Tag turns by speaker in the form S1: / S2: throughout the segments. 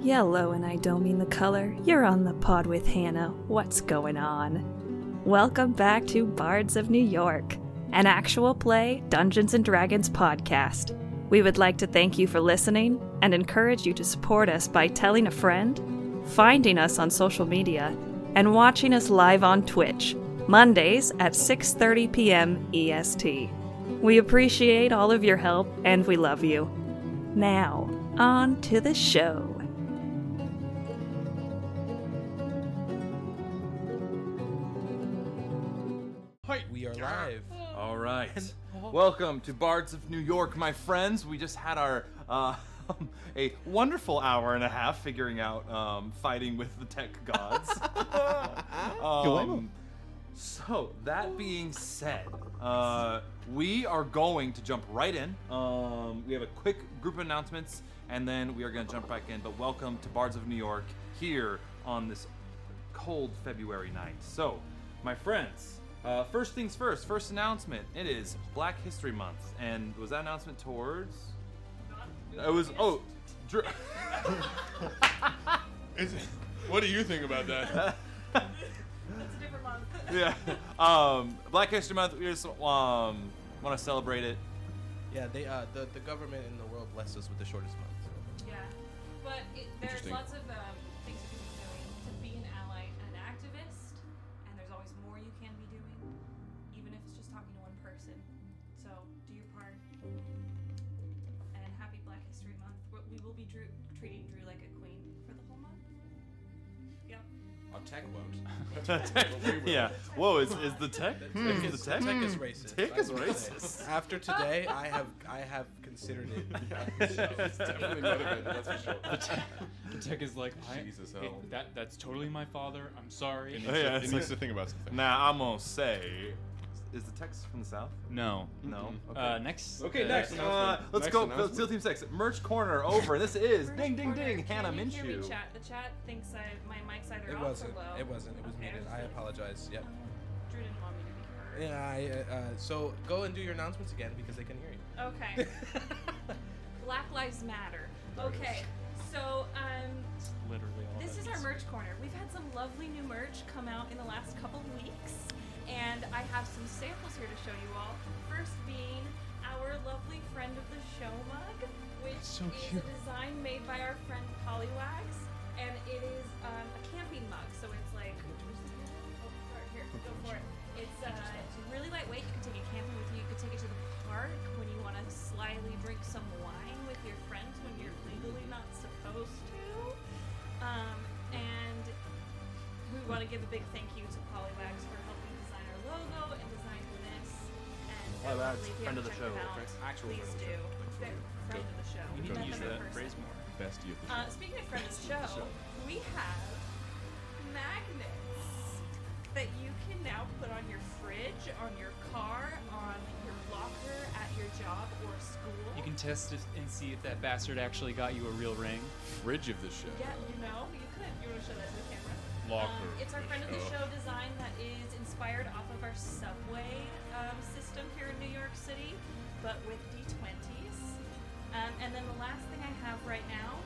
S1: Yellow, and I don't mean the color. You're on the pod with Hannah. What's going on? Welcome back to Bards of New York, an actual play Dungeons and Dragons podcast. We would like to thank you for listening and encourage you to support us by telling a friend, finding us on social media, and watching us live on Twitch, Mondays at 6:30 p.m. EST. E We appreciate all of your help and we love you. Now, on to the show.
S2: Hi, we are live.
S3: All right. Welcome to Bards of New York, my friends. We just had our uh, a wonderful hour and a half figuring out um, fighting with the tech gods. um, so that being said, uh, we are going to jump right in. Um, we have a quick group of announcements, and then we are going to jump back in. But welcome to Bards of New York here on this cold February night. So, my friends, uh, first things first. First announcement. It is Black History Month, and was that announcement towards? It was. Oh, Drew.
S2: Is it- what do you think about that?
S3: yeah. Um, Black History Month. We just um, want to celebrate it.
S4: Yeah, they uh, the, the government in the world blessed us with the shortest month.
S5: Yeah, but it, there's
S2: Interesting.
S5: lots of um, things you can be doing to be an ally and an activist, and there's always more you can be doing, even if it's just talking to one person. So do your part. And happy Black History Month. We're- We will be Drew, treating Drew like a queen for the whole month. Yep.
S4: Our tech won't.
S3: yeah. Whoa, is, is the tech?
S6: Hmm.
S2: Hmm.
S4: Tech
S3: Is
S4: is,
S3: the tech?
S2: Oh,
S4: tech is racist.
S3: Tech
S4: I
S3: is
S4: will say.
S3: racist.
S4: After today, I have I have considered it.
S2: it's definitely none of it, that's for sure.
S7: The tech, the tech is like, I-
S2: Jesus,
S7: it-
S2: hell.
S7: that that's totally my father. I'm sorry.
S3: needs Yeah,
S2: it
S3: it's
S2: needs
S3: like-
S2: to think about something.
S3: Now I'm gonna say, is the text from the south?
S7: No.
S3: No.
S7: Uh, next.
S3: Okay,
S7: uh,
S3: next. Uh, let's
S2: announcement. Mm-hmm. Next
S3: go.
S2: announcement.
S3: Steel Team Six. Merch corner over. This is
S5: Merch
S3: ding ding
S5: corner.
S3: ding.
S5: Can
S3: Hannah
S5: you hear me,
S3: Minshew.
S5: chat? The chat thinks I, my mic's either
S4: It
S5: off
S4: wasn't.
S5: or low.
S4: It wasn't. It was
S5: Okay,
S4: muted.
S5: just
S4: I
S5: like-
S4: apologize. Yep.
S5: Drew didn't want me to be heard.
S4: Yeah. I, uh, uh, so go and do your announcements again because they can hear you.
S5: Okay. Black Lives Matter. Okay, so um,
S7: Literally. All
S5: this
S7: that
S5: is our merch corner. We've had some lovely new merch come out in the last couple weeks, and I have some samples here to show you all. First being our lovely friend of the show mug, which is a design made by our friend Pollywags, and it is um, a camping mug, so it's like. Oh, sorry, here, go for it. It's uh, it's really lightweight. You can take it camping with you. You can take it to the park when you want to slyly drink some wine with your friends when you're legally not supposed to. Um, and we want to give a big thank you to Polywax for helping design our logo and design this. And
S3: Polywax,
S5: they're lovely. If you
S3: friend of the
S5: haven't checked them
S3: show.
S5: out,
S4: Actual friend
S5: please
S4: of the
S5: do.
S4: show.
S5: They're friend of the show.
S7: We need to
S5: Met them
S7: use
S5: in
S7: that
S5: person.
S7: phrase more.
S2: Bestie of the
S5: Uh, speaking of friend of the show, we have magnets that you can now put on your fridge, on your car, on your locker, at your job or school.
S7: You can test it and see if that bastard actually got you a real ring.
S2: Fridge of the show.
S5: Yeah, you know, you could. You want to show that to the camera?
S2: Locker
S5: Um, it's our
S2: of
S5: friend of the
S2: show.
S5: show design that is inspired off of our subway um, system here in New York City, but with D20s. Um, and then the last thing I have right now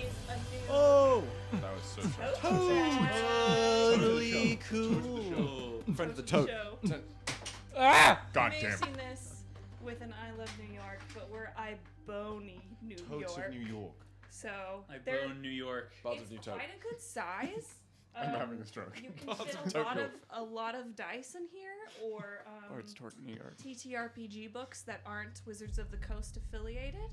S5: is a new
S3: Oh,
S2: That was so sharp.
S5: tote bag.
S3: totally
S2: cool.
S3: Friend of the
S5: Tote
S2: Oh,
S3: tote.
S5: show.
S7: Ah!
S2: God damn.
S5: Mixing this with an I love New York, but we're I bony New
S2: Totes
S5: York.
S2: of New York.
S5: so
S7: I
S5: they're-
S7: blown New York.
S2: Balls
S5: it's
S2: of New Tote.
S5: quite a good size.
S2: I'm
S5: Um,
S2: having a stroke.
S5: You can
S2: Balls
S5: fit
S2: of
S5: a lot
S2: Tokyo.
S5: of a lot of dice in here, or um,
S7: Or it's Torque, New York.
S5: TTRPG books that aren't Wizards of the Coast affiliated,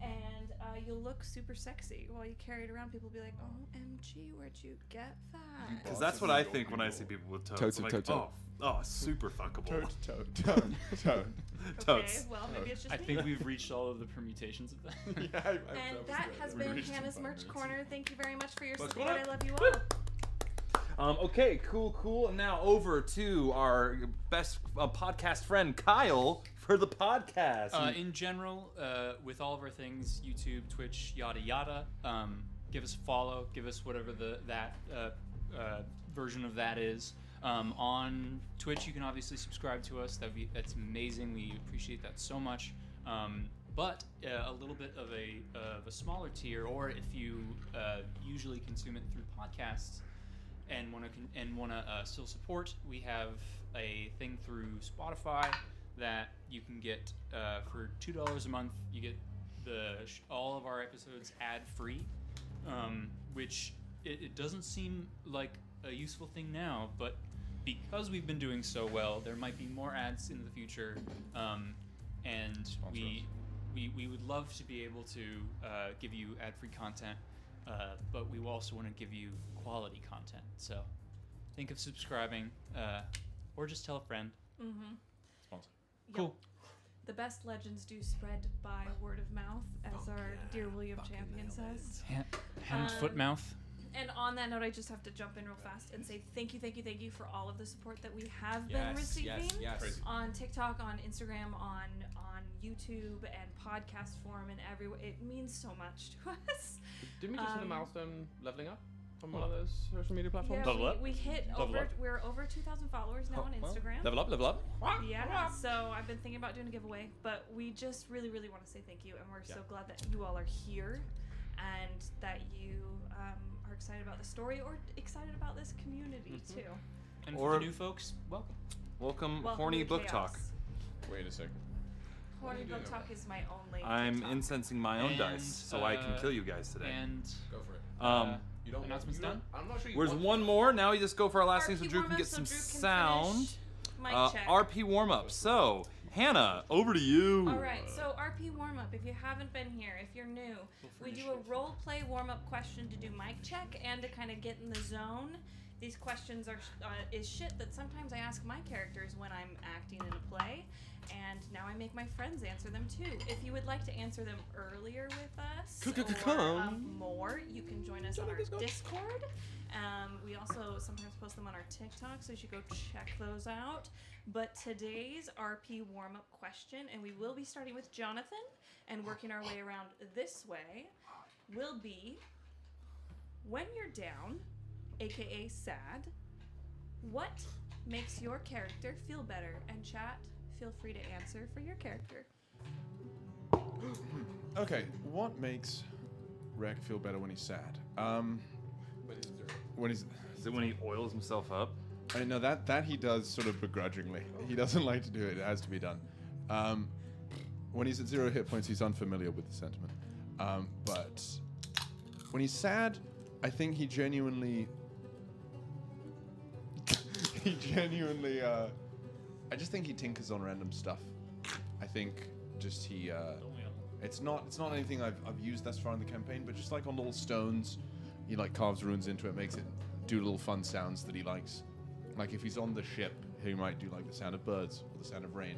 S5: and uh, you'll look super sexy while you carry it around. People will be like, "OMG, where'd you get that?"
S3: Because that's what I think when I see people with totes.
S6: Totes
S3: I'm
S6: of
S3: like,
S6: tote, tote.
S3: Oh, oh, super fuckable.
S2: Toad, toad, toad, toad.
S5: Okay,
S3: Totes.
S5: well maybe it's just
S7: Uh, I
S5: me.
S7: think we've reached all of the permutations of that.
S2: Yeah, I, I,
S5: And
S2: was
S5: that
S2: good.
S5: has
S2: We
S5: been
S2: reached in
S5: Hannah's
S2: five
S5: merch
S2: minutes.
S5: corner. Thank you very much for your
S3: What's
S5: support.
S3: going
S5: I
S3: on?
S5: love you
S3: Woo!
S5: all.
S3: Um, okay, cool, cool. And now over to our best uh, podcast friend Kyle for the podcast. Mm.
S7: Uh, in general, uh, with all of our things, YouTube, Twitch, yada yada, um, give us a follow, give us whatever the that uh, uh, version of that is. Um, on Twitch, you can obviously subscribe to us. That be that's amazing. We appreciate that so much. Um, but uh, a little bit of a of a smaller tier, or if you uh, usually consume it through podcasts and want to con- and want to uh, still support, we have a thing through Spotify that you can get uh, for two dollars a month. You get the sh- all of our episodes ad free, um, which it, it doesn't seem like a useful thing now, but because we've been doing so well, there might be more ads in the future, um, and we, we we would love to be able to uh, give you ad-free content, uh, but we also want to give you quality content. So think of subscribing, uh, or just tell a friend.
S5: Mm-hmm.
S2: Sponsor.
S7: Cool.
S5: The best legends do spread by word of mouth, as our dear William Champion says.
S7: Hand, hand foot,
S5: Um,
S7: mouth.
S5: And on that note, I just have to jump in real fast and say thank you, thank you, thank you for all of the support that we have been
S6: Yes,
S5: receiving.
S6: yes, yes.
S2: Crazy.
S5: on TikTok, on Instagram, on on YouTube, and podcast form, and everywhere. It means so much to us.
S6: Didn't we just hit a
S5: Um,
S6: milestone leveling up on one of those social media platforms?
S5: Yeah, we, we hit
S6: Double
S5: over.
S6: up.
S5: We're over 2,000 followers now on Instagram.
S6: Level up, level up.
S5: Yeah, so I've been thinking about doing a giveaway, but we just really, really want to say thank you, and we're so glad that you all are here, and that you um, are excited about the story or excited about this community too.
S7: And for
S3: or-
S7: the new folks, welcome.
S3: Welcome,
S5: Welcome
S3: horny
S5: to
S3: book talk.
S5: chaos.
S2: Wait a second.
S5: Horny
S2: What are you
S5: book
S2: doing
S5: talk is my only.
S3: I'm
S5: TikTok.
S3: incensing my own
S7: And,
S3: dice, so I can
S7: uh,
S3: kill you guys today.
S7: And
S4: Go for it.
S3: um,
S7: uh,
S4: You don't.
S7: Announcement's
S4: you don't-
S7: done?
S4: I'm not sure. You
S3: where's
S4: want-
S3: one more? Now we just go for our last thing,
S5: RP
S3: so Drew can
S5: warm-up
S3: get
S5: so
S3: some
S5: Drew can
S3: sound.
S5: finish. Mic
S3: Uh,
S5: check.
S3: RP warm up. So, Hannah, over to you.
S5: All right, so RP warm up. If you haven't been here, if you're new, we do a role play warm up question to do mic check and to kind of get in the zone. These questions are sh- uh, is shit that sometimes I ask my characters when I'm acting in a play, and now I make my friends answer them too. If you would like to answer them earlier with us or um, more, you can join us on our Discord. Um, we also sometimes post them on our TikTok, so you should go check those out. But today's RP warm up question, and we will be starting with Jonathan and working our way around this way, will be when you're down, aka sad, what makes your character feel better? And chat, feel free to answer for your character.
S2: Okay, what makes Rack feel better when he's sad? Um, when he's
S3: Is it when he oils himself up?
S2: I know that that he does sort of begrudgingly. He doesn't like to do it. It has to be done. Um, when he's at zero hit points, he's unfamiliar with the sentiment. Um, but when he's sad, I think he genuinely, he genuinely. Uh, I just think he tinkers on random stuff. I think just he. Uh, it's not it's not anything I've, I've used thus far in the campaign, but just like on little stones, he like carves runes into it, makes it do little fun sounds that he likes. Like if he's on the ship, he might do like the sound of birds or the sound of rain,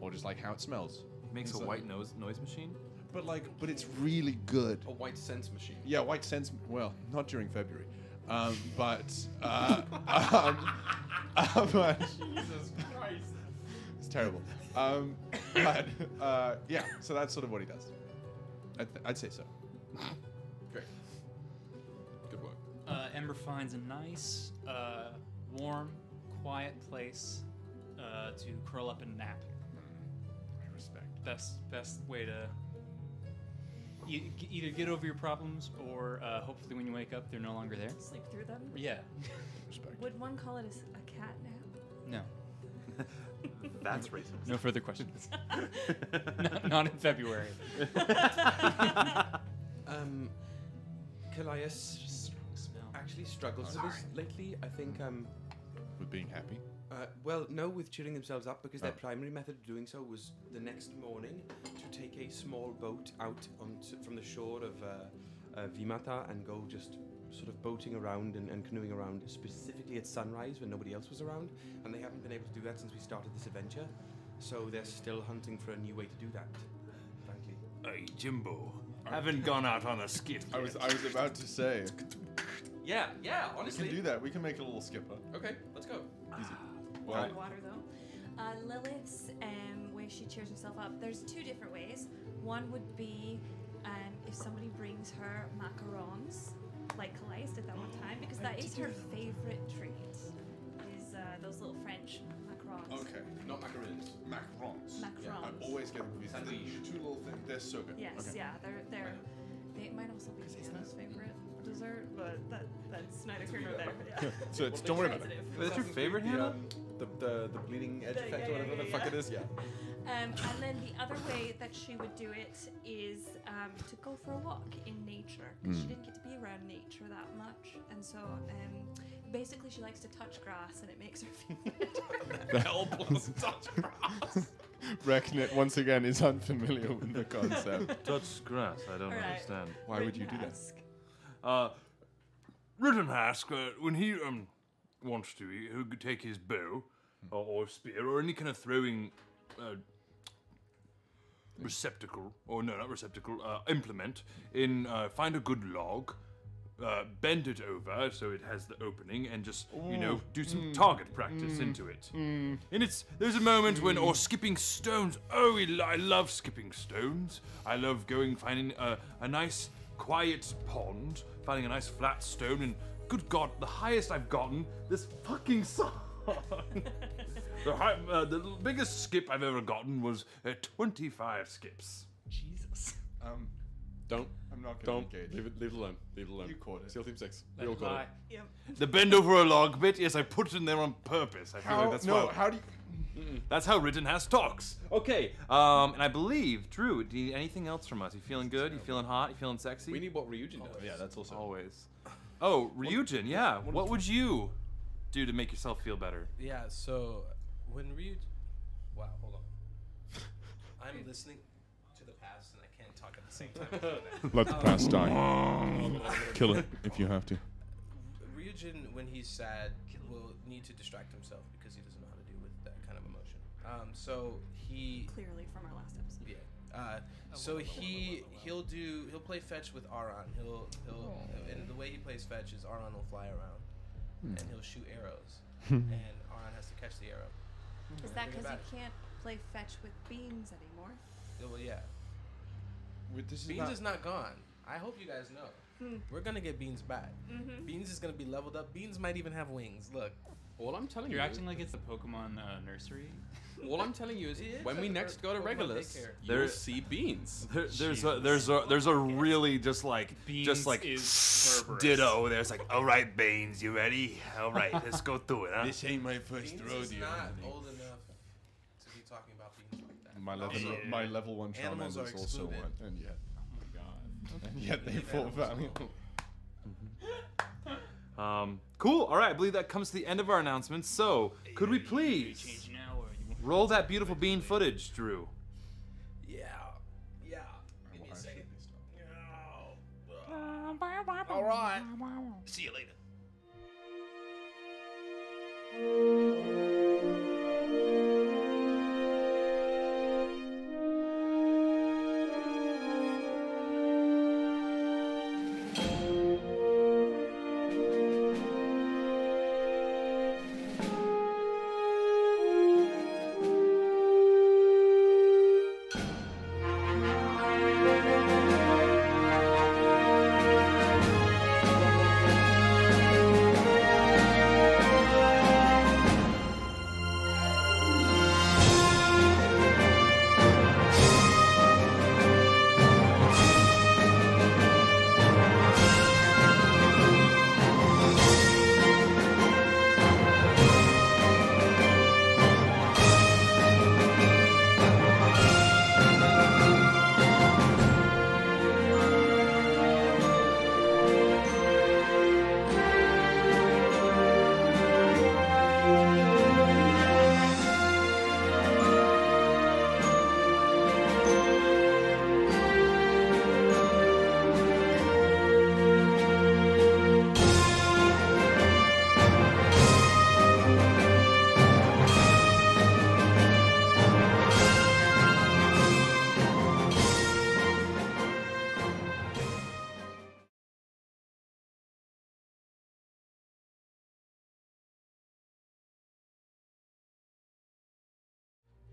S2: or just like how it smells.
S3: Makes a
S2: It's like-
S3: white nose noise machine.
S2: But like, but it's really good.
S6: A white sense machine.
S2: Yeah, white sense. Well, not during February, um, but uh, um, um,
S6: Jesus Christ.
S2: it's terrible. Um, but uh, yeah, so that's sort of what he does. I th- I'd say so.
S4: Great. Good work.
S7: Uh, Ember finds a nice, uh, warm, quiet place uh, to curl up and nap.
S2: I respect.
S7: Best best way to e- g- either get over your problems or uh, hopefully when you wake up they're no longer there.
S5: Sleep through them.
S7: Yeah.
S2: Respect.
S5: Would one call it a, s- a cat nap?
S7: No.
S3: That's racist.
S7: No further questions. not, not in February.
S6: Um, Callias
S7: Smell.
S6: actually struggles a bit lately. I think um,
S2: With being happy.
S6: Uh, well, no, with cheering themselves up because their
S2: Oh.
S6: primary method of doing so was the next morning to take a small boat out on t- from the shore of uh, uh, Vimata and go just sort of boating around and, and canoeing around specifically at sunrise when nobody else was around. And they haven't been able to do that since we started this adventure. So they're still hunting for a new way to do that, frankly.
S3: Hey, Jimbo. Haven't gone out on a skit.
S2: I was I was about to say
S6: Yeah, yeah,
S2: we can
S6: honestly.
S2: do that. We can make a little skipper.
S6: Okay, let's go.
S5: ah.
S2: Well,
S5: Cold water though. Uh, Lilith's um, way she cheers herself up. There's two different ways. One would be um, if somebody brings her macarons, like Calais did that one time, because that is her favorite treat. Is uh, uh, those little French macarons.
S2: Okay.
S6: Not macaroons.
S2: Macarons. I
S5: Macarons.
S2: always get them confused.
S6: Sandwich.
S2: These two little things. They're so good.
S5: Yes,
S2: Okay.
S5: yeah, they're they're. They might also be Hannah's favorite dessert, but that that's neither here nor there. Yeah.
S2: So it's don't worry about it.
S5: Sensitive.
S3: That's your favorite,
S6: the,
S3: Hannah?
S6: um, the, the, the bleeding edge
S5: The-
S6: effect,
S5: yeah,
S6: or whatever
S5: yeah,
S6: the
S5: yeah,
S6: fuck
S5: yeah.
S6: it is, yeah.
S5: Um, and then the other way that she would do it is um, to go for a walk in nature. 'cause She didn't get to be around nature that much, and so um, basically she likes to touch grass, and it makes her feel better.
S2: Recknet once again is unfamiliar with the concept.
S3: Touch grass. I don't
S5: All right.
S3: understand.
S2: Why would you do that?
S5: Rittenhouse.
S8: Uh, Rittenhask, uh, when he um wants to, he, he could take his bow or, or spear or any kind of throwing uh, receptacle, or no, not receptacle, uh, implement, in uh, find a good log. Uh, bend it over so it has the opening, and just you know do some target practice into it. And it's there's a moment when or skipping stones. Oh, we lo- I love skipping stones. I love going finding a, a nice quiet pond, finding a nice flat stone, and good God, the highest I've gotten this fucking song. the, high, uh, the l- biggest skip I've ever gotten was uh, 25 skips.
S2: Um,
S8: Don't,
S2: I'm not gonna
S8: don't,
S2: engage.
S8: leave it, leave it alone, leave it alone.
S2: You caught it.
S8: Seal Team Six, we
S7: Let
S8: all
S7: it
S8: caught
S7: lie.
S8: it.
S5: Yep.
S3: The bend over a log bit. Yes, I put it in there on purpose. I feel like that's
S2: no,
S3: why.
S2: how do you?
S3: That's how Rittenhouse talks. Okay. Um, and I believe Drew. Do you need anything else from us? You feeling good? You feeling hot? You feeling sexy?
S6: We need what Ryujin does.
S8: Yeah, that's also.
S3: always. Oh, Ryujin. Yeah. What would you do to make yourself feel better?
S4: Yeah, so when Ryu. Wow, hold on. I'm listening to the past and I can't talk at the same time.
S2: Let the past die. Kill it if you have to.
S4: Ryujin, when he's sad, will need to distract himself because he doesn't know how to deal with that kind of emotion. Um, so he
S5: Clearly from our last episode.
S4: Yeah. Uh, so he he'll do he'll play fetch with Aron. He'll he'll and the way he plays fetch is Aron will fly around and he'll shoot arrows and Aron has to catch the arrow.
S5: Is that because
S4: about
S5: you can't play fetch with beans anymore?
S4: Yeah, Well, yeah.
S2: Wait, this is
S4: Beans
S2: not-
S4: is not gone. I hope you guys know.
S1: Hmm.
S4: We're gonna get Beans back.
S1: Mm-hmm.
S4: Beans is gonna be leveled up. Beans might even have wings. Look,
S6: All I'm telling
S7: You're
S6: you,
S7: acting like it's the Pokemon uh, nursery.
S6: all I'm telling you is
S4: It is
S6: when we
S4: like
S6: next
S4: a
S6: go to
S4: Pokemon
S6: Regulus,
S4: daycare.
S3: There-
S6: you'll see beans.
S3: There, there's a there's a there's a really just like
S7: Beans
S3: just like
S7: is Cerberus.
S8: Ditto. There's like, all right, Baines, you ready? All right, let's go through it. Huh?
S2: This ain't my first
S4: Beans
S2: rodeo.
S4: is not old enough to be talking about beans like that.
S2: My level,
S7: Yeah.
S2: my level one Charmander is
S4: Animals are
S2: also
S4: excluded.
S2: one, and yet,
S7: Oh my god.
S2: and yet they
S4: Leave
S2: fall
S4: animals
S2: value.
S4: alone.
S3: um, cool. All right. I believe that comes to the end of our announcement. So could we
S7: You- you
S3: please
S7: change now or you want-
S3: roll that beautiful bean footage, Drew?
S4: Yeah, yeah. Give me a second.
S6: All right.
S7: See you later.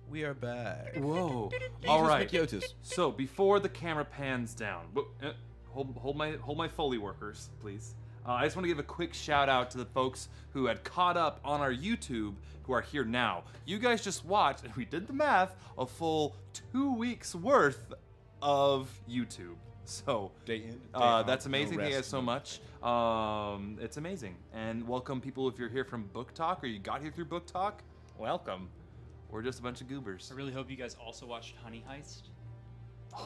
S4: We are back.
S3: Whoa. All right.
S6: Yotis.
S3: So uh, before the camera pans down, whoop, eh, hold hold my hold my foley workers, please. Uh, I just want to give a quick shout out to the folks who had caught up on our YouTube who are here now. You guys just watched, and we did the math, a full two weeks worth of YouTube. So
S2: Day in, day
S3: uh,
S2: out,
S3: that's
S2: no
S3: amazing. Thank you guys
S2: rest,
S3: so
S2: no
S3: much. Um, it's amazing. And welcome people if you're here from Book Talk or you got here through Book Talk. Welcome. We're just a bunch of goobers.
S7: I really hope you guys also watched Honey Heist.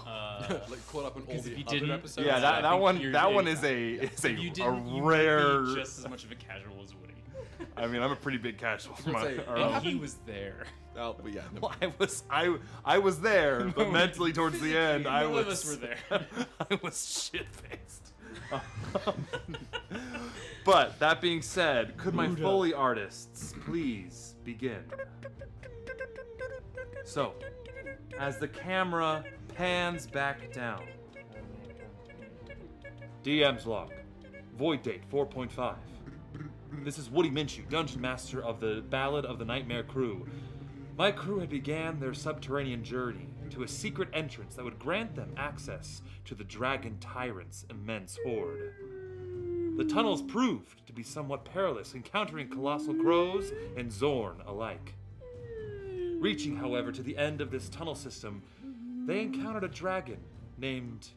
S7: Uh,
S6: like caught up on all
S7: Because
S6: the
S7: if you
S6: other
S7: didn't-
S6: episodes.
S3: yeah,
S7: so I
S3: that, that
S7: think
S3: one
S7: you're-
S3: that
S7: yeah,
S3: one is a is a,
S7: you
S3: a
S7: didn't. you might be
S3: rare.
S7: just as much of a casual as Woody,
S3: I mean, I'm a pretty big casual. For my,
S6: say,
S3: our
S7: and
S3: own.
S7: he was there.
S2: Oh, but yeah. no-
S3: Well, um, I was I I was there, but mentally towards the end, I
S7: None
S3: was
S7: of us were there.
S3: I was shit faced. but that being said, could my foley artists please begin? So, as the camera pans back down, DM's log, void date 4.5. This is Woody Minshew, dungeon master of the Ballad of the Nightmare Crew. My crew had began their subterranean journey to a secret entrance that would grant them access to the Dragon Tyrant's immense horde. The tunnels proved to be somewhat perilous, encountering colossal crows and Zorn alike. Reaching, however, to the end of this tunnel system, they encountered a dragon named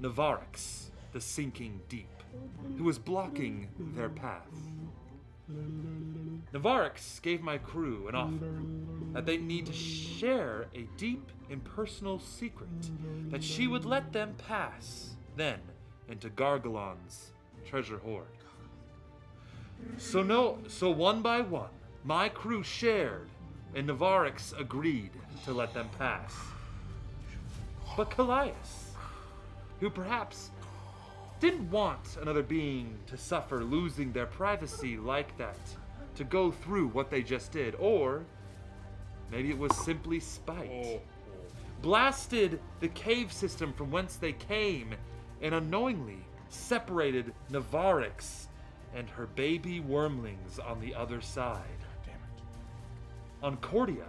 S3: Navarix, the Sinking Deep, who was blocking their path. Navarix gave my crew an offer that they need to share a deep and personal secret that she would let them pass then into Gargalon's treasure hoard. So no, so one by one, my crew shared, and Navarix agreed to let them pass. But Callias, who perhaps didn't want another being to suffer losing their privacy like that, to go through what they just did, or maybe it was simply spite blasted the cave system from whence they came, and unknowingly separated Navarix and her baby wormlings on the other side. Damn it. On Cordia,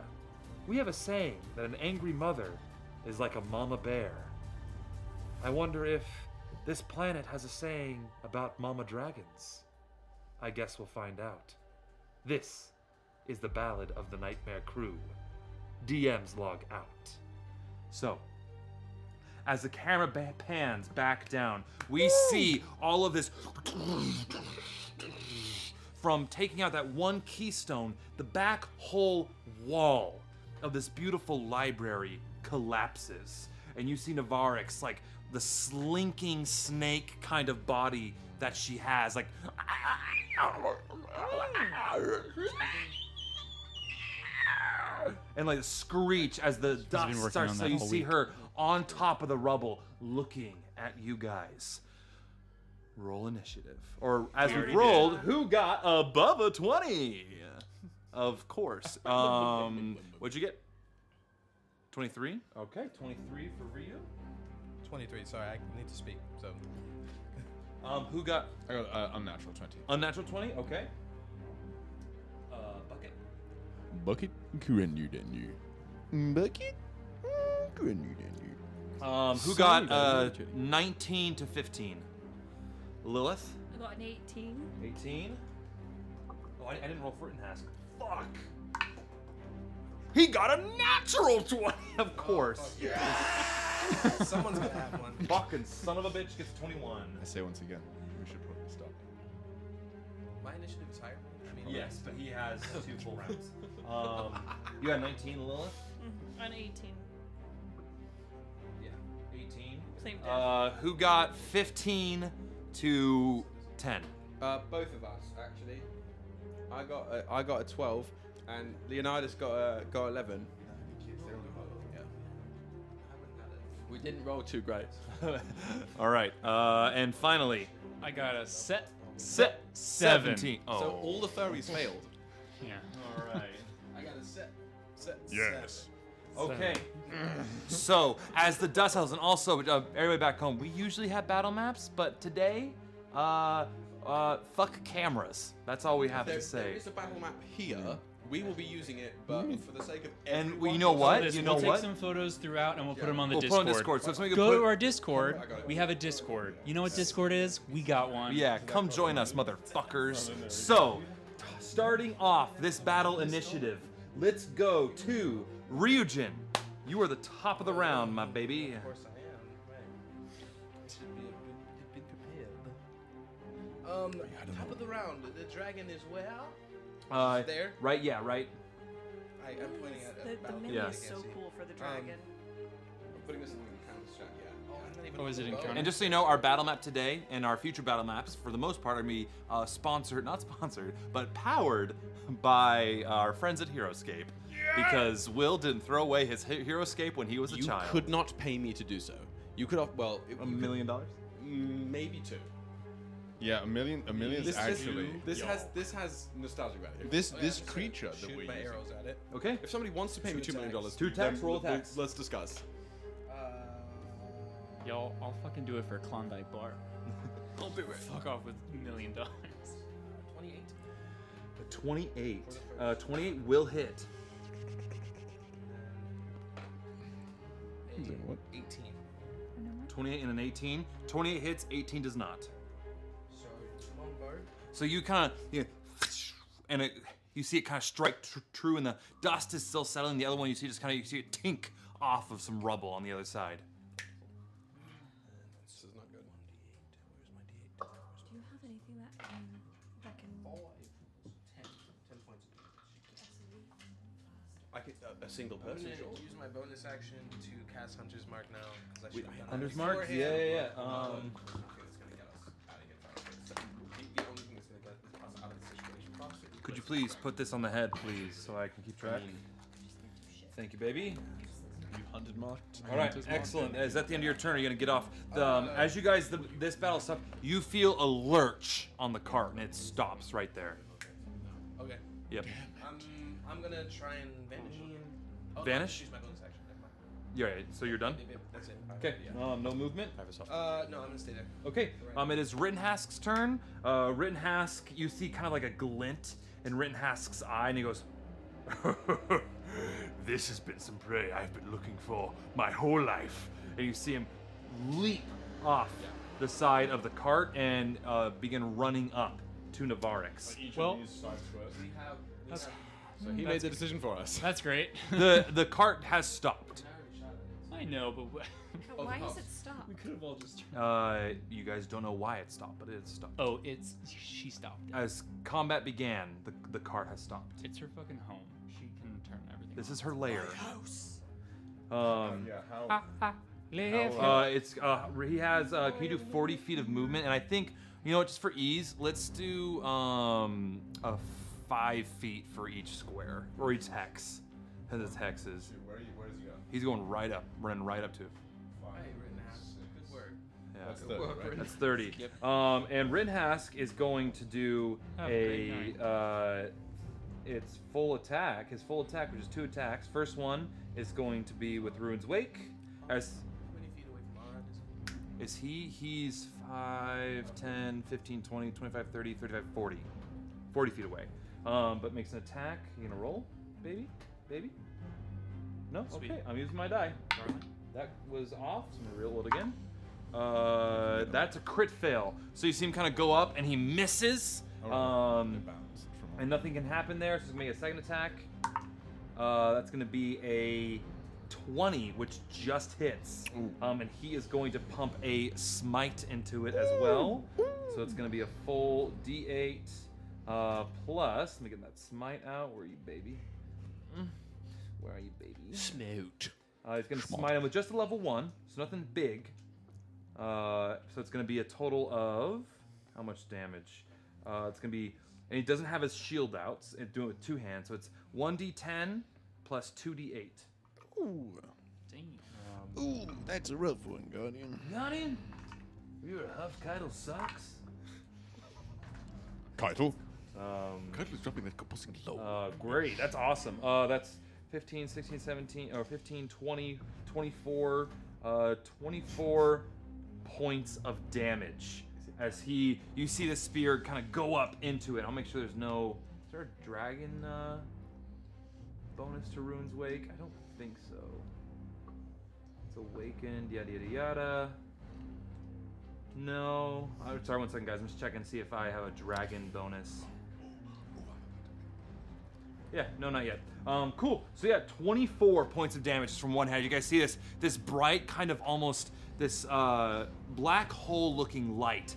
S3: we have a saying that an angry mother is like a mama bear. I wonder if this planet has a saying about mama dragons. I guess we'll find out. This is the Ballad of the Nightmare Crew. DM's log out. So, as the camera ba- pans back down, we see all of this from taking out that one keystone, the back whole wall of this beautiful library collapses. And you see Navarix, like the slinking snake kind of body that she has, like. And like screech as the
S7: been
S3: dust
S7: working
S3: starts,
S7: on
S3: so
S7: that
S3: you
S7: all
S3: see
S7: week.
S3: her on top of the rubble looking at you guys roll initiative. Or as we rolled, who got above a 20? Of course. Um, what'd you get? 23? Okay, 23 for Ryu.
S4: 23. Sorry, I need to speak. So
S3: Um, who got
S2: I got uh, unnatural 20.
S3: unnatural 20? Okay. Uh, bucket.
S2: Bucket, Kurenyu Denyu. Bucket, Kurenyu Denyu.
S3: Um, who
S2: Sorry,
S3: got
S2: I
S3: uh,
S2: didn't get it.
S3: 19 to 15? Lilith?
S5: I got an 18.
S3: 18. Oh, I, I didn't roll for it in Hask. Fuck! He got a natural 20! Of course.
S4: someone's gonna have one.
S3: Fucking son of a bitch gets 21.
S2: I say once again, we should probably stop.
S4: My initiative is higher. I mean,
S3: Yes, but he has two full rounds. Um, you had 19, Lilith?
S5: An 18.
S3: Yeah. 18.
S5: Same death.
S3: Uh, who got 15 to 10?
S6: Uh, both of us actually. I got a, I got a twelve, and Leonidas got a got eleven. Yeah. We didn't roll too great.
S3: All right. Uh, and finally,
S7: I got a set.
S3: se-
S7: Seven.
S3: 17. Oh.
S4: So all the furries failed.
S7: Yeah.
S3: all right.
S4: I got a set. set
S2: Yes.
S3: Okay. so, as the dust settles, and also uh, everybody back home, we usually have battle maps, but today, uh, uh, fuck cameras. That's all we have
S6: There,
S3: to say.
S6: there is a battle map here We will be using it, but
S7: Hmm.
S6: for the sake of
S3: And we,
S6: everyone-
S3: you know
S7: We'll
S3: what?
S7: just-
S3: you know
S7: we'll
S3: what?
S7: take some photos throughout and we'll put them on the
S3: we'll put
S7: Discord.
S3: on Discord. So if somebody could
S7: Go
S3: put,
S7: to our Discord.
S6: I got it.
S7: We have a Discord. You know what Discord is? We got one.
S3: Yeah, come join us,
S6: Oh,
S3: motherfuckers. So, t- starting off this battle initiative, let's go to Ryujin. You are the top of the round, my baby.
S4: Of course I am. Right. Should be a bit, bit prepared. Um, top of the round. The dragon is where?
S3: Uh,
S4: There.
S3: right? Yeah, right.
S6: I, I'm pointing at
S1: The, the
S6: about-
S1: menu
S3: Yeah.
S1: is so cool for the dragon.
S6: I'm putting this in the encounter strat, yeah.
S4: Oh, I'm not even
S7: Oh, is it
S4: on the boat.
S7: encounter?
S3: And just so you know, our battle map today and our future battle maps, for the most part, are going to be uh, sponsored, not sponsored, but powered by our friends at Heroescape. Because Will didn't throw away his he- Heroescape when he was a
S6: You
S3: child.
S6: could not pay me to do so. You could, off- well, it,
S3: a million dollars?
S6: maybe two.
S2: Yeah, a million, a million is
S6: This,
S2: actually.
S6: this, this has this has nostalgia value.
S2: This
S4: Oh, yeah,
S2: this
S4: I'm just gonna
S2: creature that
S4: shoot
S2: we're
S4: my
S2: using.
S4: arrows at it.
S3: Okay.
S6: If somebody wants to pay
S4: Two
S6: me two million
S4: attacks.
S6: dollars,
S3: Two attacks,
S6: then
S3: roll
S6: we'll- we'll-
S3: attacks.
S6: Let's discuss.
S4: Uh,
S7: Y'all, I'll fucking do it for a Klondike bar. I'll do it. Fuck off with a million dollars.
S4: 28.
S3: A 28. Uh, 28 will hit.
S4: A
S2: what?
S4: 18.
S3: 28 and an 18. 28 hits, 18 does not.
S4: So, longbow.
S3: So you kind of, you know, and it, you see it kind of strike tr- true, and the dust is still settling. The other one you see just kind of, you see it tink off of some rubble on the other side.
S6: This is not good.
S4: Where's my D8?
S5: Do you have anything that can, that can
S6: I could, uh, a single
S4: I'm
S6: person.
S4: gonna
S6: sure.
S4: use my bonus action to cast Hunter's Mark now because I
S6: Wait,
S4: should
S6: I have
S4: have done that
S6: Hunter's Mark?
S4: beforehand.
S3: Yeah, yeah, yeah,
S4: Okay,
S3: um,
S4: that's gonna get us out of here faster. The- the only thing that's gonna get us out of this situation faster
S3: Could you
S4: is-
S3: please put this on the head, please, so I can keep track? Thank you, baby.
S2: You hunted marked.
S3: All right, excellent. Is that the end of your turn? Are you gonna get off? The,
S6: Uh,
S3: um, as you guys, the, this battle stuff, you feel a lurch on the cart, and it stops right there.
S4: Okay.
S3: Yep.
S4: I'm I'm gonna try and vanish. Oh, no, I
S3: Vanish?
S4: just used my bonus action. Never mind.
S3: Yeah, right, so you're done.
S4: Maybe That's it.
S3: Okay.
S4: Yeah.
S3: Um, no movement.
S6: I have a soft.
S4: Uh, no, I'm gonna stay there.
S3: Okay, um, it is Rittenhask's turn. Uh, Rittenhask, you see kind of like a glint in Rittenhask's eye, and he goes,
S8: this has been some prey I've been looking for my whole life.
S3: and you see him leap off the side of the cart and uh, begin running up to Navarix.
S7: Well,
S4: We have. We have
S6: so he made the decision for us.
S7: that's great.
S3: the the cart has stopped.
S7: I know, but w-
S1: But why is it stopped?
S7: we could have all just. turned-
S3: Uh, you guys don't know why it stopped, but it stopped.
S7: Oh, it's she stopped.
S3: As combat began, the the cart has stopped.
S7: It's her fucking home. She can turn everything.
S3: This
S7: on.
S3: is her lair. Um,
S2: Yeah, how?
S4: Ah.
S3: Uh, it's uh, he has. Uh, can you do forty feet of movement? And I think you know, what, just for ease, let's do um a five feet for each square or each hex, because it's hexes.
S2: Where are you? Where is he going?
S3: He's going right up, running right up to. it.
S4: Hey, Rittenhouse. Good work.
S3: Yeah.
S2: That's the. Right?
S3: That's thirty. Um, and Rinhask is going to do
S7: Oh,
S3: a.
S7: great nine.
S3: Uh, it's full attack. His full attack, which is two attacks. First one is going to be with Ruin's Wake. As
S4: How many feet away from Aran is he?
S3: Is he? He's 5, 10, 15, 20, 25, 30, 35, 40. 40 feet away. Um, but makes an attack. You gonna roll, baby? Baby? No?
S7: Sweet.
S3: Okay, I'm using my die.
S7: Darling.
S3: That was off, so I'm gonna roll it again. Uh, that's a crit fail. So you see him kind of go up and he misses. Um,
S2: Bounced from-
S3: and nothing can happen there, so he's gonna make a second attack. Uh, that's gonna be a 20, which just hits. Um, and he is going to pump a smite into it as well. So it's gonna be a full d8 uh, plus. Let me get that smite out. Where are you, baby? Mm. Where are you, baby?
S6: Snoot.
S3: Uh, he's gonna smite him with just a level one, so nothing big. Uh, so it's gonna be a total of how much damage? Uh, it's gonna be, and he doesn't have his shield out. So it's doing it with two hands, so it's one d10 plus two d8.
S2: Ooh.
S7: Dang.
S2: Ooh, that's a rough one, Guardian.
S3: Got him. You're a huff Keitel sucks.
S2: Keitel.
S3: Um,
S2: Keitel's dropping the composing low.
S3: uh, great, that's awesome. Uh, that's 15, 16, 17, or 15, 20, 24, uh, 24 points of damage as he you see the spear kind of go up into it i'll make sure there's no is there a dragon uh bonus to Ruin's Wake? I don't think so. It's awakened, yada yada yada. No. Oh, sorry, one second, guys. I'm just checking to see if I have a dragon bonus. Yeah, no, not yet. Um, cool. So yeah, 24 points of damage just from one head. You guys see this this bright kind of almost this uh, black hole looking light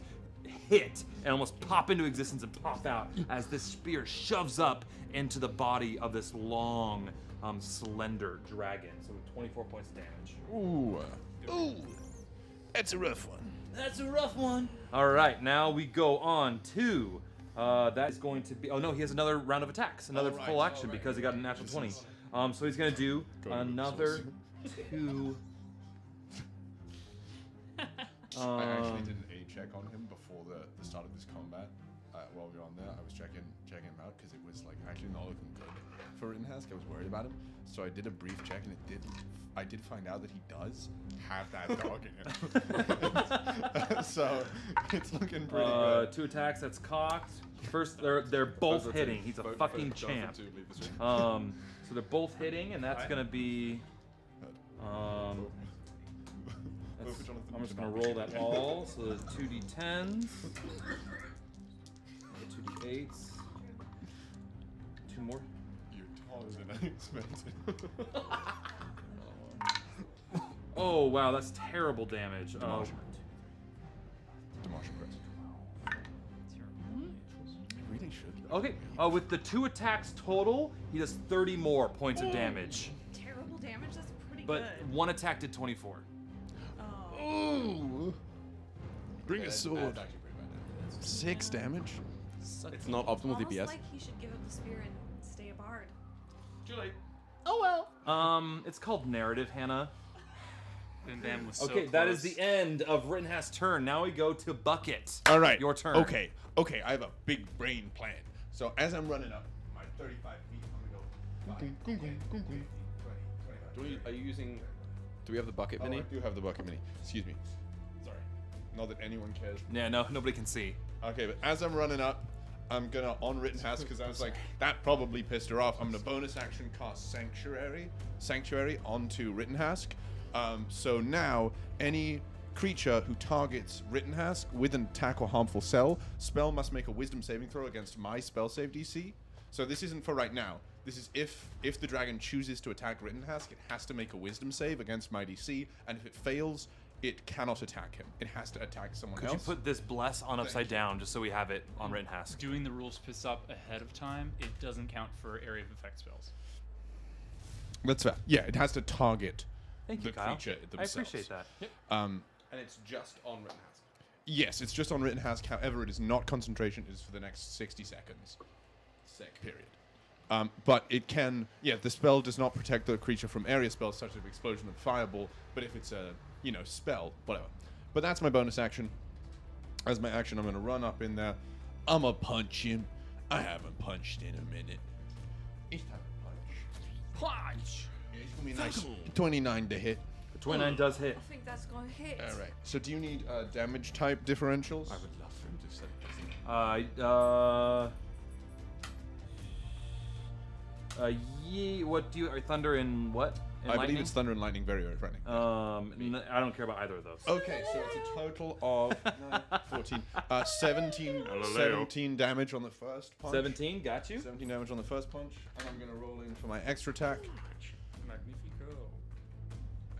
S3: hit and almost pop into existence and pop out as this spear shoves up into the body of this long, um, slender dragon. So 24 points of damage.
S2: Ooh. Ooh. That's a rough one.
S3: That's a rough one. All right, now we go on to. Uh, that is going to be. Oh no, he has another round of attacks, another
S2: right,
S3: full action
S2: all right.
S3: because he got a natural twenty. Um, so he's going to do
S2: Go to the
S3: another two.
S2: I actually
S3: um,
S2: did an A check on him before the, the start of this combat. Uh, while we were on there, I was checking checking him out because it was like actually not looking good for Rittenhouse. I was worried about him, so I did a brief check, and it did. I did find out that he does have that dog in him. so it's looking pretty
S3: uh,
S2: good.
S3: two attacks. That's cocked. First, they're they're both
S8: Both are
S3: hitting.
S8: two.
S3: He's a
S8: Both-
S3: fucking
S8: both are
S3: champ.
S8: two. Leave this room.
S3: Um, so they're both hitting, and that's going to be. Um,
S2: Both
S3: that's-
S2: for Jonathan
S3: I'm
S2: and
S3: just going to
S2: Jonathan.
S3: roll that all. So there's two d10s, two d8s, two more.
S2: You're taller than I expected.
S3: Oh wow, that's terrible damage. Oh,
S2: Demotion Press. I really should.
S3: okay, uh, with the two attacks total, he does 30 more points of damage.
S5: Terrible damage. That's pretty
S3: But
S5: good.
S3: one attack did 24.
S5: Oh.
S2: Ooh. Bring a
S6: that's-
S2: sword.
S6: That's actually pretty bad.
S2: Six damage.
S6: It's not optimal
S5: Almost
S6: DPS.
S5: like he should give up the spear and stay a bard.
S3: Um, it's called narrative, Hannah.
S7: Bam Bam was so
S3: Okay, that is
S7: close.
S3: the end of Rittenhouse turn. Now we go to Bucket.
S2: All right.
S3: Your turn.
S2: Okay. Okay. I have a big brain plan. So as I'm running up my 35 feet, I'm gonna go.
S6: Do we, are you using? Do we have the bucket
S2: Mini?
S6: mini?
S2: Oh, I do have the bucket mini. Excuse me. Sorry. Not that anyone cares.
S3: Yeah, no, nobody can see.
S2: Okay, but as I'm running up, I'm gonna on Rittenhouse because I was like, that probably pissed her off. I'm gonna bonus action cast Sanctuary, Sanctuary onto Rittenhouse. Um, so now any creature who targets Rittenhouse with an attack or harmful spell spell must make a Wisdom saving throw against my spell save DC. So this isn't for right now. This is if if the dragon chooses to attack Rittenhouse, it has to make a Wisdom save against my DC, and if it fails, it cannot attack him. It has to attack someone
S3: Could you
S2: else.
S3: put this bless on upside down just so we have it
S2: Mm.
S3: on Rittenhouse?
S7: Doing the rules piss up ahead of time, it doesn't count for area of effect spells.
S2: That's fair. uh, Yeah, it has to target.
S3: Thank you,
S2: The
S3: Kyle.
S2: creature
S3: I
S2: themselves.
S3: appreciate that.
S2: Um,
S6: And it's just on Rittenhouse.
S2: yes, it's just on Rittenhouse. However, it is not concentration. It is for the next 60 seconds. Sick. Period. Um, but it can, yeah, the spell does not protect the creature from area spells such as explosion and fireball. But if it's a, you know, spell, whatever. But that's my bonus action. As my action, I'm going to run up in there. I'm going to punch him. I haven't punched in a minute. It's time to punch.
S7: Punch!
S2: Yeah, it's going to be a nice 29 to hit.
S3: The 29 does hit.
S5: I think that's going to hit.
S2: All right. So do you need uh, damage type differentials?
S6: love for him to have said it.
S3: Uh, uh, uh, ye, what do you, are thunder and what? And
S2: I
S3: lightning?
S2: believe it's thunder and lightning, very frightening.
S3: Um, n- I don't care about either of those.
S2: okay, so it's a total of nine, 14, uh, 17, 17 damage on the first punch.
S3: 17, got you.
S2: 17 damage on the first punch, and I'm gonna roll in for my extra attack.
S7: Magnifico.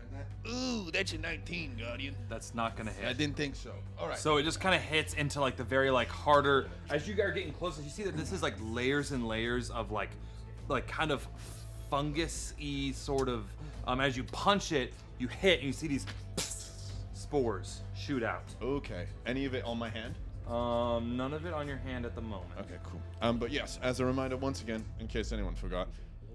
S2: And that, ooh, that's a 19, Guardian.
S3: That's not gonna hit.
S2: I didn't think so. All right.
S3: So it just kind of hits into like the very like harder. As you are getting closer, you see that this is like layers and layers of like, like kind of fungus-y sort of. Um, as you punch it, you hit and you see these spores shoot out.
S2: okay, any of it on my hand?
S3: Um, none of it on your hand at the moment.
S2: Okay, cool. Um, but yes, as a reminder, once again, in case anyone forgot,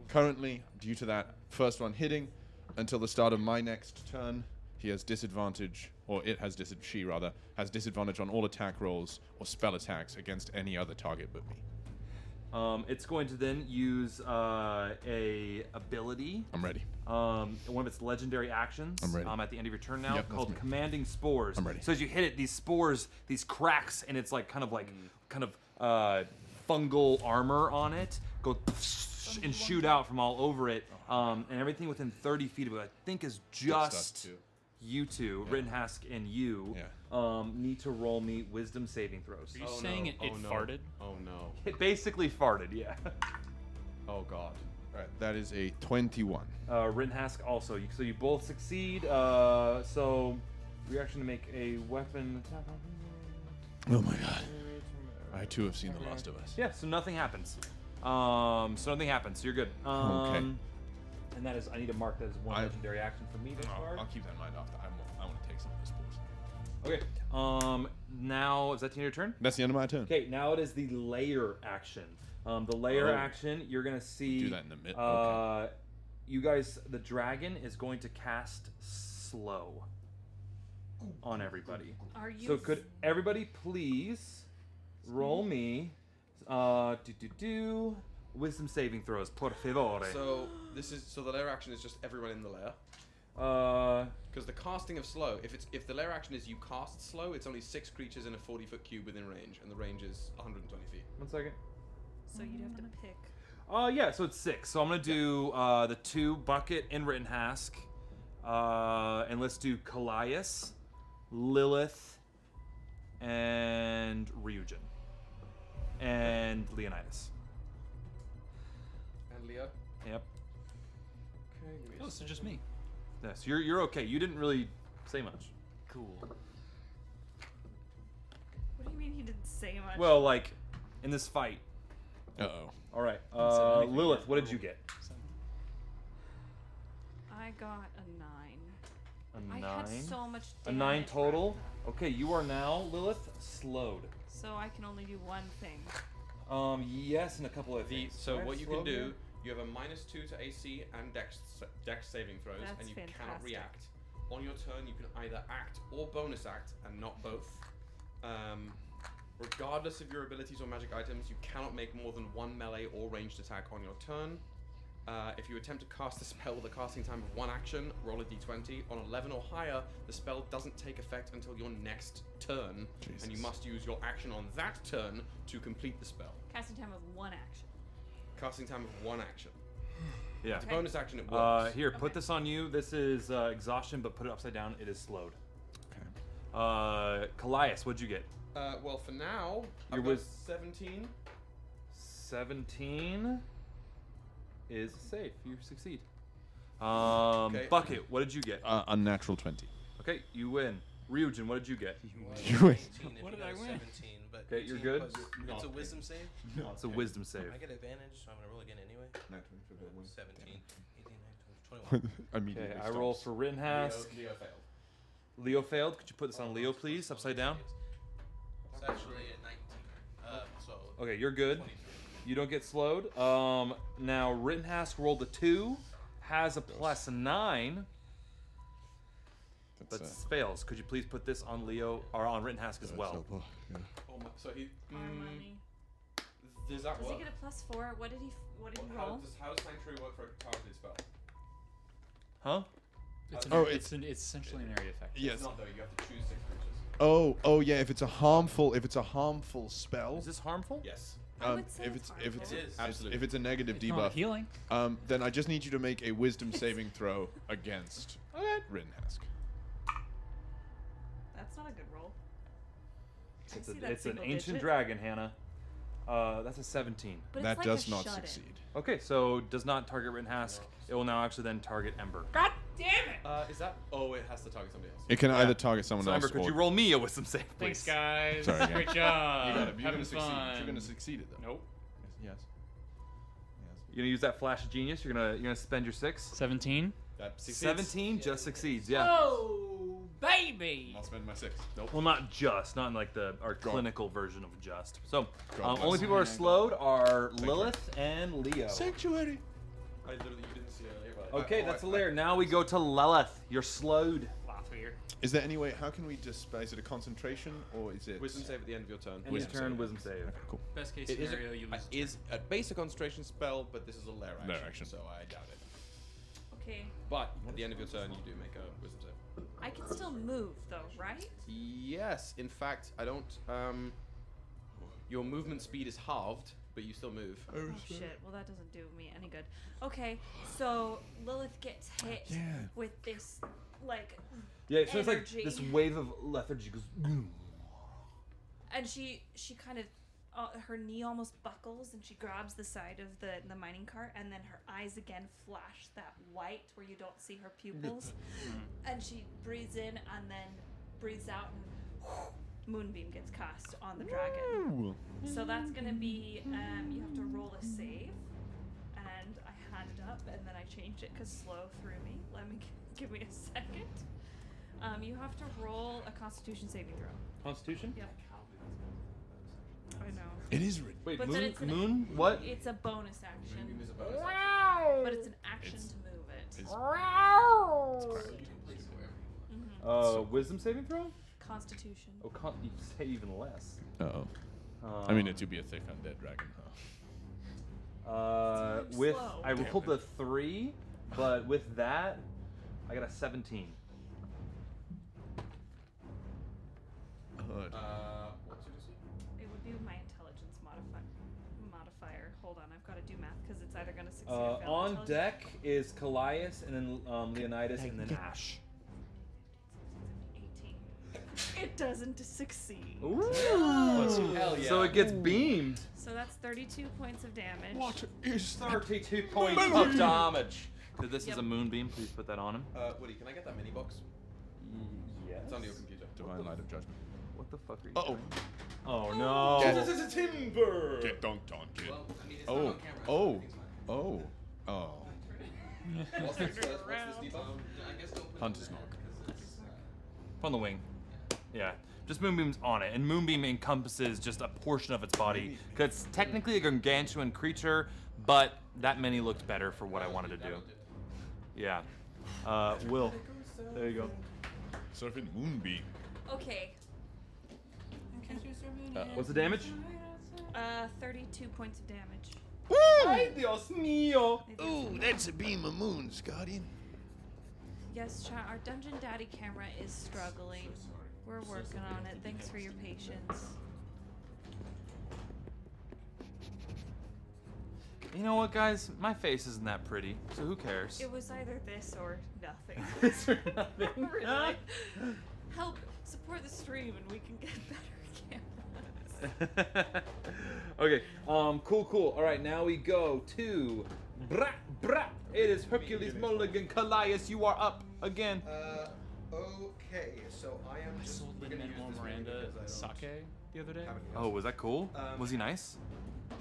S2: currently, due to that first one hitting, until the start of my next turn, he has disadvantage, or it has dis she rather, has disadvantage on all attack rolls or spell attacks against any other target but me.
S3: Um, it's going to then use uh, a ability.
S2: I'm ready.
S3: um, one of its legendary actions
S2: I'm ready.
S3: Um, at the end of your turn now
S2: Yep, that's
S3: called
S2: me.
S3: Commanding Spores.
S2: I'm ready.
S3: So as you hit it, these spores, these cracks, and it's like kind of like kind of uh, fungal armor on it go sh- and shoot out from all over it,
S2: Oh,
S3: um, and everything within 30 feet of it. I think is just
S2: too.
S3: you two, Rinhask and you,
S2: Yeah.
S3: um, need to roll me wisdom saving throws.
S7: Are you saying it, it farted?
S6: Oh no.
S3: It basically farted, yeah.
S6: Oh god.
S2: Alright, that is a 21.
S3: Uh, Rinhask also. You, so you both succeed. Uh, so you're actually gonna make a weapon attack.
S2: Oh my god. I too have seen The Last of Us.
S3: Yeah. So nothing happens. Um, so nothing happens. So you're good. Um,
S2: Okay.
S3: And that is. I need to mark that as one
S2: I-
S3: legendary action for me this
S2: I'll,
S3: far.
S2: Oh, I'll keep that in mind after. I'm, I want to take some of this poison.
S3: Okay. Um. Now is that the end of your turn?
S2: That's the end of my turn.
S3: Okay. Now it is the layer action. Um. The layer
S2: Oh.
S3: action. You're gonna see.
S2: Do that in the mid-
S3: Uh,
S2: okay.
S3: you guys. The dragon is going to cast slow on everybody.
S5: Are you?
S3: So could everybody please roll me? Uh. Do do do. Wisdom saving throws, por favore.
S6: So this is so the layer action is just everyone in the layer.
S3: uh.
S6: Because the casting of slow, if it's if the layer action is you cast slow, it's only six creatures in a forty foot cube within range, and the range is 120 feet.
S3: One second.
S5: so you'd have to pick.
S3: Uh, yeah, so it's six. So I'm gonna do uh, the two bucket and Rittenhask, uh, and let's do Callias, Lilith, and Ryujin, and Leonidas.
S6: And Leo.
S3: Yep.
S6: Okay. Give me a
S7: Oh, so just me.
S3: Yeah, so you're you're okay. You didn't really say much.
S7: Cool.
S5: What do you mean he didn't say much?
S3: Well, like in this fight.
S2: Uh oh.
S3: All right,
S7: said
S3: uh,
S7: anything
S3: Lilith,
S7: yet.
S3: what did you get?
S5: I got a nine.
S3: A
S5: I had
S3: nine.
S5: so much.
S3: A nine
S5: damage.
S3: total. Okay, you are now Lilith slowed.
S5: So I can only do one thing.
S3: Um, yes, and a couple of
S6: The,
S3: things.
S6: so
S3: Can I
S6: what you
S3: slow
S6: can do,
S3: here?
S6: you have a minus two to AC and Dex Dex saving throws,
S5: That's
S6: and you cannot
S5: fantastic.
S6: react. On your turn, you can either act or bonus act, and not both. Um, regardless of your abilities or magic items, you cannot make more than one melee or ranged attack on your turn. Uh, if you attempt to cast a spell with a casting time of one action, roll a d20. On 11 or higher, the spell doesn't take effect until your next turn, and you
S2: Jesus.
S6: must use your action on that turn to complete the spell.
S5: Casting time of one action.
S6: Casting time of one action.
S3: Yeah.
S6: It's a bonus action, it works.
S3: Uh, here, put
S5: Okay.
S3: this on you. This is uh, exhaustion, but put it upside down. It is slowed. Uh, Callias, what'd you get?
S6: Uh, well, for now,
S3: Your
S6: I've got
S3: wis-
S6: 17.
S3: 17 is safe. You succeed. Um,
S6: Okay.
S3: Bucket, what did you get?
S2: Uh, unnatural 20.
S3: Okay, you win. Ryujin, what did you get?
S2: Wait.
S4: 18 if
S7: What
S4: you
S7: did
S4: got
S7: I
S4: a
S7: win?
S4: 17, but
S3: Okay, you're
S4: 18
S3: good?
S4: plus- it's a wisdom save.
S3: It's a wisdom save.
S4: I get advantage, so I'm gonna roll again anyway. 17, 18, 19, 21.
S2: Immediately.
S3: Okay, I roll for Rittenhask.
S6: Leo failed.
S3: Leo failed. Could you put this on Leo, please, upside down?
S4: It's actually a 19. Uh, so
S3: Okay, you're good.
S4: 23.
S3: You don't get slowed. Um, now Rittenhask rolled a two, has a plus nine. But
S2: That's,
S3: fails. Could you please put this on Leo or on Rittenhask as well?
S6: Oh my, so he.
S5: Our
S6: mm,
S5: money.
S6: does that
S5: Does
S6: work?
S5: he get a plus four? What did he? f- What did
S6: Well,
S5: he
S6: how,
S5: roll?
S6: does, how does Sanctuary work for a powerful spell?
S3: Huh?
S7: It's an,
S2: Oh,
S7: it's, an, it's essentially an area effect.
S6: It's
S2: Yes.
S6: not, though, you have to choose six creatures.
S2: Oh, oh yeah. If it's a harmful, if it's a harmful spell,
S3: Is this harmful?
S6: Yes.
S5: I
S2: um,
S5: would say
S2: if
S5: it's
S2: it's if it's
S5: harmful.
S6: It is.
S2: if-
S6: Absolutely.
S2: if it's a negative
S7: It's not
S2: debuff,
S7: healing.
S2: um, then I just need you to make a Wisdom saving throw against Rittenhask.
S5: That's not a good roll. I
S3: It's,
S5: see
S3: a,
S5: that
S3: it's an
S5: single
S3: ancient
S5: digit.
S3: dragon, Hannah. Uh, that's a 17.
S5: But it's
S2: that
S5: like a
S2: does not
S5: shut-in.
S2: succeed.
S3: Okay, so does not target Rittenhask. It will now actually then target Ember.
S5: God damn it!
S6: Uh, is that. Oh, it has to target somebody else.
S2: It can either
S3: Yeah.
S2: target someone
S3: So
S2: else
S3: Ember, could
S2: or
S3: you roll me a wisdom save, please?
S7: Thanks, guys.
S2: Sorry, yeah.
S7: Great job.
S2: You gotta- you're
S7: Having
S2: gonna succeed.
S7: fun.
S2: You're gonna succeed it though.
S7: Nope.
S2: Yes.
S3: You're gonna use that flash of genius. You're gonna you're gonna spend your six.
S7: 17.
S2: That succeeds.
S3: 17 just succeeds. Yeah.
S7: Oh, baby.
S2: I'll spend my six. Nope.
S3: Well, not just, not in like the our
S2: God.
S3: clinical version of just. So,
S2: God
S3: um,
S2: bless.
S3: only people who are slowed are Lilith and Leo.
S2: Sanctuary.
S6: I literally. You didn't see it earlier, but.
S3: Okay,
S6: I-
S3: that's a
S6: alright,
S3: layer. Now we go to Lilith. You're slowed.
S2: Is there any way? How can we display? Is it a concentration or is it?
S6: I- Uh, Wisdom save at the end of your turn.
S3: End
S2: Wisdom
S3: of turn,
S2: save.
S3: wisdom save.
S2: Okay, cool.
S7: Best case
S6: It is
S7: scenario, you
S6: a,
S7: lose.
S6: is a basic concentration spell, but this is a lair action,
S2: Lair action.
S6: so I doubt it.
S5: Okay,
S6: But at the end of your turn, you do make a wisdom save.
S5: I can still move though, right?
S6: Yes, in fact, I don't. Um, your movement speed is halved, but you still move.
S5: Oh shit! Well, that doesn't do me any good. Okay, so Lilith gets hit
S2: Yeah.
S5: with this, like,
S3: Yeah, so it's like
S5: Energy.
S3: this wave of lethargy goes.
S5: and she she kind of uh, her knee almost buckles, and she grabs the side of the the mining cart, and then her eyes again flash that white where you don't see her pupils, and she breathes in and then breathes out, and moonbeam gets cast on the dragon. So that's gonna be um, you have to roll a save, and I had it up, and then I changed it because slow threw me. Let me give me a second. Um, you have to roll a Constitution saving throw.
S3: Constitution?
S5: Yep. I know.
S2: It is. Rid-
S3: Wait,
S5: But then
S3: moon?
S5: it's an-
S3: Moon? What?
S5: It's a bonus action, but it's an action to move it.
S2: it's-
S3: Uh, wisdom saving throw?
S5: Constitution.
S3: Oh, can't you say even less?
S2: oh.
S3: Um,
S2: I mean, it would be a thick undead dragon, huh?
S3: Uh,
S5: It's
S3: with
S5: slow.
S3: I
S2: Damn
S3: rolled
S2: it.
S3: a three, but with that, I got a seventeen.
S2: Good.
S6: Uh, what's your DC?
S5: It would be my intelligence modifier. Modifier. Hold on, I've got to do math because it's either gonna succeed
S3: Uh,
S5: or fail.
S3: on
S5: Intelligence-
S3: deck is Callias, and then um, Leonidas, and then Ash.
S5: 18. It doesn't succeed.
S3: Ooh!
S6: Hell yeah.
S3: So it gets beamed.
S5: So that's 32 points of damage.
S2: is
S3: Thirty-two points of damage. So this
S5: Yep.
S3: is a moonbeam. Please put that on him.
S6: Uh, Woody, can I get that mini box?
S3: Yes.
S6: It's on your computer.
S2: Divine light of judgment.
S3: What the fuck are you?
S2: Uh-oh.
S3: Oh no!
S2: Get-
S6: It's a timber!
S2: Get dunked on, kid.
S4: Well, I mean, it's not
S2: Oh.
S4: on camera. so
S2: Oh.
S4: everything's fine.
S2: Oh. Oh.
S6: What's this, uh, what's this debuff?
S4: Um, I guess don't put
S2: Hunter's
S4: it in
S2: knock.
S4: there 'cause it's, uh,
S3: On the wing. Yeah. Just Moonbeam's on it, and Moonbeam encompasses just a portion of its body. Because it's technically a gargantuan creature, but that many looked better for what I wanted to do. Yeah. Uh, Will. There you go.
S2: Surfing moonbeam.
S5: Okay.
S3: What's the damage?
S5: Uh, 32 points of damage.
S3: Ay, Dios mío.
S2: Ooh, that's a beam of moon, Scotty.
S5: Yes, Sean, our Dungeon Daddy camera is struggling. We're working on it. Thanks for your patience.
S3: You know what, guys? My face isn't that pretty, so who cares?
S5: It was either this or nothing.
S3: This or nothing.
S5: really. Help support the stream and we can get better cameras.
S3: okay. Um. Cool. Cool. All right. Now we go to bra bra. It is Hercules Mulligan. Callias, you are up again.
S6: Uh, okay, so I am
S7: I
S6: just.
S7: sold
S6: we're
S7: Lin
S6: gonna use
S7: Manuel
S6: this menu
S7: Miranda
S6: because I don't
S7: sake the other day.
S6: have any
S3: Oh, was that cool?
S6: Um,
S3: was he nice?
S7: I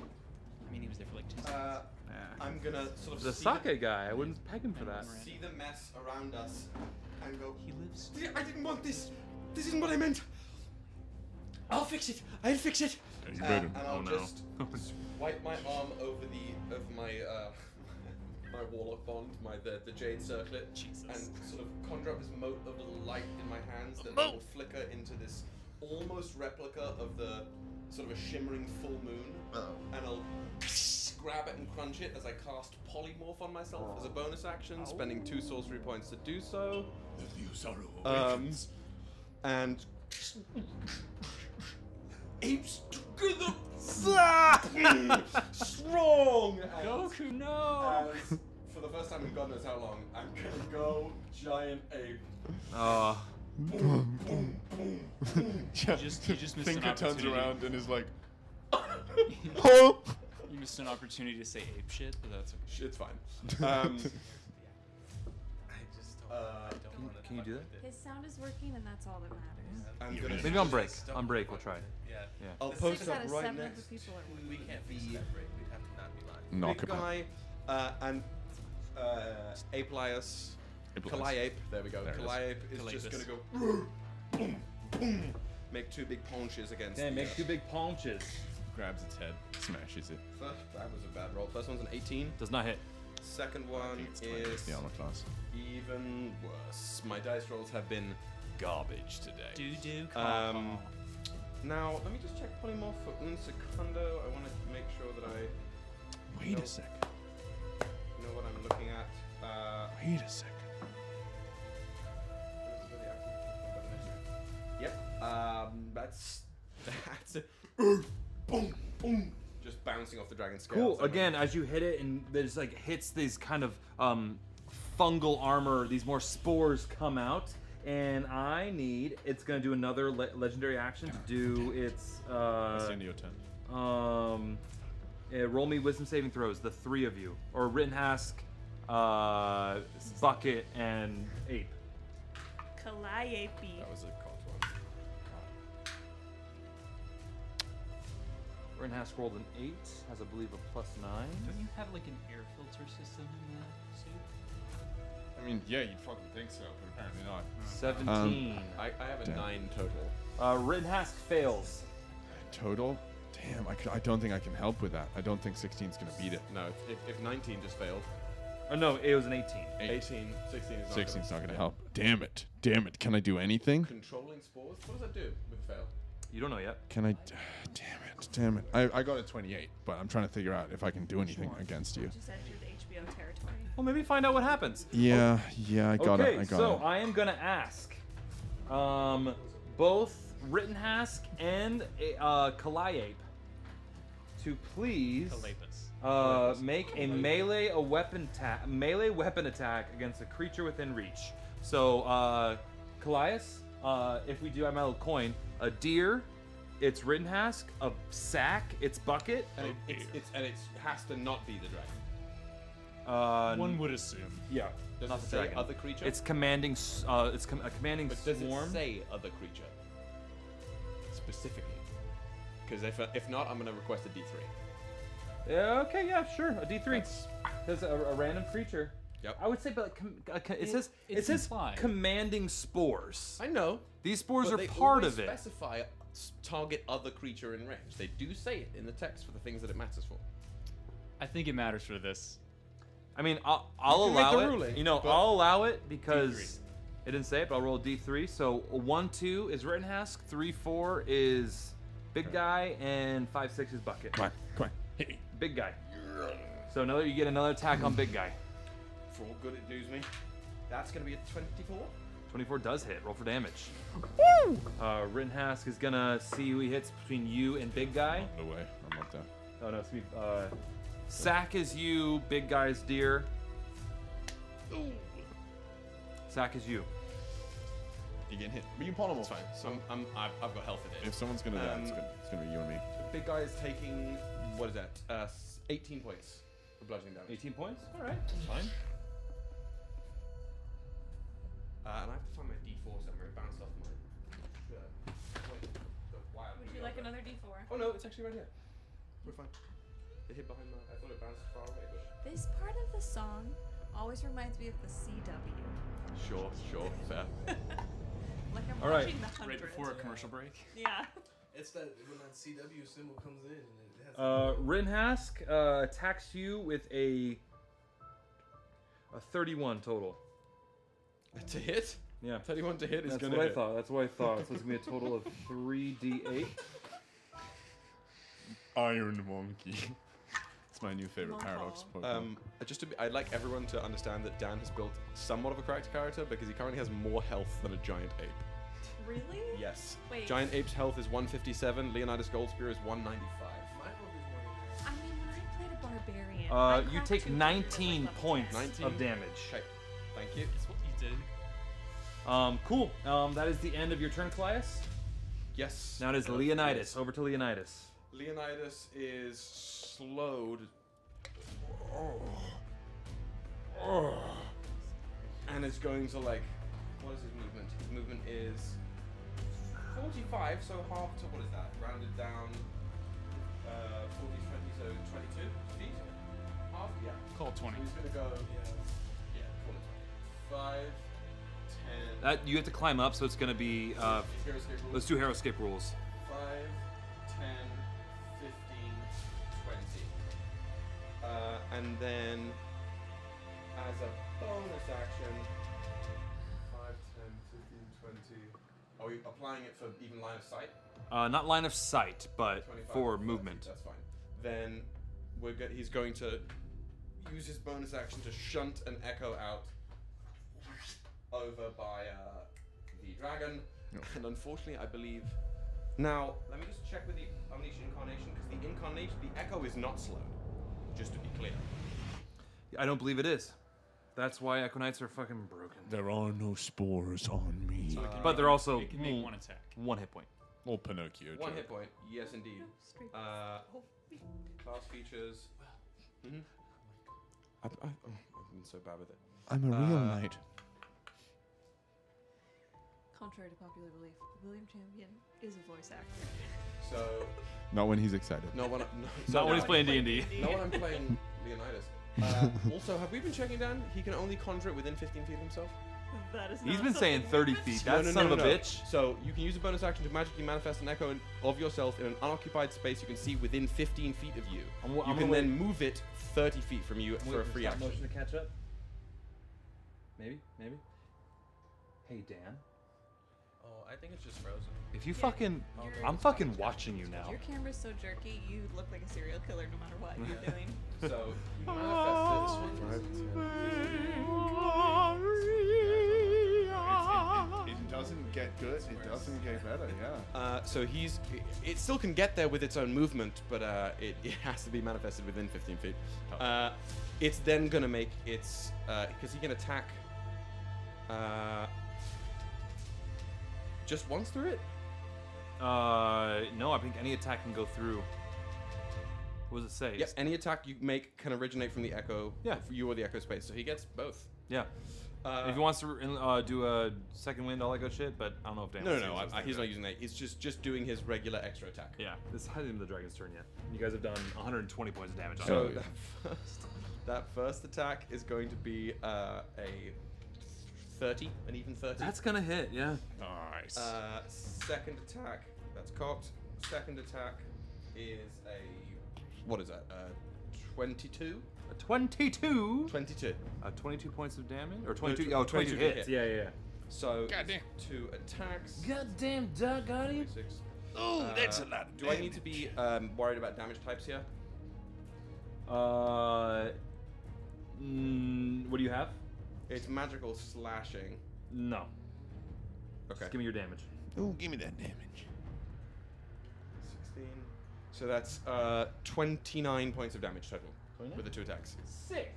S7: mean, he was there for like two
S6: else.
S7: seconds.
S6: Uh, I'm gonna sort of
S3: The
S6: see
S3: sake guy. I wouldn't peg him for that.
S6: The, see the mess around us and go.
S7: he lives.
S6: "Di- I didn't want this. This isn't what I meant. I'll fix it. I'll fix it.
S2: You
S6: Uh,
S2: better.
S6: and I'll just wipe my arm over the of my uh, my warlock bond, my the, the jade circlet, and sort of conjure up this mote of little light in my hands that will flicker into this almost replica of the sort of a shimmering full moon. And I'll grab it and crunch it as I cast polymorph on myself
S3: Oh.
S6: as a bonus action, spending two sorcery points to do so. Um, and apes together, strong. And
S3: Goku, no.
S6: as, for the first time in God knows how long, I'm gonna go giant ape.
S3: Oh.
S2: yeah.
S7: just- you just missed an
S2: Thinker turns
S7: opportunity.
S2: around and is like, Um,
S7: You missed an opportunity to say ape shit, but that's okay.
S6: It's fine. Um,
S4: I just don't.
S6: Uh,
S4: I don't wanna
S3: can you
S4: fuck
S3: do
S4: with it.
S5: His sound is working and that's all that matters.
S6: I'm gonna.
S3: Maybe on break.
S4: Just don't
S3: On break, we'll
S4: fuck
S3: try. it.
S4: with it. Yeah.
S3: Yeah.
S6: I'll
S5: Six
S6: post
S5: out
S6: up
S5: of
S6: right
S5: seven
S6: next
S5: of the people are
S4: We- We can't fix that break. We'd have to not be live.
S2: knock
S6: big
S2: about.
S6: guy, uh, and uh, Apelius,
S2: Apelius.
S6: Calliope. There we go.
S2: There it is.
S6: Calliope is just gonna
S7: Calliope.
S6: go. Boom, boom. Make two big punches against.
S3: Damn,
S6: the,
S3: make
S6: uh,
S3: two big paunches.
S2: Grabs its head, smashes it.
S6: First, that was a bad roll. First one's an 18.
S3: Does not hit.
S6: Second
S2: I
S6: one
S2: think it's 20.
S6: is
S2: The armor class.
S6: even worse. My dice rolls have been garbage today.
S7: Do do.
S6: Um, now, let me just check polymorph for un secondo. I want to make sure that I
S2: Wait
S6: No.
S2: a sec.
S6: know what I'm looking at. Uh,
S2: Wait a sec.
S6: Yep. Um, that's that's it. Boom, boom. Just bounce bouncing off the dragon scales.
S3: Cool. Again, as you hit it, and there's like hits these kind of um, fungal armor. These more spores come out, and I need. It's gonna do another le- legendary action to do its.
S2: It's the
S3: Uh,
S2: end of your turn.
S3: um, eh, roll me wisdom saving throws, the three of you, or Rittenhask, uh, Bucket, and Ape.
S5: Calliope.
S9: That was a called one.
S3: Rittenhask rolled an eight, has I believe a plus
S7: Don't
S9: Um,
S3: nine.
S7: you have like an air filter system in the suit?
S2: I mean, yeah, you'd fucking think so, but apparently not.
S3: Seventeen.
S9: I, I have a
S2: Damn.
S9: nine total.
S3: uh, Rittenhask fails.
S2: Total? Damn, I, c- I don't think I can help with that. I don't think 16's gonna beat it.
S9: No, if- if, if 19 just failed,
S3: Oh no, it was an eighteen.
S9: 18, 16 is not. gonna-
S2: 16's not gonna help. Damn it. Damn it. Can I do anything?
S9: Controlling spores? What does that do with fail?
S3: You don't know yet.
S2: Can I. Damn it. Damn it. I, I got a 28, but I'm trying to figure out if I can do anything against you.
S5: Just entered the HBO territory.
S3: Well, maybe find out what happens.
S2: Yeah, yeah, I got
S3: okay,
S2: it. I got
S3: so
S2: it.
S3: I am gonna ask, um, both Rittenhask and uh, Calliope to please
S7: Calapus.
S3: uh, make a melee a weapon ta- melee weapon attack against a creature within reach. So, uh, Callias, uh, if we do have my little coin, a deer, it's Rittenhask, a sack, it's bucket.
S9: And it, it's, it's, and it has to not be the dragon.
S3: Uh,
S10: One would assume.
S3: yeah,
S9: Does
S3: not
S9: it
S3: the
S9: say
S3: dragon.
S9: other creature?
S3: It's commanding. s- Uh, it's com- a commanding
S9: but does
S3: swarm.
S9: it say other creature? Specifically. Because if, if not, I'm going to request a d3.
S3: Yeah, okay, yeah, sure. A D three. There's a, a random creature.
S9: Yep.
S3: I would say, but like, com- uh, co- it, says it
S7: it's
S3: says
S7: implied.
S3: commanding spores.
S9: I know.
S3: These spores
S9: but
S3: are
S9: they
S3: part
S9: always
S3: of it.
S9: specify uh, s- target other creature in range. They do say it in the text for the things that it matters for.
S7: I think it matters for this.
S3: I mean, I'll, I'll
S9: You can make
S3: allow
S9: the
S3: it.
S9: ruling,
S3: you know,
S9: but-
S3: I'll allow it because it didn't say it. But I'll roll a D three. So a one, two is Rittenhask. Three, four is big guy, and five, six is bucket.
S2: Come on, come on. Hit me.
S3: Big guy. So another, you get another attack on big guy.
S9: For all good it does me. That's going to be a 24.
S3: 24 does hit. Roll for damage. Uh, Rittenhask is gonna see who he hits between you and Big Guy.
S2: No way. I'm not there.
S3: Oh no, it's me. Uh, Sack is you. Big Guy's deer. Sack is you.
S2: You're getting hit. But you polymorph. It's fine.
S9: So I'm, I'm, I've, I've got health in
S2: If
S9: it.
S2: someone's gonna die, it's
S9: Um,
S2: gonna, it's gonna be you and me.
S9: Big guy is taking, what is that? Uh, s- 18 points of bludgeoning damage.
S3: 18 points. All right.
S9: Fine. Uh, and I have to find my d4 somewhere. It bounced off my shirt. Wait, the wire
S5: Would
S9: thing
S5: you like
S9: over.
S5: another D4?
S9: Oh no, it's actually right here. We're fine. It hit behind my. I thought it bounced far away, but.
S5: This part of the song always reminds me of the CW.
S9: Sure, sure, fair.
S5: Like I'm
S3: All right.
S5: watching the
S7: Right
S5: hundreds.
S7: before a commercial break.
S5: Yeah.
S4: It's that when that CW symbol comes in and it has.
S3: Uh, Rittenhask uh, attacks you with a a 31 total.
S9: to hit?
S3: Yeah.
S9: 31 to hit is
S3: That's
S9: gonna
S3: what I
S9: hit.
S3: thought. That's what I thought. So it's gonna be a total of 3d8.
S2: Iron Monkey. it's my new favorite paradox Pokemon.
S9: Um, just to be, I'd like everyone to understand that Dan has built somewhat of a cracked character because he currently has more health than a giant ape.
S5: Really?
S9: Yes.
S5: Wait.
S9: Giant ape's health is 157. Leonidas Goldspear is 195.
S4: My hope is one of those.
S5: I mean, when I played a barbarian, I
S3: Uh, you
S5: cracked
S3: take
S5: 200 at, like,
S3: 19
S5: level
S3: points
S5: 10.
S9: Nineteen?
S3: of damage.
S9: Okay. Thank you.
S7: It's what you did.
S3: Um, cool. Um, that is the end of your turn, Callias.
S9: Yes.
S3: Now it is
S9: Uh,
S3: Leonidas. Over to Leonidas.
S9: Leonidas is slowed. And is going to like. What is his movement? His movement is 45, so half to what is that? Rounded down. Uh, 40, 20, so 22 feet? Half? Yeah.
S7: Call 20.
S9: So he's gonna go. Yeah, call it 5, 10.
S3: That Uh, you have to climb up, so it's gonna be. Uh,
S9: Hero's escape rule.
S3: let's do hero escape rules.
S9: 5, 10, 15, 20. Uh, and then, as a bonus action, 5, 10, 15, 20. Are we applying it for even line of sight?
S3: Uh, not line of sight, but
S9: 25,
S3: for
S9: 30,
S3: movement.
S9: That's fine. Then we're go- he's going to use his bonus action to shunt an echo out over by uh, the dragon. And unfortunately, I believe Now, let me just check with the Omniscient Incarnation, because the Incarnation, the Echo is not slowed, just to be clear.
S3: I don't believe it is. That's why Equinites are fucking broken.
S2: There are no spores on me.
S3: but
S9: Uh,
S3: they're also
S7: It can make
S3: mm,
S7: one attack.
S3: one hit point.
S2: Or Pinocchio.
S9: One
S2: joke.
S9: hit point, yes indeed.
S5: Straight
S9: Uh, class features. Mhm. I, I, oh, I've been so bad with it.
S2: I'm a real
S9: Uh,
S2: knight.
S5: Contrary to popular belief, William Champion is a voice actor.
S9: So,
S2: Not when he's excited.
S9: no one. No,
S3: Not
S9: no,
S3: when he's playing D and D.
S9: No one I'm playing Leonidas. Uh, also, have we been checking down? He can only conjure it within 15 feet of himself.
S5: That is
S3: He's
S5: not
S3: been saying 30
S5: something-
S3: feet. That
S9: no, no,
S3: son
S9: no,
S3: of a
S9: no, no.
S3: bitch.
S9: So you can use a bonus action to magically manifest an echo in- of yourself in an unoccupied space you can see within 15 feet of you.
S3: I'm
S9: you
S3: wa- I'm
S9: can
S3: gonna
S9: then move it 30 feet from you for a
S11: Wait
S9: free
S11: stop
S9: action.
S11: motion to catch up. Maybe, maybe. Hey Dan,
S4: Oh, I think it's just frozen.
S3: If you
S5: Yeah.
S3: fucking,
S5: You're-
S3: I'm fucking watching you now.
S5: Your camera's so jerky, you look like a serial killer no matter what you're doing.
S9: so you
S4: Ah.
S9: manifest it.
S2: It, it doesn't get good. It doesn't get better. Yeah.
S9: Uh, so he's. It still can get there with its own movement, but uh, it, it has to be manifested within 15 feet. Uh, it's then gonna make its. Because he can attack. Uh, just once through it?
S3: Uh, no, I think any attack can go through. What does it say?
S9: Yes, any attack you make can originate from the echo.
S3: Yeah.
S9: for You or the echo space. So he gets both.
S3: Yeah.
S9: Uh,
S3: if he wants to uh, do a second wind, all that good shit, but I don't know if Dan.
S9: no, no,
S3: wants to
S9: no.
S3: use those things
S9: I, I, he's not
S3: yet.
S9: using that. He's just just doing his regular extra attack.
S3: Yeah, this hasn't even the dragon's turn yet. You guys have done 120 points of damage. on
S9: So
S3: it.
S9: that first, that first attack is going to be uh, a 30, an even 30.
S3: that's gonna hit. Yeah.
S2: Nice.
S9: Uh, second attack, that's cocked. Second attack is a. What is that? Uh, 22?
S3: A 22.
S9: 22.
S3: Uh, 22 points of damage, or 22?
S9: tw-
S3: Oh, 22,
S9: 22
S3: hits.
S9: hit.
S3: Yeah, yeah. yeah.
S9: So, two attacks.
S11: goddamn dog got him.
S9: Six. Oh, that's a lot. Do I need to be um, worried about damage types here?
S3: Uh, mm, what do you have?
S9: It's magical slashing.
S3: No.
S9: Okay.
S3: Just give me your damage.
S2: Ooh, give me that damage.
S9: 16. So that's uh, 29 points of damage total with the two attacks.
S11: Sick.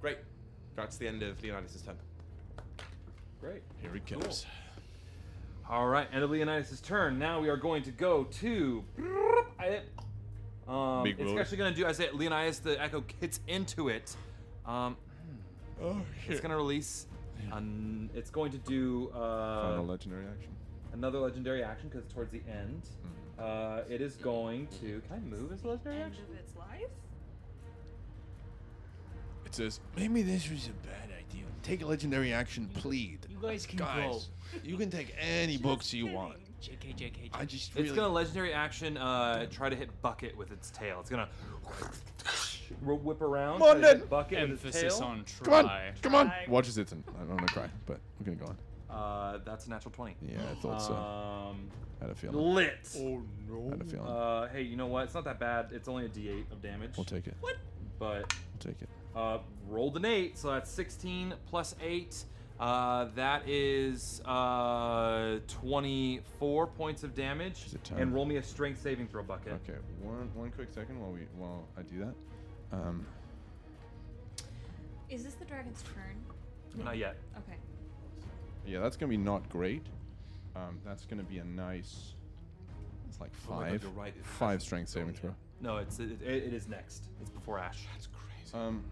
S9: Great. That's the end of Leonidas' turn.
S3: Great.
S2: Here he comes.
S3: All right, end of Leonidas' turn. Now we are going to go to. I- Um,
S2: Big
S3: it's
S2: roll.
S3: actually going to do. I say Leonidas, the echo hits into it. Um,
S2: Oh
S3: it's going to release. Um, it's going to do
S2: Final
S3: uh,
S2: legendary action.
S3: another legendary action because towards the end,
S2: Mm-hmm.
S3: uh, it is going to. Can I move as a legendary
S5: End
S3: action?
S5: of its life?
S2: It says, maybe this was a bad idea. Take a legendary action, plead.
S7: You guys can
S2: Guys, you can take any books you
S5: kidding.
S2: want.
S7: JK, JK,
S2: I just really.
S3: It's gonna legendary action uh, try to hit bucket with its tail. It's gonna ro- whip around.
S2: Come
S3: try
S2: on,
S3: to hit
S2: then.
S3: bucket with its
S7: Emphasis
S3: tail.
S7: on try.
S2: come on, come on.
S5: Try.
S2: Watch as it's in. I'm gonna cry, but we're gonna go on.
S3: Uh, that's a natural twenty.
S2: Yeah, I thought so.
S3: Um,
S2: I had a feeling.
S3: lit.
S2: I had a feeling.
S3: Oh, Uh, hey, you know what? It's not that bad. It's only a D8 of damage.
S2: we'll take it.
S3: But
S2: We'll take it.
S3: uh, rolled an eight, so that's 16 plus eight. Uh, that is uh, 24 points of damage.
S2: Is it time?
S3: And roll me a strength saving throw bucket.
S2: Okay, one one quick second while we while I do that. Um,
S5: Is this the dragon's turn?
S3: Not yet.
S5: Okay.
S2: yeah, that's gonna be not great. Um, that's gonna be a nice. It's like
S9: Oh my God,
S2: five,
S9: you're right, it
S2: five
S9: hasn't
S2: strength saving
S9: gone
S2: throw.
S3: No, it's it, it, it is next. It's before Ash.
S9: That's crazy.
S2: Um,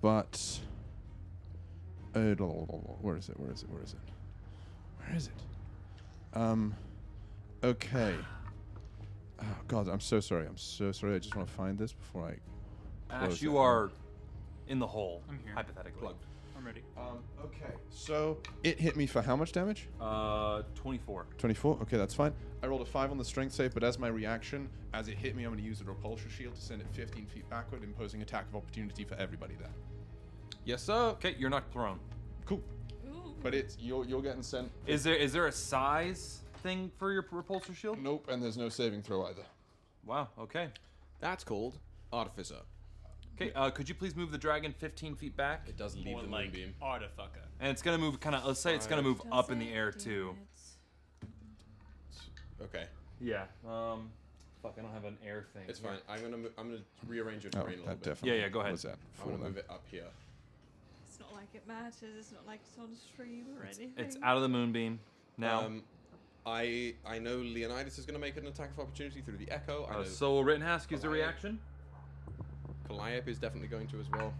S2: but uh, blah, blah, blah, blah. where is it? Where is it? Where is it? Where is it? Um, okay. Oh God, I'm so sorry. I'm so sorry. I just want to find this before I.
S3: Ash,
S2: Close
S3: you
S2: that one.
S3: are in the hole.
S7: I'm here.
S3: Hypothetically.
S9: Plugged.
S7: I'm ready.
S2: Um, okay. So it hit me for how much damage?
S3: Uh, 24.
S2: 24. Okay, that's fine. I rolled a 5 on the strength save, but as my reaction, as it hit me, I'm going to use a repulsor shield to send it 15 feet backward, imposing attack of opportunity for everybody there.
S9: Yes, sir.
S3: Okay, you're not thrown.
S2: Cool.
S5: Ooh.
S2: But it's you're you're getting sent.
S3: Is there is there a size thing for your repulsor shield?
S2: Nope, and there's no saving throw either.
S3: Wow. Okay.
S9: That's called Artificer.
S3: Okay, uh, could you please move the dragon 15 feet back?
S9: It does leave
S7: Or
S9: the
S7: like
S9: moonbeam.
S7: artifucker.
S3: And it's gonna move kind of. Let's say it's gonna move up in the air too.
S9: Okay,
S3: Yeah. Um. Fuck, I don't have an air thing.
S9: it's fine. I'm gonna mo- I'm gonna rearrange your
S2: Oh,
S9: terrain a little
S2: that
S9: bit.
S2: definitely.
S3: Yeah, yeah, go ahead.
S2: Was that
S9: I
S2: for
S9: want to move
S2: them?
S9: it up here.
S5: It's not like it matters. It's not like it's on stream or anything.
S3: It's out of the moonbeam now.
S9: Um, I I know Leonidas is gonna make an attack of opportunity through the echo. I know
S3: uh, so Rittenhask uses a
S9: Alright.
S3: reaction.
S9: Calliope is definitely going to as well.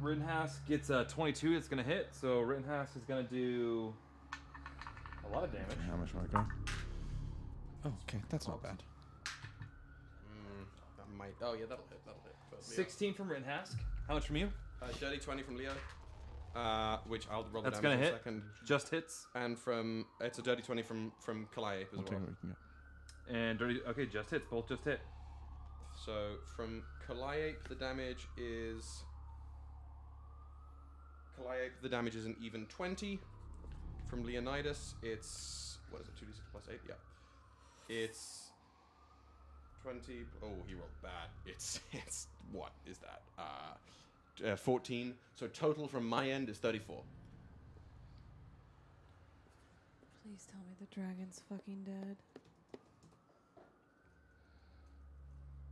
S3: Rittenhask gets a 22. It's gonna hit. So Rittenhask is gonna do a lot of damage.
S2: How much am I going? Oh, okay, that's not bad.
S9: That might. Oh yeah, that'll hit. That'll hit. But yeah.
S3: 16 from Rittenhask. How much from you?
S9: Uh, dirty twenty from Leo. Uh, which I'll roll the
S3: That's
S9: damage
S3: gonna
S9: in
S3: hit.
S9: a second.
S3: Just hits.
S9: And from it's a dirty twenty from from Calliope as
S2: I'll take
S9: well.
S2: what we can get.
S3: And dirty. Okay, just hits. Both just hit.
S9: So from Calliope, the damage is. Calliope, the damage is an even 20. From Leonidas, it's. What is it? 2d6 plus 8? Yeah. It's. 20. Oh, he rolled bad. It's. It's. What is that? Uh, uh, 14. So total from my end is 34.
S5: Please tell me the dragon's fucking dead.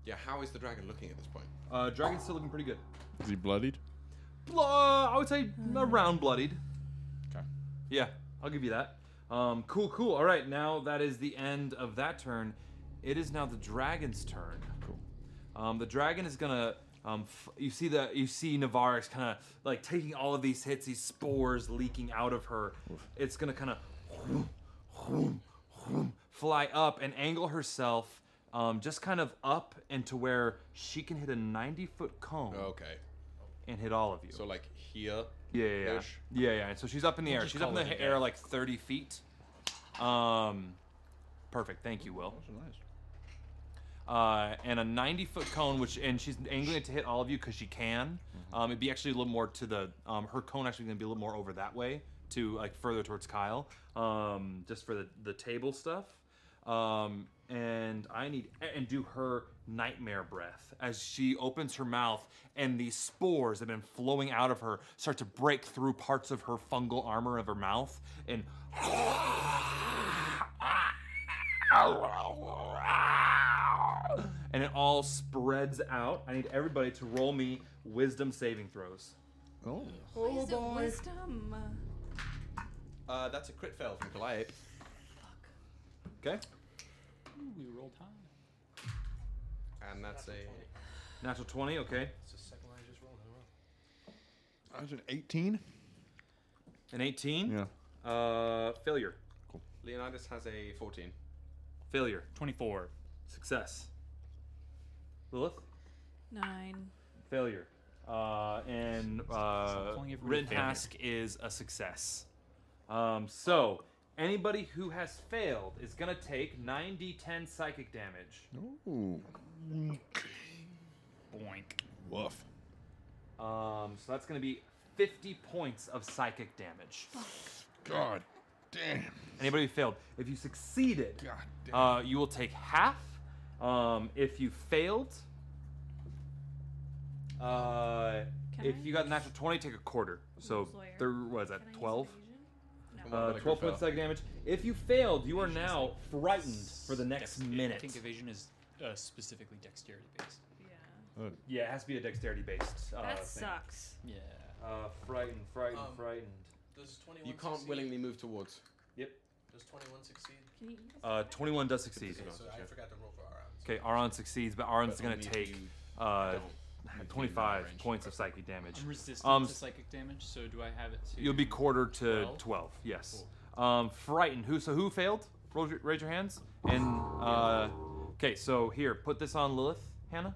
S9: Yeah, how is the dragon looking at this point?
S3: Uh, dragon's still looking pretty good.
S2: Is he bloodied?
S3: Bl- uh, I would say around bloodied.
S2: Okay.
S3: Yeah, I'll give you that. Um, cool, cool. All right, now that is the end of that turn. It is now the dragon's turn. Cool. Um, the dragon is gonna. Um, f- you see the you see Navarre's kind of like taking all of these hits, these spores leaking out of her. It's gonna kind of fly up and angle herself, um, just kind of up and to where she can hit a ninety foot cone
S2: Oh.
S9: Okay.
S3: and hit all of you.
S9: So, like, here.
S3: Yeah, yeah, yeah.
S9: ish.
S3: yeah, yeah. And so she's up in the air. She's up in the air like 30 feet. Um, perfect. Thank you, Will. Uh, and a 90 foot cone, which and she's angling it to hit all of you because she can. Um, it'd be actually a little more to the um, her cone actually gonna be a little more over that way to like further towards Kyle, um, just for the the table stuff. Um, and I need and do her nightmare breath as she opens her mouth and these spores that have been flowing out of her start to break through parts of her fungal armor of her mouth and Ah, and it all spreads out. I need everybody to roll me wisdom saving throws.
S2: Oh.
S5: Oh boy. Wisdom.
S9: Uh, that's a crit fail from Calliope.
S3: Okay?
S7: Ooh, we rolled high.
S9: And that's a.
S3: Natural 20, okay.
S4: It's the second line I just rolled in a row.
S2: I was an 18?
S3: An 18?
S2: Yeah.
S3: Uh, failure.
S9: Leonidas has a 14.
S3: Failure.
S7: 24.
S3: Success. Lilith?
S5: Nine.
S3: Failure. Uh, and uh,
S7: calling everybody
S3: Rintask is a success. Um, so, anybody who has failed is going to take 9d10 psychic damage.
S2: Ooh.
S7: Boink.
S2: Woof.
S3: Um, so, that's going to be 50 points of psychic damage.
S2: God damn.
S3: Anybody who failed. If you succeeded,
S2: God damn.
S3: Uh, you will take half. Um, if you failed, uh,
S5: Can
S3: if
S5: I
S3: you got a
S5: use-
S3: natural 20, take a quarter. So,
S5: Slayer?
S3: there was that
S5: Can I use
S3: 12?
S5: evasion?
S3: Uh,
S9: Like
S3: 12
S9: Raphael.
S3: points of damage. If you failed, you are
S7: Evasion is
S3: now
S7: like
S3: frightened for the next
S7: Dex- I
S3: minute.
S7: think evasion is uh, specifically dexterity based.
S5: Yeah.
S3: Yeah, it has to be a dexterity based. Uh,
S5: That
S3: thing.
S5: sucks.
S7: Yeah.
S3: Uh, frightened, frightened,
S4: Um,
S3: frightened.
S4: Does 21
S9: You can't
S4: succeed?
S9: willingly move towards.
S4: Does 21 succeed?
S5: Can you eat this?
S3: Uh, 21 does succeed.
S9: It's
S4: So
S9: not,
S4: I
S9: okay.
S4: forgot to roll for our rounds.
S3: Okay, Aron succeeds, but Aron's
S9: But
S3: going
S9: only
S3: to
S9: if
S3: take
S9: you
S3: uh,
S9: don't. in
S3: 25
S9: range.
S3: points of psychic damage.
S7: I'm resistant
S3: Um,
S7: to psychic damage, so do I have it to.
S3: You'll be quarter to
S7: Twelve?
S3: 12, yes. Um, frightened. Who? So who failed? Roll your, raise your hands. And uh, okay, so here, put this on Lilith, Hannah.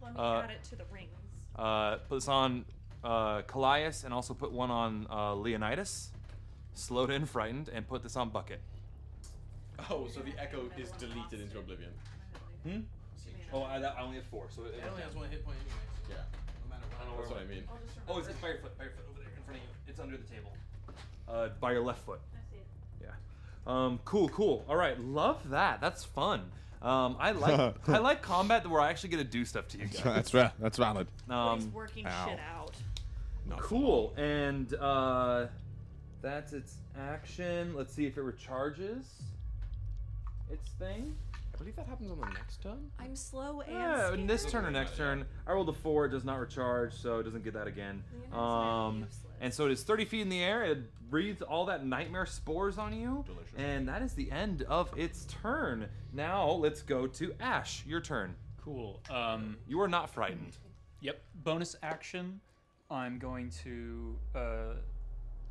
S5: Let me
S3: uh,
S5: add it to the rings.
S3: Uh, put this on uh, Callias, and also put one on uh, Leonidas. Slowed and frightened, and put this on Bucket.
S9: Oh, so the echo is deleted into oblivion.
S3: Hmm? Oh, I, I only have four, so it,
S4: It only has one hit point anyway, so
S9: Yeah,
S4: no matter what.
S9: that's what I mean.
S5: I'll just
S3: Oh,
S5: remember.
S3: it's, it's by your foot, by your foot over there in front of you. It's under the table. Uh, by your left foot.
S5: I see it.
S3: Yeah. Um, cool, cool. All right, love that. That's fun. Um, I like I like combat where I actually get to do stuff to you guys.
S2: That's ra- that's valid.
S3: Um,
S5: working
S2: ow.
S5: shit out.
S2: Not
S3: Cool. And uh, that's its action. Let's see if it recharges its thing.
S6: I believe that happens on the next turn.
S5: I'm slow and
S3: Yeah, in this
S5: scared.
S3: turn or next turn. I rolled a four. It does not recharge, so it doesn't get that again.
S5: Leonard's now
S3: Um,
S5: useless.
S3: and so it is 30 feet in the air. It breathes all that nightmare spores on you.
S2: Delicious.
S3: And that is the end of its turn. Now let's go to Ash. Your turn.
S7: Cool. Um,
S3: You are not frightened.
S7: Yep. Bonus action. I'm going to uh,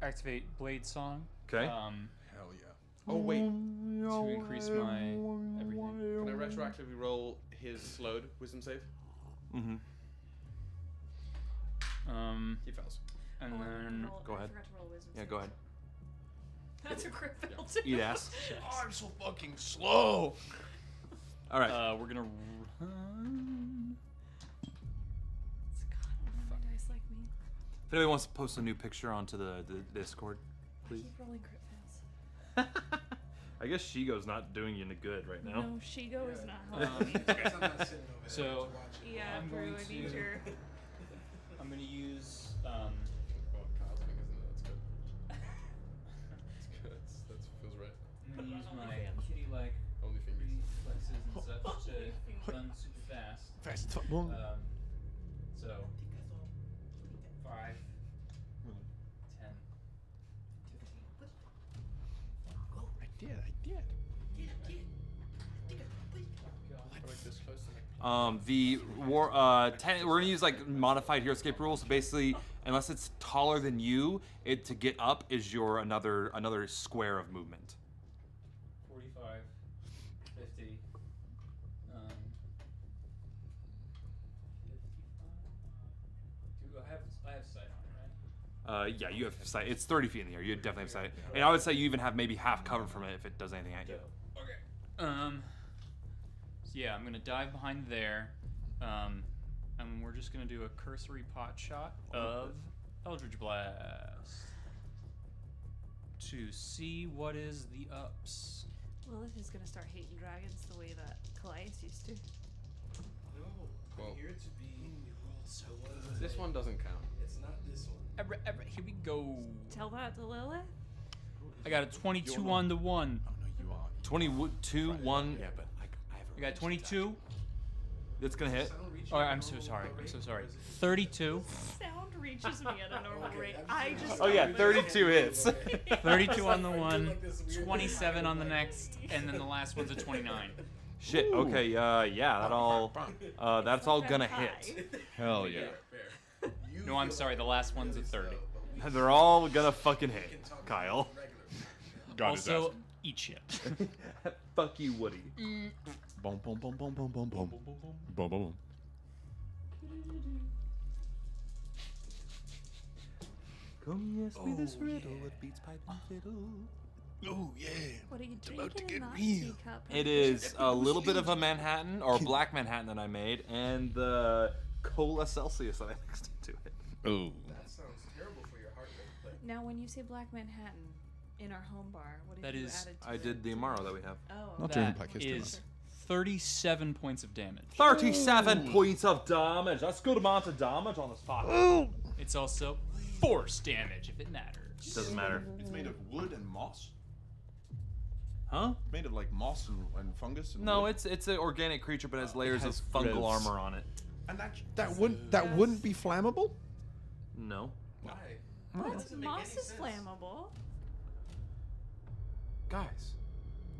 S7: activate Blade Song.
S3: 'Kay.
S7: Um,
S2: Hell yeah.
S9: Oh wait,
S6: Um,
S7: to increase my everything.
S9: can I retroactively roll his slowed wisdom save?
S3: Mm-hmm.
S7: Um,
S9: He fails.
S7: and
S5: Oh, I
S7: then
S5: rolled-
S3: go
S5: I
S3: ahead.
S5: forgot to roll wisdom
S3: Yeah,
S5: saves.
S3: go ahead.
S5: That's a crit fail too.
S3: Eat ass.
S2: I'm so fucking slow.
S3: All right.
S7: uh, we're gonna run.
S5: It's God, why do dice like me?
S3: If anybody wants to post a new picture onto the, the Discord,
S5: I
S3: please.
S5: keep rolling crit fails.
S3: I guess Shigo's not doing you any good right now.
S5: No, Shigo is not
S7: Um,
S5: helping me.
S7: so
S5: Yeah,
S7: I'm
S5: Brew,
S7: going
S5: I
S7: to-
S5: need your.
S7: I'm gonna use. Um,
S9: That feels right.
S7: I'm gonna use my kitty-like
S9: Only fingers.
S7: reflexes and such to run super fast.
S2: Fast as fuck.
S7: Um, so five, ten, fifteen.
S2: I did. I did.
S3: Um, the war, uh, ten, we're gonna use like modified hero escape rules. So basically, unless it's taller than you, it to get up is your another another square of movement.
S7: 45, 50, um, 55. Do uh, I have, I have sight on it, right?
S3: Uh, yeah, you have sight. It's 30 feet in the air. You definitely have sight, and I would say you even have maybe half cover from it if it does anything at you.
S7: Um, so yeah, I'm gonna dive behind there, um, and we're just gonna do a cursory pot shot of Eldridge Blast to see what is the ups.
S5: Well, this is gonna start hating dragons the way that Callias used to.
S4: No,
S9: Well-
S4: here to be. So
S9: This one doesn't count.
S4: It's not this one.
S7: Ebra- ebra- Here we go.
S5: Tell that to Lilith.
S7: I got a 22 on the one.
S2: Oh no, you are.
S3: 22, one.
S2: Yeah, but like I have.
S7: I got 22.
S3: That's gonna hit.
S7: Oh, I'm so sorry. I'm so sorry. 32.
S5: Sound reaches me at a normal rate. I just.
S3: Oh yeah,
S5: don't
S3: 32 hits.
S7: 32 on the one, 27 on the next, and then the last one's a 29.
S3: Shit. Okay. Uh, yeah. That all. Uh, that's all
S5: know
S3: gonna
S5: how
S3: hit.
S5: high.
S2: Hell yeah.
S7: No, I'm sorry. The last one's a 30.
S3: They're all gonna fucking hit, Kyle.
S2: Got his
S7: also,
S2: ass.
S7: eat shit.
S3: Fuck you, Woody.
S2: Boom, boom, boom, boom, boom, boom, boom, boom, boom, boom.
S3: Come yes me this riddle, it beats pipe and fiddle.
S2: Oh yeah.
S5: What are you
S2: about to
S5: drinking in
S2: get
S5: that
S2: real.
S5: teacup?
S3: It is a little bit of a Manhattan or black Manhattan that I made, and the cola Celsius that I mixed into it.
S2: Oh.
S4: That sounds terrible for your heart rate. But
S5: Now, when you say Black Manhattan in our home bar, what have
S7: That
S5: you
S7: is-
S5: added to
S3: I
S5: it?
S3: did the Amaro that we have.
S5: Oh,
S2: Not
S5: okay.
S2: during
S7: That
S2: podcast time.
S7: is 37 points of damage.
S3: 37 points of damage. That's a good amount of damage on this spot.
S7: It's also force damage if it matters.
S3: Doesn't matter.
S2: It's made of wood and moss.
S3: Huh?
S2: Made of like moss and, and fungus. And
S3: No,
S2: wood.
S3: it's it's an organic creature, but has layers
S2: has
S3: of fungal
S2: ribs.
S3: armor on it.
S2: And that that wouldn't that wouldn't be flammable.
S3: No.
S4: why?
S5: What?
S4: doesn't make
S5: Moss
S4: any
S5: is
S4: sense.
S5: flammable.
S3: Guys,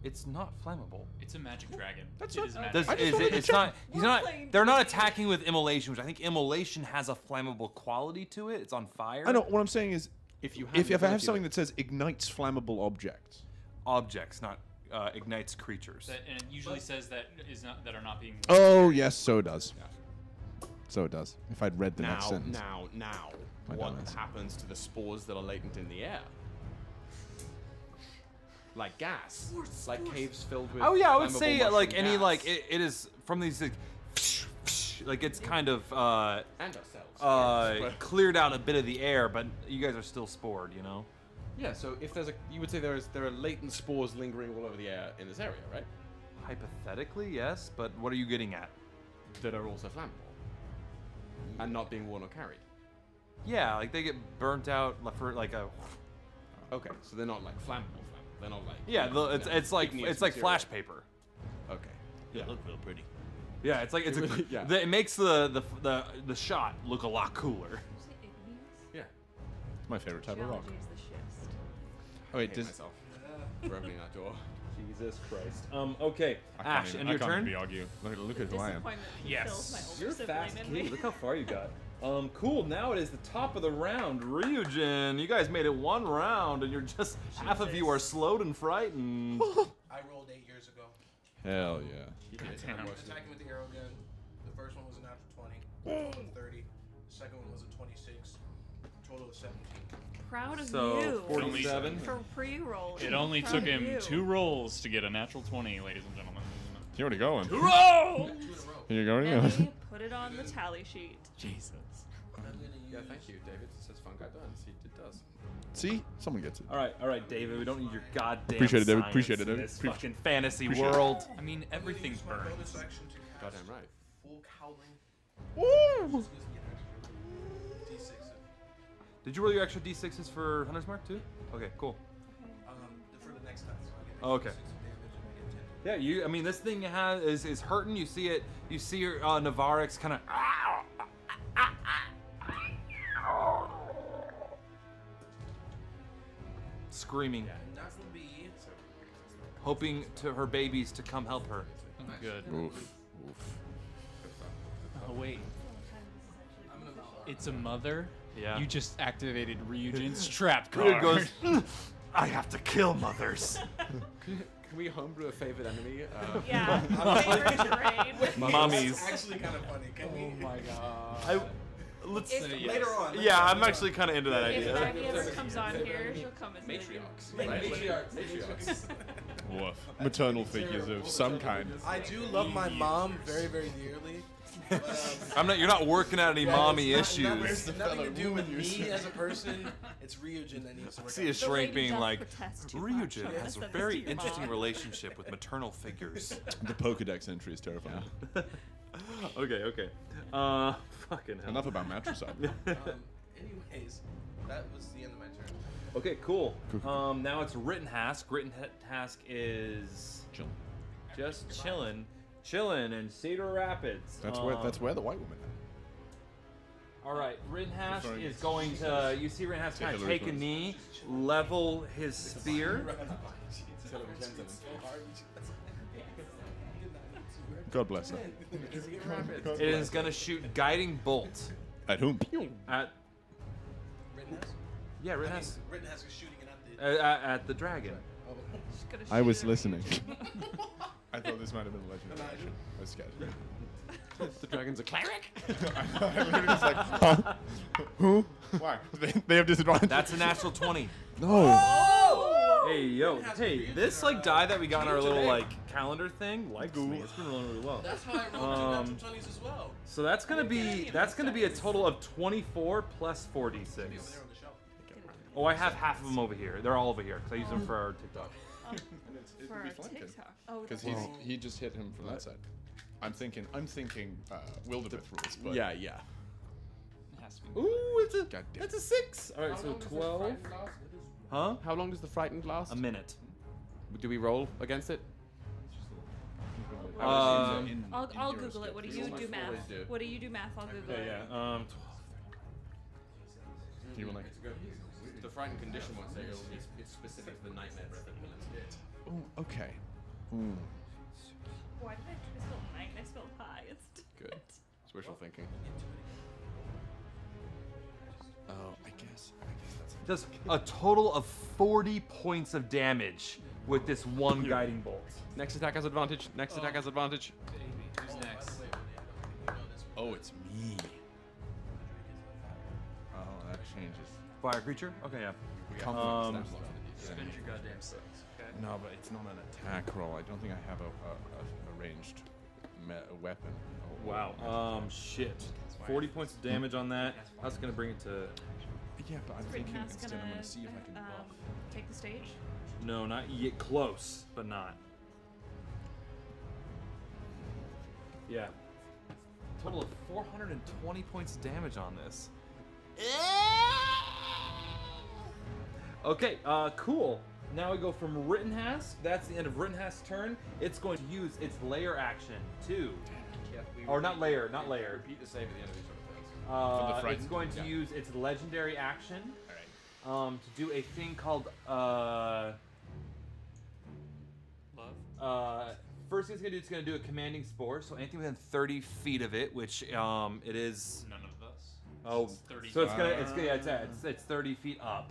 S3: it's not flammable.
S7: It's a magic dragon.
S2: That's
S7: it
S2: what-
S7: is
S3: Does,
S7: magic.
S2: I just
S3: is
S2: wanted
S3: it,
S2: to
S3: it's
S2: check.
S3: not. He's
S5: We're
S3: not.
S5: playing
S3: They're not
S5: D&D.
S3: attacking with immolation, which I think immolation has a flammable quality to it. It's on fire.
S2: I know. What I'm saying is,
S6: If you have,
S2: if,
S6: the
S2: if I have
S6: ability
S2: something
S6: to-
S2: that says ignites flammable objects,
S3: Objects, not uh, ignites creatures.
S7: That- and it usually says that is not that are not being.
S2: oh yes, so it does. So it does. If I'd read the next
S6: now,
S2: sentence,
S6: now, now,
S2: My
S6: what
S2: dumbass.
S6: happens to the spores that are latent in the air? Like gas, like caves filled with.
S3: Oh yeah, I would
S6: flammable
S3: say uh,
S6: mushroom
S3: like any
S6: gas.
S3: like it, it is from these like, like it's kind of uh,
S6: and ourselves.
S3: uh, cleared out a bit of the air, but you guys are still spored, you know.
S6: yeah. So if there's a, you would say there is there are latent spores lingering all over the air in this area, right?
S3: Hypothetically, yes, but what are you getting at?
S9: that are also flammable and not being worn or carried.
S3: Yeah, like they get burnt out le- for like a.
S9: Okay, so they're not like flammable. flammable. They're not like
S3: Yeah,
S9: you
S3: the,
S9: know,
S3: it's
S9: they're
S3: it's like
S9: igneous
S3: it's like
S9: material.
S3: flash paper.
S9: Okay,
S3: Yeah.
S12: look real pretty.
S3: Yeah, it's like it's
S9: It
S3: a,
S9: really- yeah.
S3: the- it makes the, the the the shot look a lot cooler.
S9: yeah.
S2: It's my favorite type of rock.
S5: Geology is the schist.
S2: Oh wait,
S9: Hate
S2: does
S9: myself for opening that door.
S3: Jesus Christ. Um. Okay.
S2: I can't
S3: Ash,
S2: even,
S3: and
S2: I
S3: your
S2: can't
S3: turn.
S2: Even be argue. Look, look at who I am.
S5: Disappointment fills my
S7: Yes.
S5: older
S3: You're a
S5: sibling
S3: fast
S5: in
S3: kid.
S5: me.
S3: Look how far you got. Um, cool. Now it is the top of the round. Ryujin, you guys made it one round, and you're just half of you are slowed and frightened.
S4: I rolled eight years ago.
S2: Hell yeah.
S4: I was attacking with the arrow gun. The first one was an natural 20, total of 30. The second one was a 26, total of 17.
S5: Proud of
S3: so
S5: you
S3: 47.
S5: for pre-roll.
S12: It only
S5: Proud
S12: took
S5: of
S12: him
S5: you.
S12: two rolls to get a natural 20, ladies and gentlemen.
S2: You're already going.
S12: Roll!
S4: Two in a row.
S2: You're going.
S5: And he put it on the tally sheet.
S12: Jesus.
S4: I'm going to use.
S9: Yeah, thank you, David. It says fungi burns. He- It does.
S2: See, someone gets it.
S3: All right, all right, David. We don't need your goddamn.
S2: Appreciate it, David.
S3: science
S2: Appreciate it,
S3: in
S2: David.
S3: This
S2: Appreciate-
S3: fucking fantasy
S2: appreciate it.
S3: world.
S7: I mean,
S4: I'm gonna
S7: everything
S4: use my
S7: burns.
S4: bonus action to
S2: Oh,
S4: cast
S9: Goddamn right.
S4: Full cowling.
S2: Woo!
S4: D6 of
S3: Did you roll your extra d6s for Hunter's Mark too? Okay, cool. Oh,
S4: Um, for the next time. So I get
S3: Okay.
S4: six of damage and I get ten.
S3: Yeah, you. I mean, this thing has is, is hurting. You see it. You see your uh, Navarix kind of. Screaming,
S4: And that will be
S3: hoping to her babies to come help her.
S7: Oh, good.
S2: Oof. Oof.
S7: Oh, wait.
S4: I'm gonna roll.
S7: It's a mother?
S3: Yeah.
S7: You just activated Ryujin's trap
S3: It
S7: card.
S3: goes. "Mm, I have to kill mothers.
S9: Can we homebrew a favorite enemy? Uh,
S5: Yeah. favorite terrain.
S3: Mummies.
S4: That's actually kind of funny. Can
S3: Oh
S4: we?
S7: my god.
S3: I, let's.
S5: If,
S7: Say
S5: if
S7: yes.
S4: Later on.
S3: Yeah, I'm actually kind of into that
S5: Maggie
S3: idea.
S5: ever comes on here, she'll come as Matriarch.
S4: Like, matriarchs.
S2: Woof. Maternal figures of some kind.
S4: I do love my mom very, very dearly. But, um,
S3: I'm not. You're not working out any mommy
S4: it's not-
S3: issues.
S4: Nothing, nothing to do with me as a person. It's Ryujin that needs to work
S3: see a
S4: out.
S3: shrink being like,
S5: Ryujin
S3: Ryujin has a very interesting relationship with maternal figures.
S2: The Pokedex entry is terrifying.
S3: okay, okay. Uh, fucking hell.
S2: Enough about matricide.
S4: Um, anyways, that was the end of my turn.
S3: Okay, cool. Um, now it's written task. Written task is
S2: Chill.
S3: just chillin', chillin' in Cedar Rapids.
S2: That's where.
S3: Um,
S2: That's where the white woman.
S3: All right, Rittenhouse
S2: Sorry.
S3: is going to. You see Rittenhouse kind of
S2: Hillary
S3: take a
S2: Clinton.
S3: knee, level his spear.
S2: God bless her.
S3: It is going to shoot guiding bolt
S2: At whom?
S3: at
S4: Rittenhouse?
S3: yeah
S4: I mean,
S3: Rittenhouse
S4: Rittenhouse is shooting it at the.
S3: uh, at, at the dragon.
S4: oh.
S2: I was listening. I thought this might have been legendary.
S4: Imagine.
S2: I was scared.
S9: the dragon's a cleric.
S2: I literally was like, huh? Who? Why? They, they have disadvantage.
S3: That's a natural twenty.
S2: no.
S3: Hey yo,
S4: Rittenhouse
S3: hey,
S4: using
S3: this
S4: our,
S3: like die
S4: uh,
S3: that we got in our
S4: today.
S3: little like calendar thing likes me. It's been rolling really well.
S4: That's how I rolled
S3: Um,
S4: two natural 20s as well.
S3: So that's gonna be
S5: Yeah.
S3: that's gonna be a total of twenty four plus four d six.
S4: They're on the shelf.
S3: Oh, I have half of them over here. They're all over here because I use them for our TikTok.
S5: for our TikTok. Oh,
S2: Because
S5: that's
S2: he's he just hit him from that side. I'm thinking. I'm thinking uh, wilderness rules. But
S9: yeah, yeah.
S3: Ooh, it's a
S2: God damn.
S3: that's a six. All right, so twelve. Huh?
S9: How long does the frightened last?
S3: A minute.
S9: Um, Do we roll against it?
S3: Um,
S5: I'll, I'll Google it. What do you do math?
S9: do.
S5: What do you do math? I'll Google it.
S3: Um,
S2: You were like,
S9: The frightened condition one, so it'll- it's, it's specific to the nightmare. reference.
S2: oh, okay.
S5: Why did I try to spell nine? I spelled high. It's
S9: Good. That's wishful thinking.
S2: Oh, I guess. I guess that's.
S3: just a total of forty points of damage with this one guiding bolt.
S9: Next attack has advantage. Next attack has advantage.
S7: Baby, who's next?
S2: Oh, it's me. Oh, that changes.
S3: Fire creature. Okay, yeah. Um,
S7: Spend your goddamn six. Okay.
S2: No, but it's not an attack roll. I don't think I have a, a, a, a ranged me- a weapon. Oh, or- or-
S3: Wow. Um, shit. Forty points of damage on that. That's gonna bring it to
S2: Yeah, but I'm thinking
S5: Rittenhouse
S2: instead
S5: gonna
S2: I'm gonna see if I can
S5: um,
S2: buff.
S5: take the stage.
S3: no, not yet. Close, but not.
S10: Yeah.
S3: Total of 420 points of damage on this.
S10: Eh! Okay, uh, cool. Now we go from Rittenhouse. That's the end of Rittenhouse's turn. It's going to use its layer action too. Or not layer, not layer.
S9: Repeat the save at the end of each one.
S10: Uh,
S2: frightened?
S10: it's going to
S9: Yeah.
S10: use its legendary action um, to do a thing called uh,
S7: Love.
S10: uh,
S3: First thing it's gonna do, it's gonna do a commanding spore. So anything within 30 feet of it, which um, it is.
S7: None of us.
S3: Oh,
S7: It's 30
S3: so it's
S7: feet.
S3: gonna, it's gonna, yeah, it's, it's, it's 30 feet up.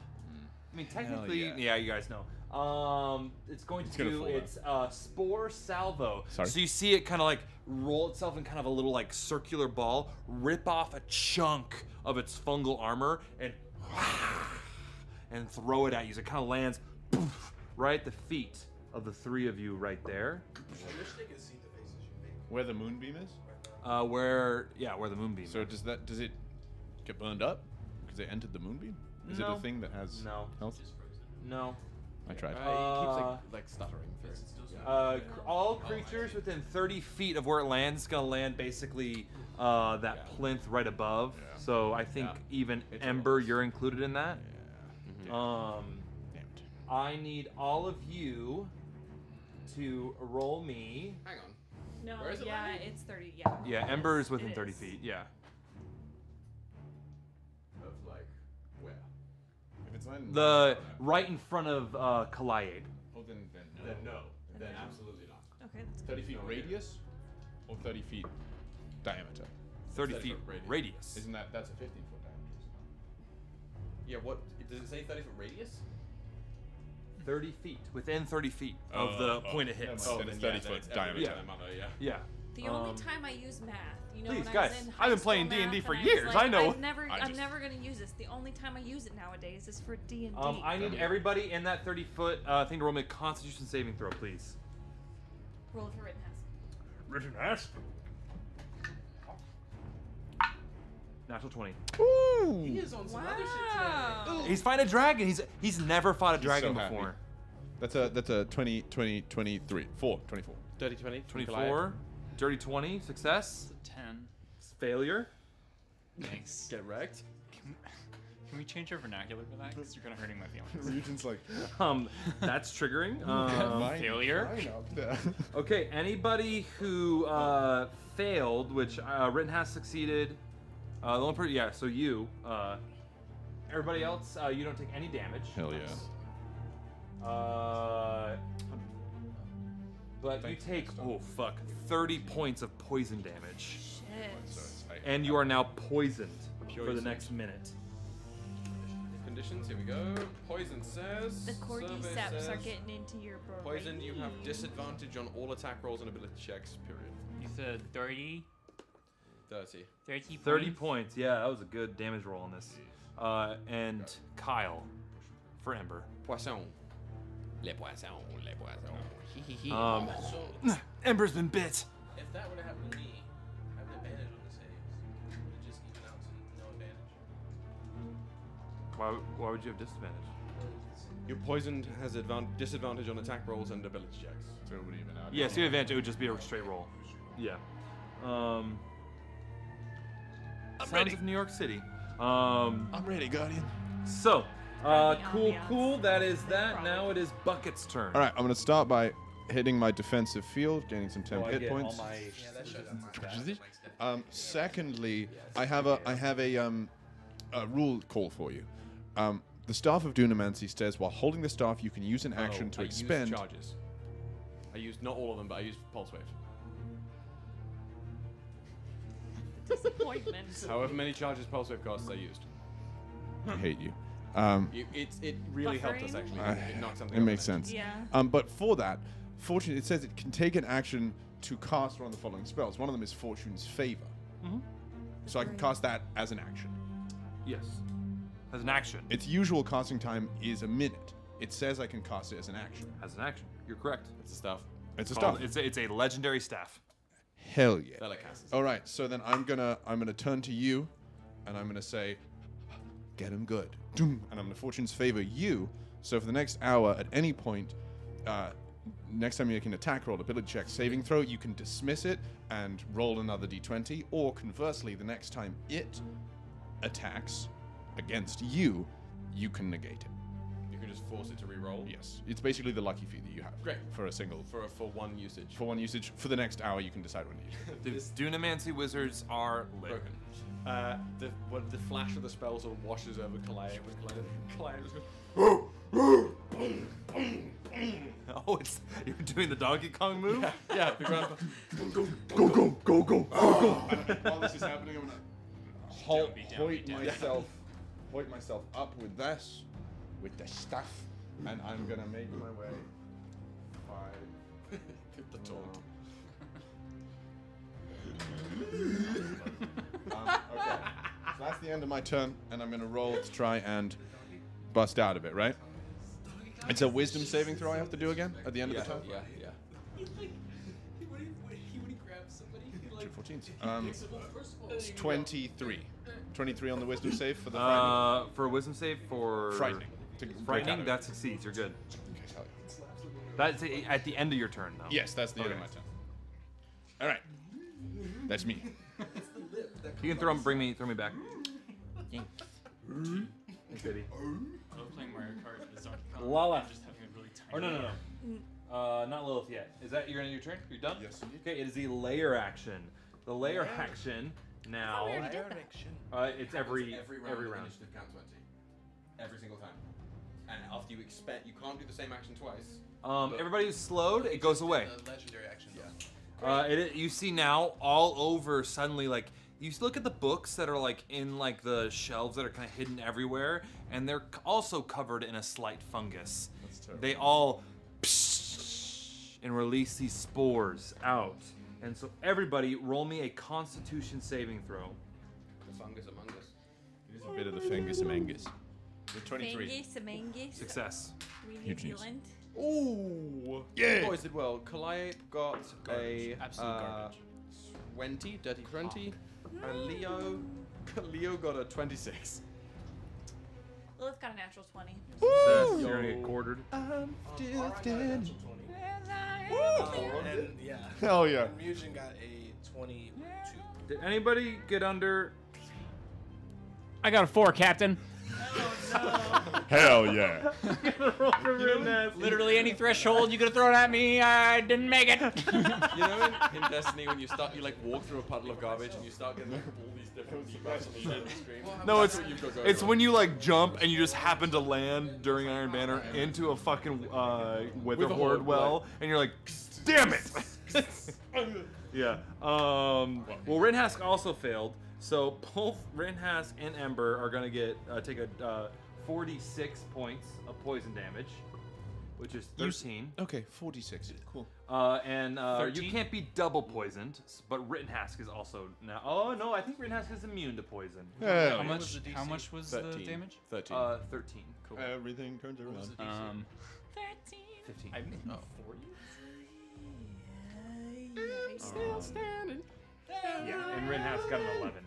S3: I mean, technically, yeah. you guys know. Um, it's going to
S10: It's
S3: do
S10: gonna fall down.
S3: its uh, spore salvo.
S10: Sorry.
S3: So you see it kind of like roll itself in kind of a little like circular ball, rip off a chunk of its fungal armor, and and throw it at you. So it kind of lands poof, right at the feet of the three of you right there.
S9: I wish they could see the faces you make.
S2: Where the moonbeam is?
S3: Uh, where, yeah, where the moonbeam.
S2: So does that does it get burned up because it entered the moonbeam? Is it
S10: No.
S2: a thing that has
S10: No.
S2: health?
S10: no.
S2: I tried.
S9: Uh, he
S10: Uh,
S9: keeps like, like stuttering through.
S3: Uh, cr- all creatures within 30 feet of where it lands gonna land basically uh, that plinth right above. So I think even Ember, you're included in that. Um, I need all of you to roll me.
S9: Hang on.
S5: No,
S9: Where is it
S5: yeah,
S9: landing?
S5: it's 30. Yeah.
S3: Yeah,
S5: It
S3: Ember
S5: is,
S3: is within
S5: it
S3: 30
S5: is.
S3: feet. Yeah.
S9: Of like where?
S2: If it's landing,
S3: The right in front of uh, Calliope.
S2: oh, then then no.
S9: Then no. Then
S5: no.
S9: absolutely not.
S5: Okay, that's good.
S2: Thirty feet
S9: No, yeah.
S2: radius, or thirty feet diameter?
S3: 30
S9: 30
S3: feet
S9: foot radius.
S3: radius.
S2: Isn't that that's a fifteen foot diameter? isn't it?
S9: Yeah. What does it say? Thirty foot radius?
S3: 30 feet within 30 feet of
S2: Oh,
S3: the
S2: oh,
S3: point it
S2: never
S3: hits.
S2: mind. Then it's 30 foot diameter.
S3: Yeah.
S9: Uh, yeah.
S3: Yeah.
S5: The only
S3: Um,
S5: time I use math, you know,
S3: please,
S5: when I
S3: guys,
S5: was in high
S3: I've been
S5: school
S3: playing
S5: math
S3: D&D
S5: and
S3: for
S5: I was
S3: years,
S5: like,
S3: I know.
S5: I've never,
S2: I
S5: I'm
S2: just-
S5: never gonna use this. The only time I use it nowadays is for D and D.
S3: Um, I need
S2: Done.
S3: everybody in that 30 foot uh, thing to roll me a Constitution saving throw, please.
S5: Roll it for Rittenhouse.
S3: Natural 20.
S9: He is on some other shit today.
S5: Wow.
S3: He's fighting a dragon. He's he's never fought a dragon
S2: so happy.
S3: before.
S2: That's a that's a 20, 20, 23, 4, 24.
S9: Dirty twenty.
S3: 24, dirty 20, success,
S7: It's a 10.
S3: failure.
S7: Thanks.
S9: Get wrecked.
S7: Can, can we change our vernacular for that? Because you're kind of hurting my feelings.
S2: Regent's like
S3: Um, that's triggering. Um,
S7: failure?
S3: okay, anybody who uh, failed, which uh, Rittenhouse succeeded, uh, the only person, yeah, so you, uh, everybody else, uh, you don't take any damage.
S2: Hell yeah.
S3: Uh, but you
S2: Thanks,
S3: take oh fuck, thirty points of poison damage,
S5: Shit.
S3: and you are now poisoned for the
S9: Poisoned.
S3: next minute.
S9: Conditions. Here we go. Poison says.
S5: The
S9: survey
S5: cordyceps are
S9: says,
S5: getting into your brain.
S9: Poison. You have disadvantage on all attack rolls and ability checks. Period.
S7: You said 30?
S9: Thirty.
S7: 30
S3: Thirty
S7: points?
S3: points, yeah, that was a good damage roll on this. Uh, and Kyle, for Ember.
S9: Poisson. Les poissons. Les poissons.
S3: Um, Ember's been bit.
S4: If that would have happened to me, I have an advantage on the saves. It would have just even out to no advantage.
S3: Why, why would you have disadvantage?
S9: Your poisoned has advan- disadvantage on attack rolls and ability checks.
S3: Yeah, so you have advantage. It would just be a straight roll. Yeah. Um. Sounds
S12: ready.
S3: of New York City. Um.
S2: I'm ready, Guardian.
S3: So, uh,
S5: Friendly
S3: cool,
S5: ambiance.
S3: cool. That is that.
S5: Probably.
S3: Now it is Bucket's turn.
S2: All right, I'm gonna start by hitting my defensive field, gaining some temp
S10: Oh, I
S2: hit
S10: get all
S2: points.
S10: my-
S2: Um, secondly, I have a I have a um, a rule call for you. Um, the staff of Dunamancy says while holding the staff, you can use an
S10: Oh,
S2: action to
S9: Oh, I
S2: expend.
S9: Used charges. I used not all of them, but I used pulse wave.
S5: Disappointment.
S9: However many charges pulse wave costs, I used.
S2: I hate you. Um,
S9: You, it, it really helped us
S5: Buffering?
S9: actually.
S2: Uh,
S9: it knocked something.
S2: it
S9: off
S2: makes
S9: the net.
S2: sense.
S5: yeah.
S2: Um, but for that, fortune it says it can take an action to cast one of the following spells. One of them is Fortune's Favor. So I can cast that as an action.
S3: Yes. As an action.
S2: Its usual casting time is a minute. It says I can cast it as an action.
S3: As an action. You're correct.
S9: It's the stuff.
S2: It's a
S3: Call-
S2: staff.
S3: It's a, it's a legendary staff.
S2: Hell yeah.
S9: Delicacies.
S2: All right, so then I'm gonna I'm gonna turn to you, and I'm gonna say, get him good. Doom, and I'm gonna fortune's favor you. So for the next hour, at any point, uh, Next time you make an attack roll, ability check, saving throw, you can dismiss it and roll another d20, or conversely, the next time it attacks against you, you can negate it.
S9: You can just force it to re-roll.
S2: Yes, it's basically the lucky fee that you have.
S9: Great.
S2: For a single,
S9: For a, for one usage.
S2: for one usage. For the next hour, you can decide when to use it.
S3: Dude, Dunamancy wizards are lit.
S9: Broken. Uh, the what, the flash of the spell sort of washes over Kalea when Kalea, Kalea just goes,
S3: Oh, it's you're doing the Donkey Kong move.
S9: yeah, big round.
S2: Go, go, go, go, go, go. While this is happening, I'm gonna hol-
S7: Down, beat down,
S2: point
S7: beat down.
S2: myself, point myself up with this, with the staff, and I'm gonna make my way five.
S9: the taunt.
S2: Um, okay, so that's the end of my turn, and I'm gonna roll to try and bust out of it. Right? It's a wisdom saving throw I have to do again at the end of the turn.
S9: Yeah, yeah.
S2: Two 14s. Um, it's 23. 23 on the wisdom save for the
S9: Um,
S2: frightening.
S3: Uh, for a wisdom save for
S2: Frightening. To break out
S3: frightening,
S2: of
S3: that succeeds. You're good.
S2: it. Okay, hell yeah.
S3: That's a, at the end of your turn, though.
S2: Yes, that's the end of
S3: Okay.
S2: my turn. All right, that's me.
S3: You can throw bring me, throw me back.
S7: I love playing Mario Kart with Donkey Kong.
S10: Lala.
S7: and Just having a really tiny.
S10: Or no, no, no. Uh, not Lilith yet. Is that your end of your turn? You're done.
S2: Yes, indeed.
S10: Okay, it is the layer action. The layer action now.
S5: already did that.
S10: Uh, it's every
S9: every round,
S10: every round.
S9: initiative count 20. Every single time. And after you expect, you can't do the same action twice.
S3: Um, everybody who's slowed, it goes away.
S4: The uh, legendary action. Yeah.
S3: Uh, it, you see now all over suddenly like you look at the books that are like in like the shelves that are kind of hidden everywhere, and they're c- also covered in a slight fungus.
S2: That's terrible.
S3: They all and release these spores out, and so everybody roll me a Constitution saving throw.
S9: The fungus among us.
S2: Here's a bit of the fungus amangus. The 23.
S5: Mangus, mangus.
S3: Success.
S5: We New
S2: Huge news.
S5: Zealand.
S9: Ooh!
S2: Yeah.
S9: Boys did well. Kalei got
S7: Garbage.
S9: a
S7: Absolute
S9: uh,
S7: garbage.
S9: 20, dirty 20. And Leo, Leo got a 26.
S5: Lilith got a natural 20.
S3: Success. You're gonna get quartered.
S9: I'm
S4: And yeah.
S2: Hell yeah.
S4: And Mugen got a 22.
S3: Did anybody get under?
S12: I got a four, Captain.
S2: Hell yeah.
S12: Literally any threshold you could have thrown at me, I didn't make it.
S9: You know, in, in Destiny, when you start, you like walk through a puddle of garbage and you start getting like, all these different debuffs on each end of the screen.
S3: No, it's
S9: That's what you've got going
S3: it's
S9: on.
S3: when you like jump and you just happen to land during Iron Banner into a fucking uh, wither
S9: With a horde,
S3: horde well, and you're like, damn it. yeah. Um. Well, Rinhask also failed, so both Rinhask and Ember are gonna get uh, take a uh, 46 points of poison damage, which is 13.
S2: Okay, 46. Cool.
S3: Uh, and uh, you
S7: 13?
S3: can't be double poisoned, s- but Rittenhask is also now. Oh no, I think Rittenhask is immune to poison.
S7: How
S2: Hell yeah.
S7: much? How much was the damage?
S9: 13.
S3: Uh, 13. Cool.
S2: Everything turns around.
S9: Uh,
S7: Um,
S5: 13.
S3: 15.
S7: I missed oh.
S3: Yeah, and Rinhask got an 11.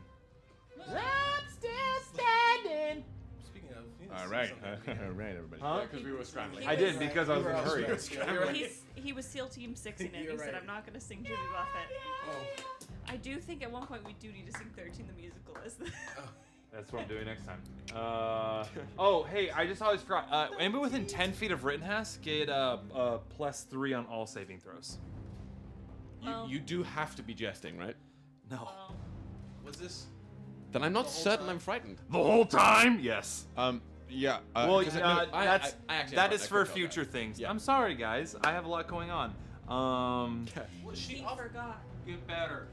S4: Speaking of. you know,
S2: All right.
S4: something.
S2: All right, everybody.
S3: Huh?
S9: Because we were scrambling.
S3: I did because I was in a hurry.
S5: He's, he was SEAL Team 6 in it. He
S4: You're
S5: said,
S4: right.
S5: I'm not going to sing Jimmy Buffett.
S4: Oh,
S5: I do think at one point we do need to sing 13 the musical as the.
S4: Oh.
S3: That's what I'm doing next time. Uh, oh, hey, I just always forgot. Uh, anybody within 10 feet of Rittenhask get uh, uh, plus 3 on all saving throws.
S5: Oh.
S9: You, you do have to be jesting, right?
S3: No.
S5: Oh.
S4: Was this.
S9: Then I'm not
S4: whole
S9: certain
S4: time.
S9: I'm frightened.
S3: The whole time? Yes.
S2: Um, yeah. Uh,
S3: well,
S9: 'cause I-
S3: uh,
S9: no, I-
S3: that's,
S9: I- I actually
S3: that
S9: forgot-
S3: is
S9: I
S3: for
S9: forgot
S3: future
S9: that.
S3: things.
S9: Yeah.
S3: I'm sorry, guys. I have a lot going on. Um,
S4: Was she
S5: He
S4: off?
S5: forgot.
S7: Get better.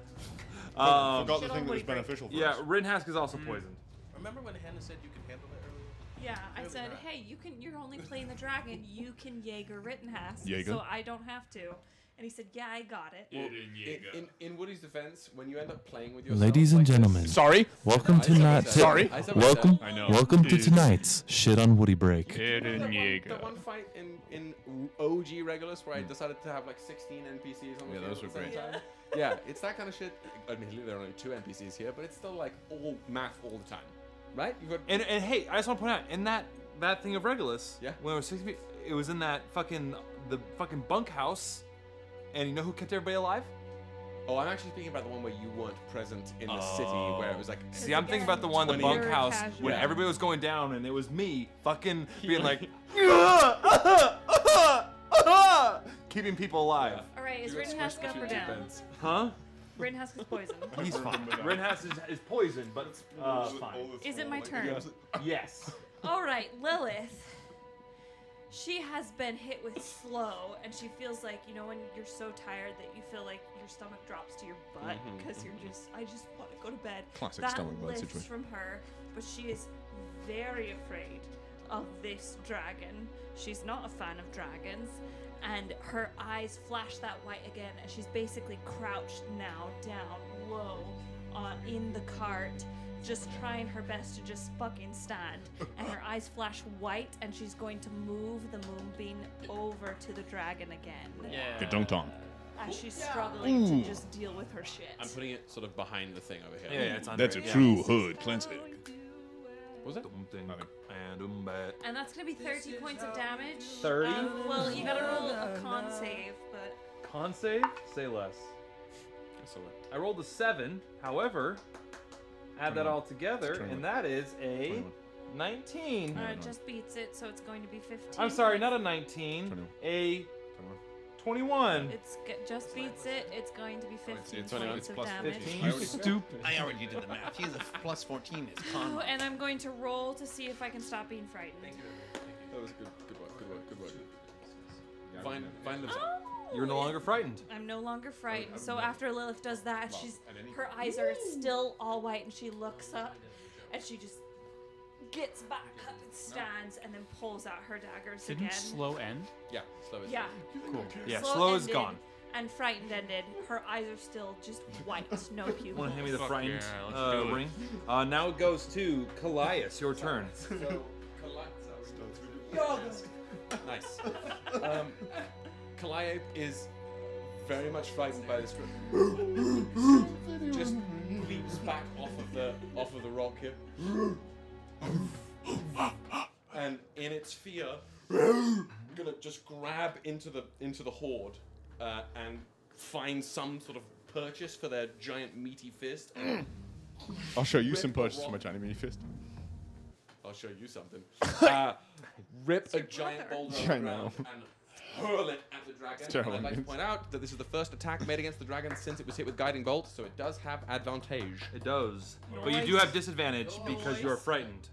S3: um,
S2: forgot
S5: Shit
S2: the
S5: on
S2: thing that was
S5: Woody Frank.
S2: beneficial for
S3: yeah,
S2: us.
S3: Rittenhask is
S9: Mm.
S3: also poisoned.
S4: Remember when Hannah said you could handle it earlier?
S5: Yeah, I
S4: Really
S5: said,
S4: not.
S5: hey, you can. You're only playing the dragon. You can Jaeger Rittenhouse,
S2: Jaeger?
S5: so I don't have to. And he said, yeah, I got it.
S9: Well, in, in, in Woody's defense, when you end up playing with yourself.
S13: Ladies and
S9: like this-
S13: gentlemen.
S2: Sorry.
S13: Welcome
S9: I
S13: to
S9: said
S13: not.
S9: myself.
S2: Sorry.
S9: I said myself.
S13: Welcome.
S12: I know.
S13: Welcome to
S12: It's-
S13: tonight's shit on Woody break.
S9: That
S12: Eren
S9: one,
S12: Yeager.
S9: that one fight in, in OG Regulus where I decided to have like 16 NPCs on
S2: Hmm.
S9: the
S2: Yeah,
S9: field
S2: those
S9: at
S2: were
S9: the same
S2: great.
S9: time. yeah, it's that kind of shit. Admittedly, there are only two NPCs here, but it's still like all math all the time, right? You've got
S3: And, and hey, I just want to point out in that that thing of Regulus,
S9: Yeah.
S3: when it was six feet, it was in that fucking the fucking bunkhouse, and you know who kept everybody alive?
S9: Oh, I'm actually thinking about the one where you weren't present in the city, where it was like.
S2: Oh.
S3: See, I'm thinking about the one, the
S9: 20
S3: bunkhouse, when
S9: Yeah.
S3: everybody was going down, and it was me fucking being like, uh-huh, keeping people alive.
S5: All right, is Rittenhouse up or down?
S3: Huh?
S5: Rittenhouse is poisoned.
S3: He's fine.
S14: Rittenhouse is, is poisoned, but it's uh,
S5: All
S14: fine.
S5: this Is it my whole, like, turn? yeah.
S14: Yes.
S5: All right, Lilith. She has been hit with slow, and she feels like you know when you're so tired that you feel like your stomach drops to your butt
S2: Mhm,
S5: because you're just I just want to go to bed.
S2: Classic
S5: that
S2: stomach bug
S5: lifts
S2: situation.
S5: from her, but she is very afraid of this dragon. She's not a fan of dragons, and her eyes flash that white again, and she's basically crouched now down low uh, in the cart, just trying her best to just fucking stand. And her eyes flash white, and she's going to move the moonbeam over to the dragon again.
S4: Yeah.
S15: Get dunked on.
S5: As she's struggling to
S15: Ooh.
S5: just deal with her shit.
S9: I'm putting it sort of behind the thing over here.
S16: Yeah, yeah, it's
S15: That's a true hood cleansing.
S9: What was it?
S16: And um, bat.
S5: And that's gonna be 30 points of damage.
S14: 30?
S5: Um, well, you gotta roll a con save, but. uh,
S14: Con save? Say less. I rolled a seven. However, add that all together, and that is a 19.
S5: Uh, it just beats it, so it's going to be 15.
S14: I'm sorry, not a 19. A 21.
S5: It's g- just beats it. It's going to be 15 points of damage.
S14: 15. You stupid.
S17: I already did the math. He has a plus 14. It's
S5: Oh, and I'm going to roll to see if I can stop being frightened.
S9: That was good. Good work. Good work. Good work. Find, find the.
S3: You're no longer frightened.
S5: Oh! I'm no longer frightened. So after Lilith does that, she's her eyes are still all white, and she looks up, and she just gets back up and stands, and then pulls out her daggers
S7: Didn't
S5: again.
S7: slow end?
S9: Yeah, slow is
S5: Yeah.
S7: Cool.
S3: Yeah, slow is
S5: ended
S3: gone.
S5: And frightened ended. Her eyes are still just white, no pupils. Oh,
S3: Want to hand me the
S16: Fuck
S3: frightened
S16: yeah, let's
S3: uh,
S16: do it.
S3: ring? Uh, now it goes to Callias. Your turn.
S9: Nice. Um, Calliope is very much frightened by this. Just leaps back off of the off of the rock here, and in its fear, gonna just grab into the into the horde uh, and find some sort of purchase for their giant meaty fist.
S2: I'll show you
S9: Rip
S2: some
S9: the
S2: purchase for
S9: rock.
S2: my tiny mini fist.
S9: I'll show you something. Uh, rip a giant boulder off
S2: Yeah, I
S9: the ground
S2: know.
S9: and hurl it at the dragon.
S2: It's terrible
S9: And I'd like to
S2: news.
S9: point out that this is the first attack made against the dragon since it was hit with Guiding Bolt, so it does have advantage.
S3: It does. But you do have disadvantage because you are frightened.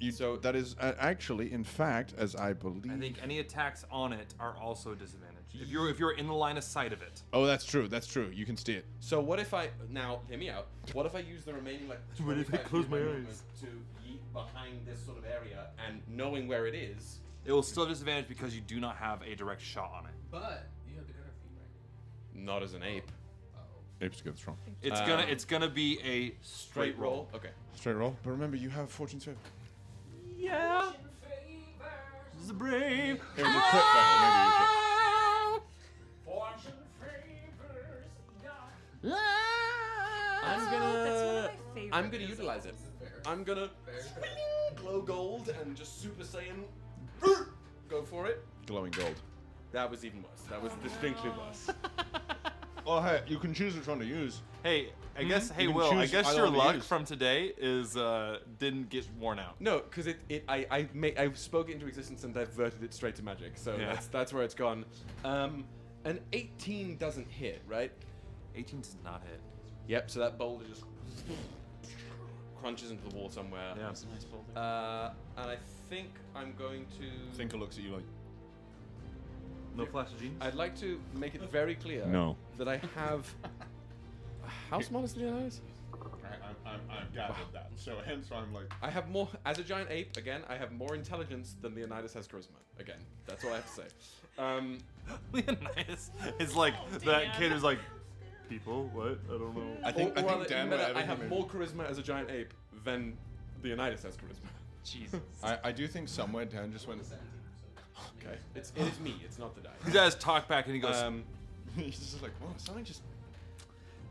S2: You, so that is uh, actually, in fact, as I believe.
S3: I think any attacks on it are also disadvantage. If you're if you're in the line of sight of it.
S2: Oh, that's true. That's true. You can see it.
S9: So what if I now hear me out? What if I use the remaining like
S3: What if I
S9: 25
S3: close
S9: feet
S3: my
S9: of
S3: eyes?
S9: movement to yeet behind this sort of area and knowing where it is?
S3: It will still have disadvantage because you do not have a direct shot on it.
S4: But you have the gunner feet, right?
S9: Not as an ape.
S2: Apes get strong.
S3: It's
S9: Um,
S3: gonna it's gonna be a straight
S9: Straight
S3: roll.
S9: roll. Okay.
S2: Uh. Straight roll. But remember, you have fortune save.
S3: Yeah. The brave.
S2: It was a crit fail. Maybe you should-
S9: I'm gonna.
S5: That's one of my favorite
S9: Uh, I'm gonna
S5: music.
S9: utilize it. I'm gonna glow gold and just Super Saiyan. Go for it.
S2: Glowing gold.
S9: That was even worse. That was distinctly worse.
S2: Oh, hey, you can choose which one to use.
S3: Hey, I guess hey
S2: Mm-hmm. You can
S3: Will, I
S2: choose
S3: guess
S2: either
S3: your
S2: one to
S3: luck
S2: use.
S3: from today is uh didn't get worn out.
S9: No, because it, it I I, ma- I spoke it into existence and diverted it straight to magic. So
S3: Yeah.
S9: that's that's where it's gone. Um, an 18 doesn't hit, right?
S3: 18 does not hit.
S9: Yep. So that boulder just crunches into the wall somewhere.
S3: Yeah.
S7: That's a nice boulder.
S9: Uh, and I think I'm going to.
S2: Thinker looks at you like.
S3: No flash of genius.
S9: I'd like to make it very clear.
S15: No.
S9: That I have. How small is Leonidas?
S2: I, I, I, I've gathered that. So hence why I'm like.
S9: I have more as a giant ape. Again, I have more intelligence than Leonidas has charisma. Again, that's all I have to say. Um,
S3: Leonidas is like that kid who's like people, what? I don't know.
S2: I think.
S9: or-
S2: I
S9: or
S2: think
S9: rather,
S2: Dan
S9: meta,
S2: might have
S9: I
S2: it
S9: have
S2: maybe.
S9: more charisma as a giant ape than Leonidas has charisma.
S7: Jesus.
S2: I, I do think somewhere Dan just went.
S9: Okay, it's it is me. It's not the
S3: He
S9: die.
S3: does talk back and he goes,
S9: Um,
S2: He's just like, whoa, something just.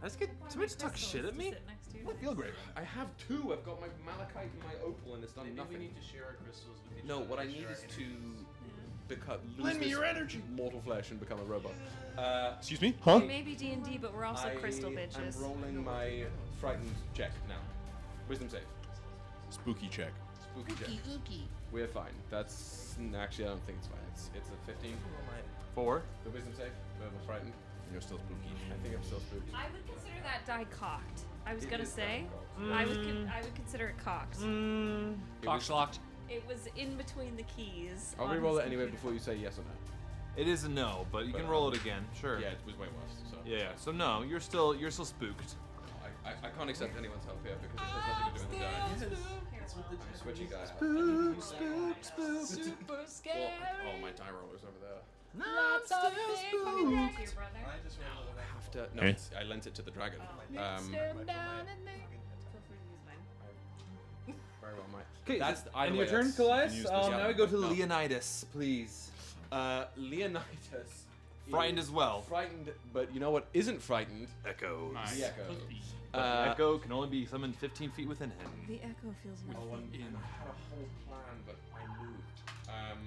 S3: I just get somebody just talk shit at me?
S2: I feel great.
S9: I have two. I've got my malachite and my opal, and it's done
S4: Maybe
S9: nothing.
S4: we need to share our crystals with each
S9: no,
S4: other.
S9: what I
S4: to
S9: need
S4: share our
S9: is to
S4: energies.
S9: become
S2: Lend me
S9: this
S2: your energy.
S9: mortal flesh and become a robot. Uh,
S2: Excuse me? Huh?
S5: We may be D&D, but we're also
S9: I
S5: crystal bitches.
S9: am rolling my frightened check now. Wisdom save.
S2: Spooky check.
S9: Spooky check. We're fine. That's actually I don't think it's fine. It's it's a 15.
S3: Four.
S9: The wisdom save. We're frightened.
S2: You're still spooky.
S9: I think I'm still spooky.
S5: I would consider that die cocked. I was
S9: It
S5: gonna
S9: is
S5: say,
S9: die-cocked.
S5: I would
S9: Mm.
S5: con- I would consider it cocked.
S3: Box locked.
S5: It was in between the keys.
S9: I'll
S5: on
S9: re-roll
S5: his
S9: it anyway
S5: computer.
S9: before you say yes or no.
S3: It is a no, but you can
S9: But,
S3: roll
S9: um,
S3: it again. Sure.
S9: Yeah, it was way worse. So
S3: Yeah. yeah. So no, you're still you're still spooked.
S9: I, I, I can't accept anyone's help here because it has nothing to do with the die. I'm switching die.
S12: Spook, spook, spook, super scared.
S9: Oh, my die roll is over there.
S12: Lots of big pockets.
S9: Have to, no,
S2: Eh?
S9: it's, I lent it to the dragon. Um,
S12: Staring down at me.
S9: very well, mate.
S3: Okay,
S9: That's
S3: so-
S9: the- either
S3: and your
S9: way,
S3: turn,
S9: that's-
S3: Calais?
S9: you can use
S3: Um,
S9: this.
S3: now we go to
S9: No.
S3: Leonidas, please.
S9: Uh, Leonidas.
S3: Frightened
S9: is
S3: as well.
S9: Frightened, but you know what isn't frightened?
S3: Echoes.
S9: The echo.
S3: But the
S9: Uh,
S3: echo can only be summoned 15 feet within him.
S5: The echo feels
S9: Oh,
S5: nothing.
S9: and, and I had a whole plan, but I moved. Um,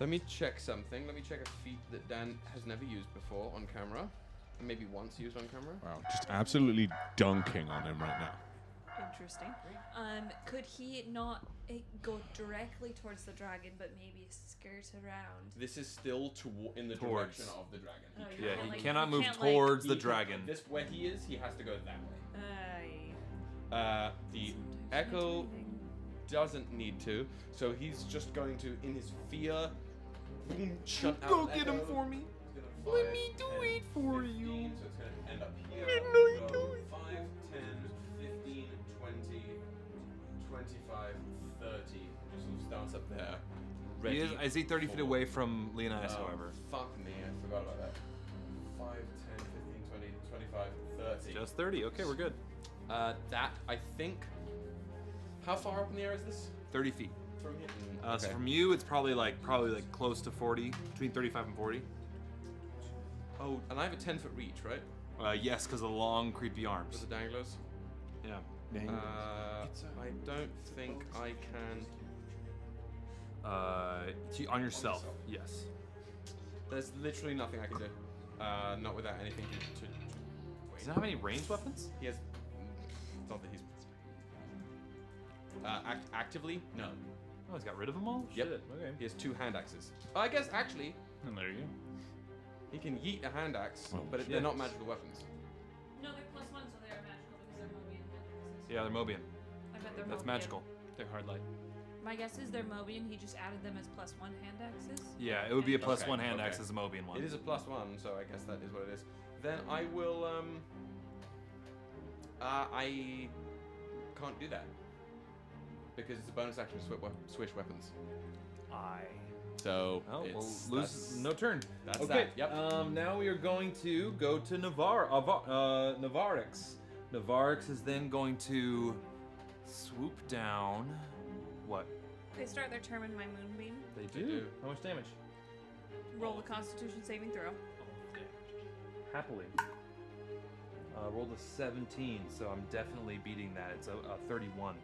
S9: let me check something. Let me check a feat that Dan has never used before on camera. Maybe once used on camera.
S2: Wow, just absolutely dunking on him right now.
S5: Interesting. Um, could he not uh, go directly towards the dragon, but maybe skirt around?
S9: This is still to, in the
S3: Towards.
S9: direction of the dragon.
S5: Oh, you
S3: Yeah,
S5: can't,
S3: he
S5: like-
S3: cannot
S5: you
S3: move
S5: can't, like-
S3: towards
S9: He
S3: the
S9: can-
S3: dragon.
S9: This where he is, he has to go that way.
S5: Aye.
S9: Uh, the
S5: Sometimes you
S9: echo
S5: can't do anything.
S9: doesn't need to, so he's just going to, in his fear, boom, shut out
S12: Go get
S9: Echo.
S12: him for me.
S9: He's gonna
S12: Let
S9: fire
S12: me do
S9: 10,
S12: it for
S9: 15,
S12: you.
S9: So it's gonna end up here.
S12: Let me
S9: Go
S12: do it.
S9: 5, 10, 15, 20, 25, 30. Just sort of starts up there.
S3: He is,
S9: ready
S3: is he 30 feet
S9: for-
S3: away from Leonidas,
S9: Oh,
S3: however?
S9: Fuck me, I forgot about that. 5, 10, 15, 20, 25, 30.
S3: Just 30. Okay, we're good.
S9: Uh, that, I think. How far up in the air is this?
S3: 30 feet.
S9: From here? Mm,
S3: Uh, So
S9: okay.
S3: from you, it's probably like probably like close to 40, between 35 and 40.
S9: Oh, and I have a 10 foot reach, right?
S3: Uh, yes, because of the long, creepy
S9: With
S3: arms.
S9: the danglers?
S3: Yeah.
S9: Uh, I don't think I can.
S3: Uh, to- on yourself.
S9: myself.
S3: Yes.
S9: There's literally nothing I can do. Uh, not without anything to. to, to wait.
S3: Does it have any ranged weapons?
S9: He has. It's not that he's. Uh, act- actively? No.
S3: Oh, he's got rid of them all?
S9: Yep.
S3: Shit. Okay.
S9: He has two hand axes. I guess actually
S3: And there you go.
S9: he can yeet a hand axe,
S2: Oh,
S9: but it, they're not
S3: yes.
S9: magical weapons.
S5: No, they're plus one, so they're magical because they're Mobian magic.
S3: Yeah, they're Mobian.
S5: I bet they're
S3: That's
S5: Mobian.
S3: magical.
S7: They're hard light.
S5: My guess is they're Mobian. He just added them as plus one hand axes.
S3: Yeah, it would be a plus
S9: Okay,
S3: one hand
S9: okay.
S3: axe as a Mobian one.
S9: It is a plus one, so I guess that is what it is. Then I will. Um, uh, I can't do that because it's a bonus action to swi- wep- swish weapons.
S3: I.
S9: So
S3: Oh,
S9: it's,
S3: well,
S9: that's-
S3: lose no turn.
S9: that's
S3: okay.
S9: that, yep.
S3: Um, now we are going to go to Navar, Avar, uh, Navarix. Navarix is then going to swoop down. What
S5: They start their term in my moonbeam.
S3: they do?
S9: do.
S3: How much damage?
S5: Roll a Constitution saving throw.
S3: Happily. Uh, rolled a 17, so I'm definitely beating that. It's a, a 31.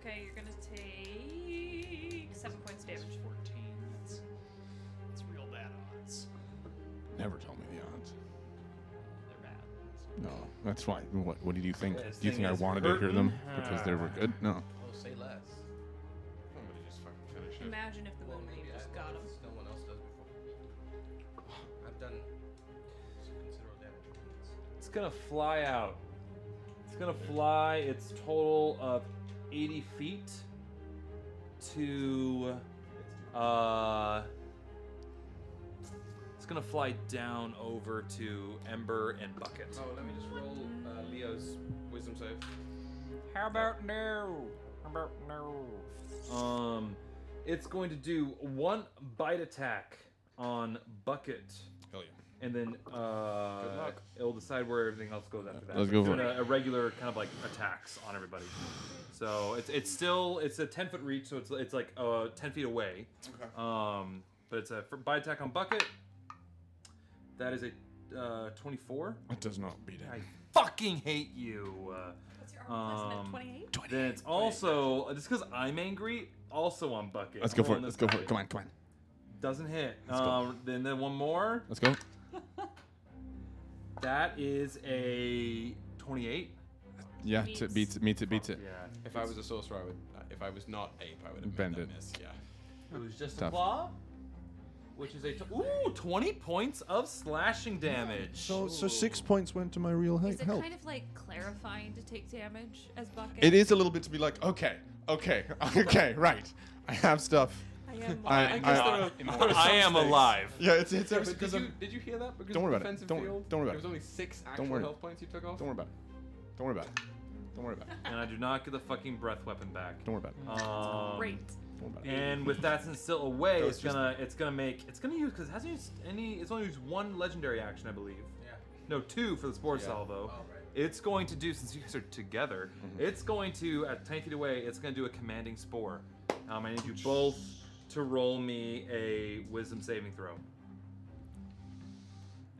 S5: Okay, you're gonna take seven points of
S7: It's
S5: damage.
S7: 14. That's, that's real bad odds.
S2: Never tell me the odds.
S7: They're bad.
S2: No, that's why. What, what did you think?
S3: Yeah, this
S2: Do you
S3: thing
S2: think I
S3: is
S2: wanted to hear them
S3: hurting.
S2: because they were good? No.
S4: Oh, say less.
S9: Somebody just fucking finish it.
S5: Imagine if the
S4: Well,
S5: moonbeam
S4: maybe I
S5: just got him.
S4: No one else does before. I've done some considerable damage.
S3: It's gonna fly out. It's gonna fly its total of 80 feet to. Uh, it's gonna fly down over to Ember and Bucket.
S9: Oh, let me just roll uh, Leo's wisdom save.
S10: How about no? How about no?
S3: Um, it's going to do one bite attack on Bucket,
S2: Hell yeah.
S3: and then uh,
S9: Good luck.
S3: it'll decide where everything else goes after that.
S2: Let's
S3: So
S2: go
S3: it's
S2: for
S3: doing
S2: it.
S3: A, a regular kind of like attacks on everybody. So it's it's still it's a ten foot reach, so it's it's like uh ten feet away.
S2: Okay.
S3: Um, but it's a for, bite attack on Bucket. That is a uh, twenty four.
S2: That does not beat it.
S3: I fucking hate you. Uh,
S5: What's your Wasn't it
S3: Um,
S5: 28?
S3: Then it's also just because I'm angry, also on bucket.
S2: Let's go
S3: I'm
S2: for it.
S3: rolling
S2: Let's
S3: this
S2: go for it.
S3: bucket.
S2: Come on, come on.
S3: Doesn't hit.
S2: Let's go.
S3: Um, then then one more.
S2: Let's go.
S3: That is a 28.
S2: Yeah, t- beats it, beats it, beats it.
S9: If I was a sorcerer, I would. uh, If I was not ape, I would have
S2: Bend
S9: bend that
S2: it.
S9: miss. Yeah.
S3: It was just a
S2: Tough.
S3: claw, which is a t- ooh 20 points of slashing damage.
S2: So, so six points went to my real he-
S5: Is it
S2: help.
S5: kind of like clarifying to take damage as bucket?
S2: It is a little bit to be like, okay, okay, okay, right. I have stuff.
S5: I am
S2: I,
S5: lying.
S2: I,
S18: I- I am alive.
S2: Yeah, it's it's
S19: Yeah,
S2: it's
S19: but did,
S2: because
S19: you,
S2: I'm.
S19: did you hear that? Because
S2: Don't worry
S19: of
S2: about it.
S19: defensive
S2: Don't-
S19: field,
S2: don't worry about
S19: There was
S2: it.
S19: only six
S2: Don't
S19: actual
S2: worry.
S19: health points you took off.
S2: Don't worry about it. Don't worry about it. Don't worry about it.
S3: And I do not get the fucking breath weapon back.
S2: Don't worry about it.
S3: Um,
S5: Great.
S3: And with that since still away,
S2: That
S3: it's
S2: was
S3: gonna it's gonna make it's gonna use because it hasn't used any. It's only used one legendary action, I believe.
S19: Yeah.
S3: No, two for the spore
S19: Yeah.
S3: salvo.
S19: Oh, right.
S3: It's going to do since you guys are together. It's going to at ten feet away. It's gonna do a commanding spore. Um, I need you both to roll me a wisdom saving throw.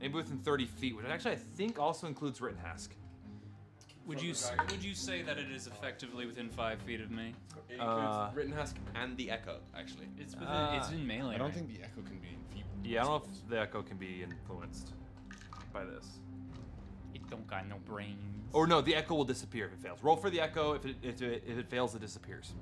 S3: Maybe within thirty feet, which actually I think also includes Rittenhask.
S7: Would you s- would you say that it is effectively within five feet of me?
S9: It includes
S3: Uh,
S9: Rittenhask and the Echo, actually.
S7: It's within.
S3: Uh,
S7: it's in melee.
S2: I don't
S7: right?
S2: think the echo can be enfeebled.
S3: Yeah, I don't know if the echo can be influenced by this.
S7: It don't got no brains.
S3: Or no, the echo will disappear if it fails. Roll for the echo. If it if it, if it fails, it disappears.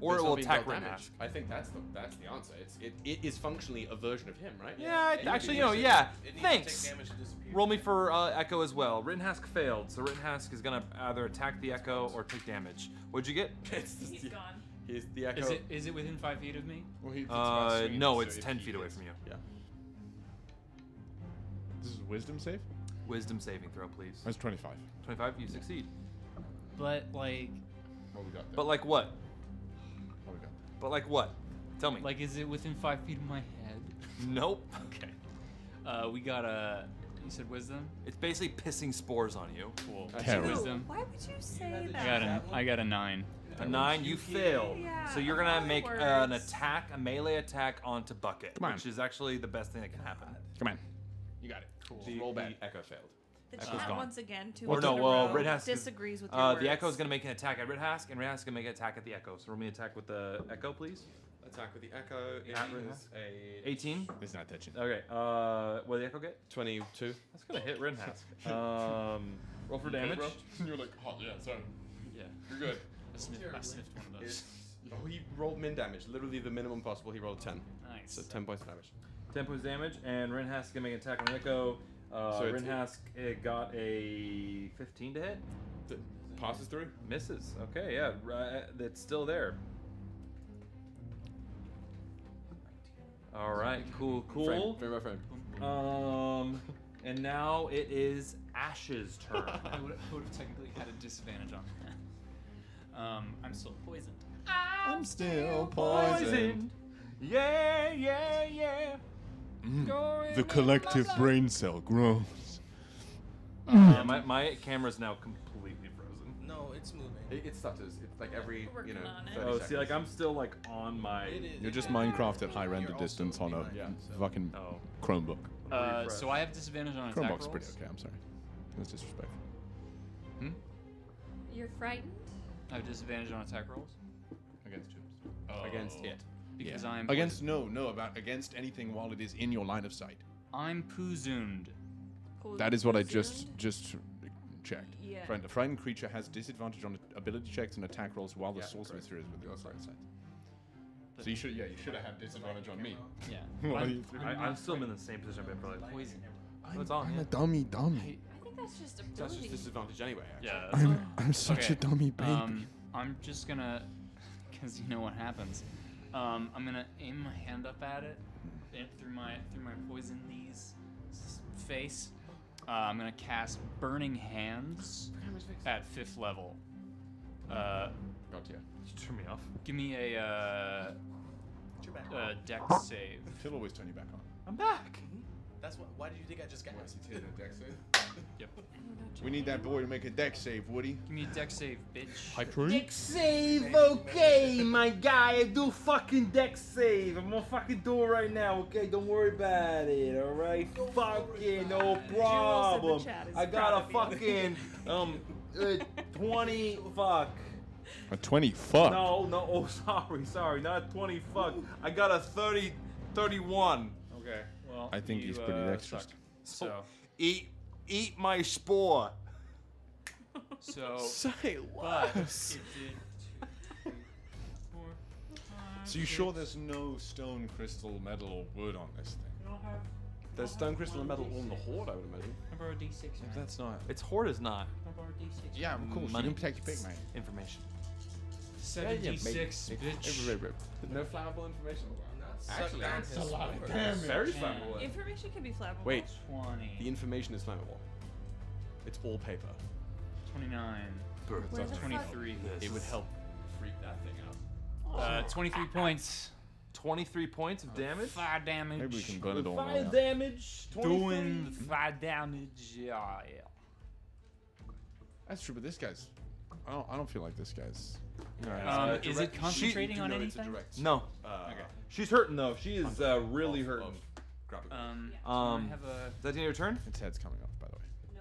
S3: Or
S9: But
S3: it
S9: it's
S3: will
S9: not being
S3: attack
S9: dealt
S3: Ren
S9: damage. I think that's the that's the answer. It's, it it is functionally a version of him, right?
S3: Yeah,
S4: It
S3: it- actually, you
S4: needs
S3: know,
S4: to-
S3: yeah.
S4: It needs To
S3: Thanks.
S4: take damage to disappear.
S3: Roll me for uh, echo as well. Rittenhask failed, so Rittenhask is gonna either attack the echo or take damage. What'd you get?
S9: It's just,
S5: He's gone.
S9: He's the Echo.
S7: Is it is it within five feet of me?
S2: Well, he, it's about
S3: Uh,
S2: swinging,
S3: no,
S2: so
S3: it's
S2: if
S3: ten
S2: he
S3: feet away
S2: hits-
S3: from you.
S9: Yeah.
S2: This is a wisdom save.
S3: Wisdom saving throw, please.
S2: That's twenty-five.
S3: Twenty-five. You succeed.
S7: But like,
S2: What we got there?
S3: But like what?
S2: what we got?
S3: But like what? Tell me.
S7: like is it within five feet of my head?
S3: nope.
S7: Okay. Uh, we got a. You said wisdom.
S3: It's basically pissing spores on you.
S7: Cool.
S2: Terrible.
S7: Wisdom.
S5: Why would you say
S7: I got
S5: that?
S7: a. I got a nine.
S3: A nine, you fail.
S5: Yeah,
S3: so you're gonna
S5: that
S3: make an
S5: works.
S3: attack, a melee attack onto Bucket,
S2: Come on.
S3: which is actually the best thing that can happen.
S2: Come on.
S9: You got it. The, roll back. The Echo failed.
S5: The
S3: Echo's
S5: chat
S3: gone.
S5: once again, two
S3: Or
S5: weeks
S3: no,
S5: in a
S3: well,
S5: row
S3: Red Hask is-
S5: disagrees with your
S3: Uh,
S5: words.
S3: the Echo is gonna make an attack at Rithask, and Rithask is gonna make an attack at the Echo. So roll me an attack with the Echo, please.
S9: Attack with the Echo. It
S3: At
S9: is a
S3: 18.
S2: It's not touching.
S3: Okay. Uh, what did the Echo get?
S9: twenty-two.
S3: That's gonna hit Rithask. Um, roll for damage.
S2: You're like, oh yeah, sorry.
S7: Yeah.
S2: You're good.
S7: I sniffed, I sniffed one of those.
S9: It's, oh, he rolled min damage, literally the minimum possible. He rolled ten,
S7: Nice.
S9: so ten points of damage.
S3: 10 points of damage, and Rithask is gonna make an attack on Echo. Uh,
S9: So it's-
S3: Rithask it got a 15 to hit.
S9: Th- passes through.
S3: Misses. Okay, yeah, ri- that's still there. All right, cool, cool.
S9: Frame, frame by frame.
S3: Um, and now it is Ash's turn.
S7: I would have technically had a disadvantage on that. Um, I'm still poisoned.
S2: I'm still
S3: Yeah, yeah, yeah.
S20: The collective brain cell grows.
S3: yeah Uh, my, my camera's now completely frozen.
S4: No, it's moving.
S9: It, it stutters. It's like every
S5: We're
S9: you know.
S5: working on it.
S9: 30
S3: Oh, see, like
S9: seconds.
S3: I'm still like on my.
S4: It is-
S2: You're just
S4: yeah.
S2: Minecraft at high render
S4: You're also
S2: distance on a
S4: behind, so-
S2: fucking
S3: Oh,
S2: Chromebook.
S7: Uh,
S3: refresh.
S7: so I have disadvantage on attack
S2: Chromebook's
S7: rolls.
S2: pretty okay. I'm sorry. That's disrespectful.
S5: You're frightened?
S7: I have disadvantage on attack rolls
S2: Against who?
S9: against it.
S7: because I'm
S2: against no no about against anything while it is in your line of sight.
S7: poisoned. I'm poozoned.
S5: Po-
S2: That is what I just
S5: poisoned?
S2: just checked.
S5: Yeah.
S2: Friend, a frightened creature has disadvantage on ability checks and attack rolls while the
S9: Yeah,
S2: source of its
S9: correct.
S2: sphere is within your line of sight. So you should yeah you should have had disadvantage on me.
S7: Yeah.
S2: Well,
S7: I'm-
S2: you-
S3: I, I'm still in the same position I've been for like.
S7: poisoned.
S3: Oh, it's on.
S20: I'm
S3: Yeah.
S20: a dummy dummy.
S5: I think that's just ability.
S9: That's just disadvantage anyway. Actually.
S7: Yeah. that's
S20: I'm, I'm such a
S7: Okay,
S20: dummy baby.
S7: Um, I'm just gonna, because you know what happens. Um, I'm gonna aim my hand up at it, and through my through my poison knees s- face. Uh, I'm gonna cast Burning Hands at fifth level. Uh,
S9: Gotcha.
S3: Did you turn me off?
S7: give me a uh, uh, deck save.
S2: He'll always turn you back on.
S3: I'm back.
S4: That's what. Why did you think I just got?
S7: Yep.
S2: We need that boy to make a deck save, Woody.
S7: Give me a deck save, bitch.
S20: Hyper.
S3: save, okay, my guy. I do fucking deck save. I'm gonna fucking do it right now, okay? Don't worry about it, alright? Fucking no
S5: Jules in the
S3: problem.
S5: chat is
S3: I got
S5: proud
S3: a
S5: of you.
S3: fucking um uh, Twenty. Fuck.
S21: A 20 fuck.
S3: No, no. Oh, sorry, sorry. Not twenty. Fuck. I got a 30, 31.
S22: Okay.
S3: Well,
S21: I think he's
S7: uh,
S21: pretty dexterous.
S3: So,
S22: eat, eat my spore.
S7: So
S22: Say
S7: But
S22: less.
S7: it did
S2: So you sure there's no stone, crystal, metal, or wood on this thing?
S7: You don't have.
S2: There's stone, crystal, and metal all in the hoard, I would imagine.
S7: Can I borrow a D6? man?
S2: That's not.
S3: It's hoard is not.
S7: Can I borrow a D6?
S2: Yeah, of course.
S3: Money.
S2: You can protect your big man.
S3: Information.
S7: Seventy-six, bitch.
S9: No flammable information.
S4: Actually, that's a lot of
S9: Damn it. Very flammable.
S5: Information can be flammable.
S23: Wait,
S7: Twenty.
S23: the information is flammable. It's all paper.
S7: Twenty-nine.
S5: Where the
S7: Twenty-three.
S23: It would help freak that thing out.
S7: Uh, twenty-three points.
S3: Twenty-three points of damage.
S7: Fire damage.
S21: Maybe we can burn it all
S3: Fire
S21: now.
S3: damage. 23.
S7: Doing the fire damage. Yeah, yeah.
S2: That's true, but this guy's. I don't, I don't feel like this guy's.
S7: Um,
S3: Uh,
S7: is it
S3: direct-
S7: concentrating
S3: she-
S7: on
S3: no,
S7: anything?
S3: No.
S7: okay.
S3: She's hurting though. She is uh, really hurting.
S7: Um, do
S3: Um,
S7: I have a.
S3: Is that the end of your turn?
S2: Its head's coming off, by the way. I'm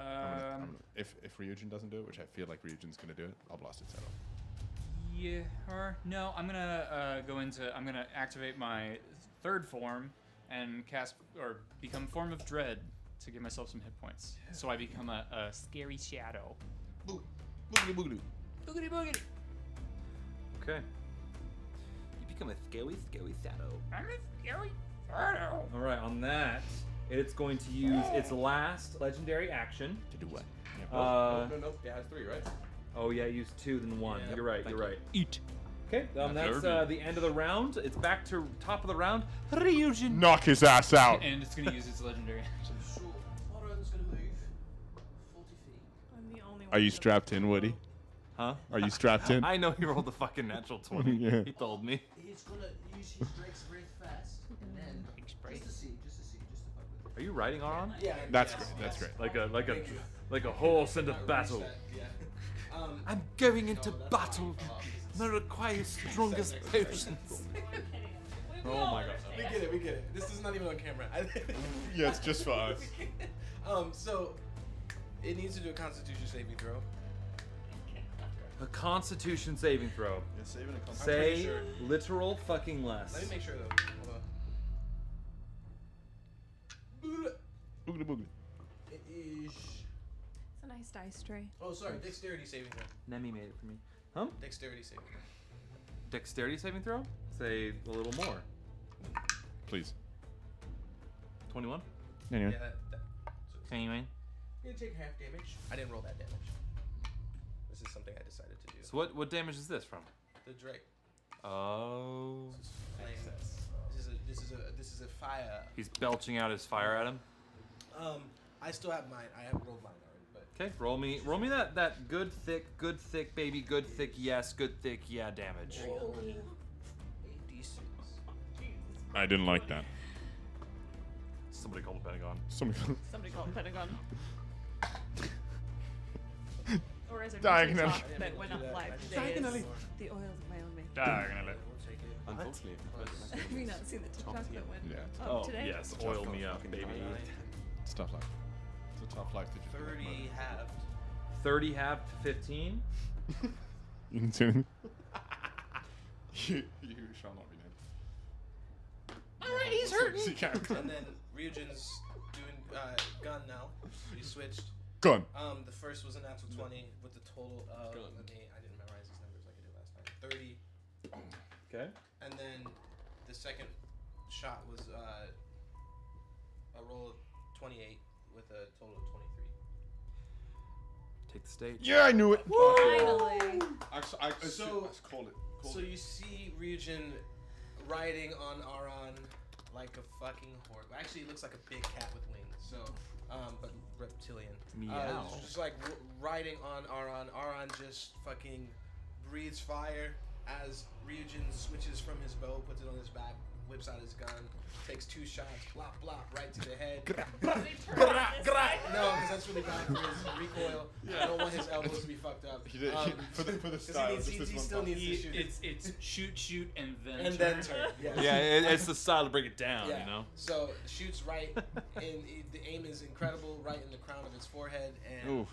S2: gonna- I'm
S7: Um,
S2: gonna- if, if Ryujin doesn't do it, which I feel like Ryujin's gonna do it, I'll blast its head off.
S7: yeah, or no, I'm gonna uh, go into. I'm gonna activate my third form and cast or become form of dread to give myself some hit points. So I become a, a scary shadow.
S2: Boo. Boogity boogity.
S7: Boogity boogity.
S3: Okay. You become a scary, scary shadow.
S7: I'm a scary shadow.
S3: All right. On that, it's going to use its last legendary action.
S2: To do what?
S3: Uh,
S9: Oh, no, no, no. It has three, right?
S3: oh yeah, use two then one.
S9: Yeah.
S3: You're right. You're right.
S7: Eat.
S3: Okay. Um,
S24: That's
S3: that's uh, the end of the round. It's back to top of the round. Ryujin.
S21: Knock his ass out.
S7: And it's gonna use its legendary action.
S4: So, Oran's gonna move 40 feet.
S5: I'm the only one.
S21: Are you
S5: with a-
S21: strapped in, Woody?
S3: Huh?
S21: Are you strapped in?
S3: I know he rolled the fucking natural twenty.
S21: Yeah.
S3: He told me.
S4: He's gonna use his Drake's breath fast, and then just to see, just to see, just to fuck with
S3: Are you riding on?
S4: it. Yeah,
S21: That's great. That's great.
S24: Like a like a like a horse into battle.
S4: Yeah. Um, uh,
S3: I'm going into
S4: that's
S3: battle. That requires strongest potions.
S5: We will
S4: we
S5: understand.
S4: get it, we get it. This is not even on camera.
S21: Yeah, it's just for us.
S4: um, so it needs to do a Constitution saving throw.
S3: A Constitution saving throw.
S2: It's saving a
S3: Say
S4: sure.
S3: literal fucking less.
S4: Let me make sure though. Hold on.
S21: Boogity boogity.
S4: It is.
S5: It's a nice dice tray.
S4: Oh, sorry. Dexterity saving throw.
S3: Nemi made it for me. Huh?
S4: Dexterity saving throw.
S3: Dexterity saving throw. Say a little more.
S21: Please.
S3: Twenty-one.
S21: Anyway.
S4: Yeah. That, that. So
S3: Anyway.
S4: you're gonna take half damage. I didn't roll that damage. This is something I decided to do.
S3: So what what damage is this from?
S4: The Drake.
S3: Oh.
S4: flame. This is a. This is a. This is a fire.
S3: He's belching out his fire at him.
S4: Um, I still have mine. I haven't rolled mine already, but
S3: Okay, roll me roll me that that good thick good thick baby good thick yes good thick yeah damage.
S4: eight d six.
S21: I didn't like that.
S24: Somebody called the Pentagon.
S21: Somebody
S5: Somebody call the Pentagon. or as a
S21: Diagonally.
S5: talk that went up live today is
S4: Diagonally.
S5: the oil of my own making.
S24: Diagonally.
S4: We'll take it.
S23: Unfortunately,
S5: Have you not seen the TikTok that went
S2: Yeah.
S5: up
S24: Oh,
S5: today?
S24: yes, oil me up, baby.
S2: It's a tough life. It's a tough life that you're
S4: Thirty halved.
S3: Thirty half to fifteen.
S21: You didn't see anything?
S2: you, you shall not be named.
S5: Alright, he's hurting.
S2: See, character.
S4: And then Ryujin's doing uh, gun now. He switched.
S21: Gun.
S4: Um, the first was a natural twenty with a total of. Let me. I didn't memorize these numbers like I did last time. Thirty,
S3: Okay.
S4: and then the second shot was uh, a roll of twenty-eight with a total of twenty-three.
S3: Take the stage.
S2: Yeah, I knew it.
S5: Finally.
S2: I, s- I- I s-
S4: So-
S2: I s- called it. Called
S4: So
S2: it.
S4: you see Ryujin riding on Aron like a fucking horse. Actually, it looks like a big cat with wings. So, um, but reptilian. Uh,
S3: Meow.
S4: it's just like w- riding on Aron. Aron just fucking breathes fire as Ryujin switches from his bow, puts it on his back, whips out his gun, takes two shots, blop blop, right to the head. No, because that's really bad for his recoil. I don't want his elbows to be fucked up.
S2: He did- he-
S4: Um,
S2: for the for the
S4: 'cause he
S2: style,
S4: needs-
S2: just
S4: he-
S2: this
S4: he
S2: one
S4: still
S2: part.
S4: needs to
S7: He-
S4: shoot.
S7: it's it's shoot shoot and then
S4: and
S7: turn.
S4: then turn. Yes.
S3: Yeah, it, it's the style to break it down,
S4: Yeah.
S3: you know.
S4: So shoots right, and the aim is incredible, right in the crown of his forehead, and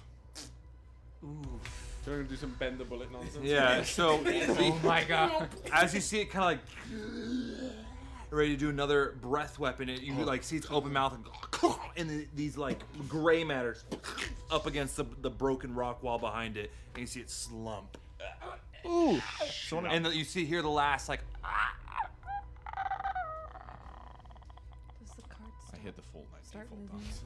S2: Oof.
S9: They're gonna do some bend the bullet nonsense.
S3: Yeah, so
S12: Oh my God.
S3: As you see it kind of like ready to do another breath weapon, it you like see its open mouth and and then these like gray matters up against the, the broken rock wall behind it, and you see it slump.
S2: Ooh.
S3: and you see here the last like
S2: I hit the full 19
S5: Start
S2: full
S5: moving.
S2: times.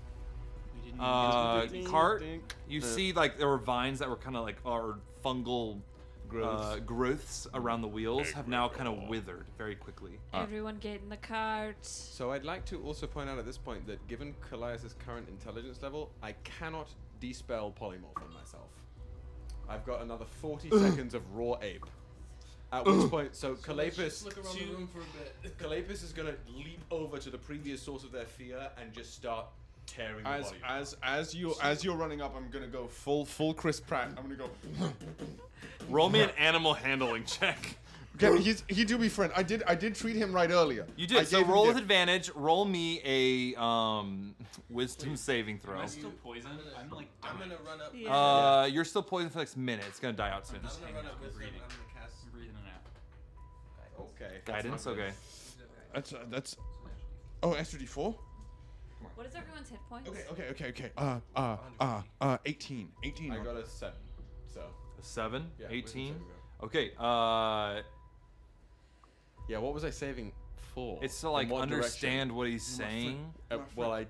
S3: uh,
S2: Ding,
S3: cart.
S2: ding.
S3: You
S2: The-
S3: see, like there were vines that were kind of like our fungal growths,
S2: Growths.
S3: uh, growths around the wheels have now kind of withered very quickly.
S7: Uh,
S5: Everyone get in the cart.
S9: So I'd like to also point out at this point that given Callias' current intelligence level, I cannot dispel polymorph on myself. I've got another 40 seconds of raw ape. At which point, so,
S4: So let's
S9: Calapus,
S4: just look around the room for a bit.
S9: Calapus is gonna leap over to the previous source of their fear and just start tearing the
S2: As
S9: body.
S2: as as you as you're running up, I'm gonna go full full Chris Pratt. I'm gonna go.
S3: Roll me an animal handling check.
S2: Okay, he's, he do be friend. I did I did treat him right earlier.
S3: You
S2: I
S3: did. So
S2: gave him
S3: roll with
S2: the-
S3: advantage. Roll me a um, wisdom saving
S7: Am
S3: throw.
S7: I still poisoned? I'm like.
S4: I'm gonna run up.
S3: Uh, you're still poisoned for the next minute. It's gonna die out soon.
S4: I'm gonna run up with them. I'm gonna cast.
S7: I'm breathing it out.
S9: Okay.
S3: Guidance, okay.
S2: That's uh, that's. Oh, extra D4.
S5: What is everyone's hit points?
S2: Okay, okay, okay, okay. Uh, uh, uh, uh, 18. 18.
S9: I
S2: on-
S9: got a seven, so
S3: A Seven,
S9: Yeah, wisdom
S3: eighteen.
S9: saving
S3: Okay. Uh,
S9: yeah. What was I saving for?
S3: it's to
S9: In
S3: like
S9: what
S3: understand
S9: direction?
S3: what he's saying.
S9: Uh, well, I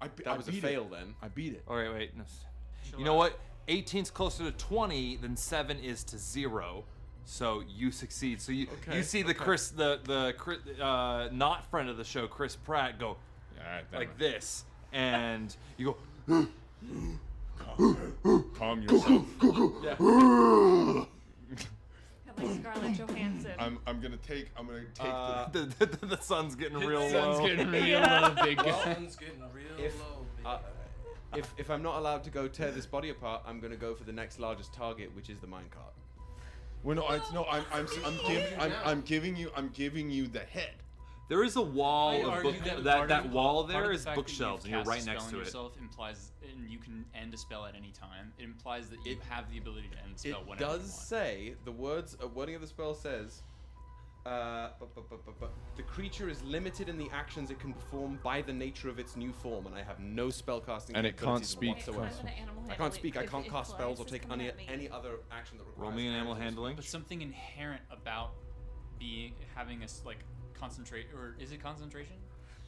S2: I, be-
S9: that
S2: I
S9: was a
S2: beat it.
S9: fail then.
S2: I beat it.
S3: All right, wait. No. s- You know what? 18's closer to 20 than 7 is to 0. So you succeed. So you
S9: Okay,
S3: you see the
S9: okay.
S3: Chris the the Chris, uh, not friend of the show Chris Pratt go
S13: Alright,
S3: like this and you
S13: Calm yourself.
S5: Kinda Like Scarlett Johansson.
S2: I'm, I'm gonna take. I'm gonna take
S3: go uh, the, the, the, the sun's getting real low.
S7: Sun's getting real low, big guy.
S4: Sun's getting real
S9: If-
S4: low, baby.
S9: uh, if if I'm not allowed to go tear this body apart, I'm gonna go for the next largest target, which is the minecart.
S2: Well, no, I, no, I'm, I'm, s- I'm, giv I'm, I'm giving you, I'm giving you the head.
S3: There is a
S7: I
S3: wall of
S7: argue
S3: book
S7: that
S3: that
S7: part
S3: that,
S7: of the-
S3: wall
S7: part of
S3: there
S7: the
S3: is
S7: fact that you've
S3: bookshelves and you're
S7: cast a
S3: right
S7: spell
S3: next
S7: on
S3: to it.
S7: yourself implies, and you can end a spell at any time. It implies that you have the ability to end a
S9: It
S7: spell whenever you
S9: does
S7: want.
S9: say the words. A wording of the spell says. Uh, bu- bu- bu- bu- bu- the creature is limited in the actions it can perform by the nature of its new form, and I have no spellcasting.
S2: And it can't
S9: capabilities
S2: speak.
S5: Okay, I'm
S9: whatsoever.
S5: gonna animal
S9: I
S5: handle
S9: can't speak.
S5: it.
S9: I
S5: If
S9: can't
S5: it
S9: cast spells or
S5: flies,
S9: take
S5: it's coming
S9: any
S5: at me.
S9: any other action that requires.
S3: Roll me an animal
S9: characters.
S3: handling.
S7: But something inherent about being having us like concentrate, or is it concentration?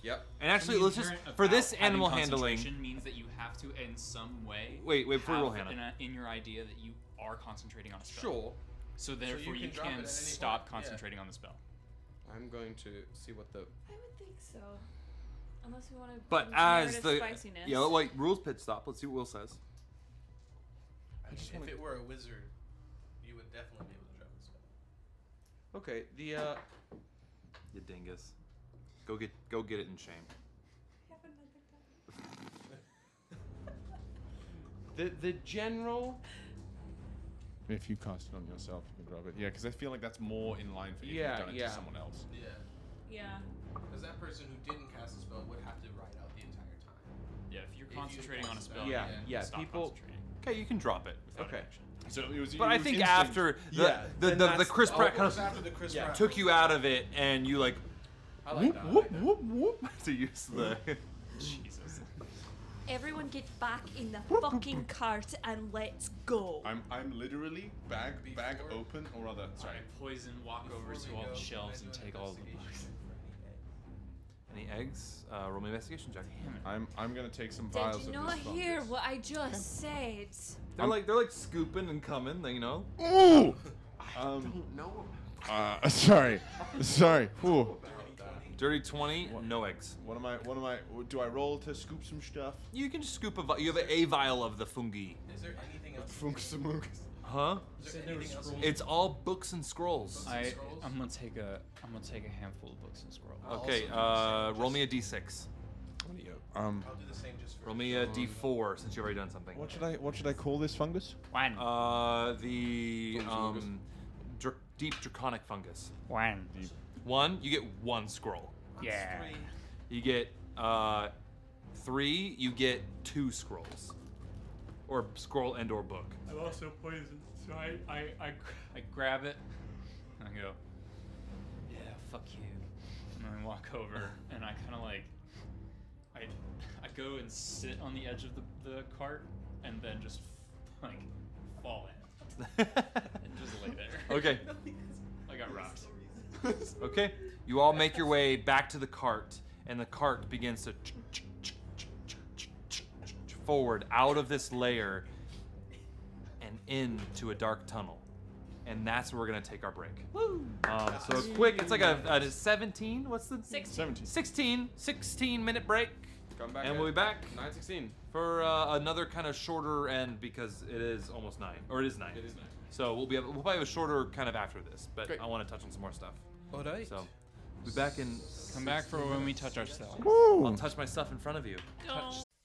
S9: Yep.
S3: And actually, let's just for this animal handling.
S7: concentration means that you have to in some way.
S3: Wait, wait, before we
S7: have
S3: roll, Hannah.
S7: In, a, in your idea that you are concentrating on a spell.
S9: Sure.
S7: So therefore,
S4: can
S7: you,
S4: drop it at
S7: can
S4: any
S7: stop
S4: point, yeah.
S7: concentrating on the spell.
S9: I'm going to see what the
S5: I would think so. Unless we want to.
S3: But as the
S5: spiciness.
S3: yeah, like rules pit stop. Let's see what Will says.
S4: I mean, if it were a wizard, you would definitely be able to drop this spell.
S9: Okay, the uh
S3: You dingus. Go get go get it in shame.
S9: the the general
S2: If you cast it on yourself, you can grab it. Yeah, because I feel like that's more in line for if
S9: Yeah,
S2: you've done it
S9: yeah.
S2: to someone else.
S4: Yeah,
S5: Yeah.
S4: because that person who didn't cast a spell would have to ride out the entire time.
S7: Yeah, if you're
S4: If you
S7: concentrating on a
S4: concentrate-
S7: spell,
S9: Yeah,
S7: you can
S9: yeah,
S7: stop
S9: people-
S7: concentrating.
S3: Okay, you can drop it. without
S9: Okay.
S3: an action.
S2: So it was.
S3: But
S2: it
S3: I
S2: was
S3: think
S2: instinct.
S3: after the
S9: Yeah,
S3: the,
S9: then
S3: the, the
S9: that's-
S3: Chris
S9: oh,
S3: Pratt
S4: What
S3: kind
S4: was
S3: of
S4: after the Chris
S9: yeah,
S4: Pratt
S3: took you
S4: one?
S3: out of it, and you like
S4: I like
S3: whoop
S4: that. I
S3: whoop
S4: like that.
S3: whoop whoop to use the.
S7: Jesus.
S5: Everyone get back in the fucking cart and let's go.
S2: I'm, I'm literally bag, bag
S4: Before-
S2: open, or rather,
S7: Sorry,
S2: sorry,
S7: poison walk
S4: Before
S7: over
S4: we
S7: to all
S4: go,
S7: the
S4: can I
S7: shelves
S4: do
S7: and
S4: an
S7: take all of the books.
S4: investigation check for any egg?
S3: Any eggs? Uh, roll me an investigation check.
S2: I'm, I'm gonna take some vials
S5: Did you
S2: of
S5: not
S2: this fungus.
S5: hear what I just said?
S3: They're
S2: I'm-
S3: like they're like scooping and coming. They, you know.
S2: Ooh!
S9: no
S2: Um,
S9: no
S2: uh, sorry, sorry. Ooh.
S3: Dirty twenty. No eggs.
S2: What am I? What am I? Do I roll to scoop some stuff?
S3: You can just scoop a. Vi- you have a, a vial of the fungi.
S4: Is there anything else?
S2: Fungus fungus.
S3: Huh?
S4: Is there anything else?
S3: It's all books and scrolls.
S7: I,
S4: scrolls?
S7: I'm gonna take a I'm gonna take a handful of books and scroll.
S3: Okay. Uh, roll me a d6.
S2: Um,
S4: I'll do the same just for.
S3: Roll me a d4 since you've already done something.
S2: what should I? What should I call this fungus?
S7: One,
S3: Uh, the um, dr- deep draconic fungus.
S12: One.
S3: One, you get one scroll.
S12: Yeah.
S3: You get uh, three, you get two scrolls.
S25: or scroll and or book.
S7: I'm also poisoned, so I, I, I, gr- I grab it and I go, yeah, fuck you. And I walk over and I kind of like, I, I go and sit on the edge of the, the cart and then just like fall in and just lay there.
S3: Okay.
S7: I got rocked.
S3: okay.
S25: You all make your way back to the cart, and the cart begins to ch- ch- ch- ch- ch- ch- ch- ch- forward out of this layer and into a dark tunnel. And that's where we're going to take our break.
S3: Woo!
S25: Um, so a quick, it's like a, a 17, what's the?
S5: 16.
S25: 16, 16 minute break.
S26: Come back
S25: And
S26: at
S25: we'll be back.
S26: 9:16.
S25: For uh, another kind of shorter end because it is almost 9. Or it is 9. It is 9. So we'll be we'll probably have a shorter kind of after this, but I want to touch on some more stuff.
S4: All right.
S25: So we'll be back in
S7: Come back for when we touch ourselves.
S25: I'll touch my stuff in front of you.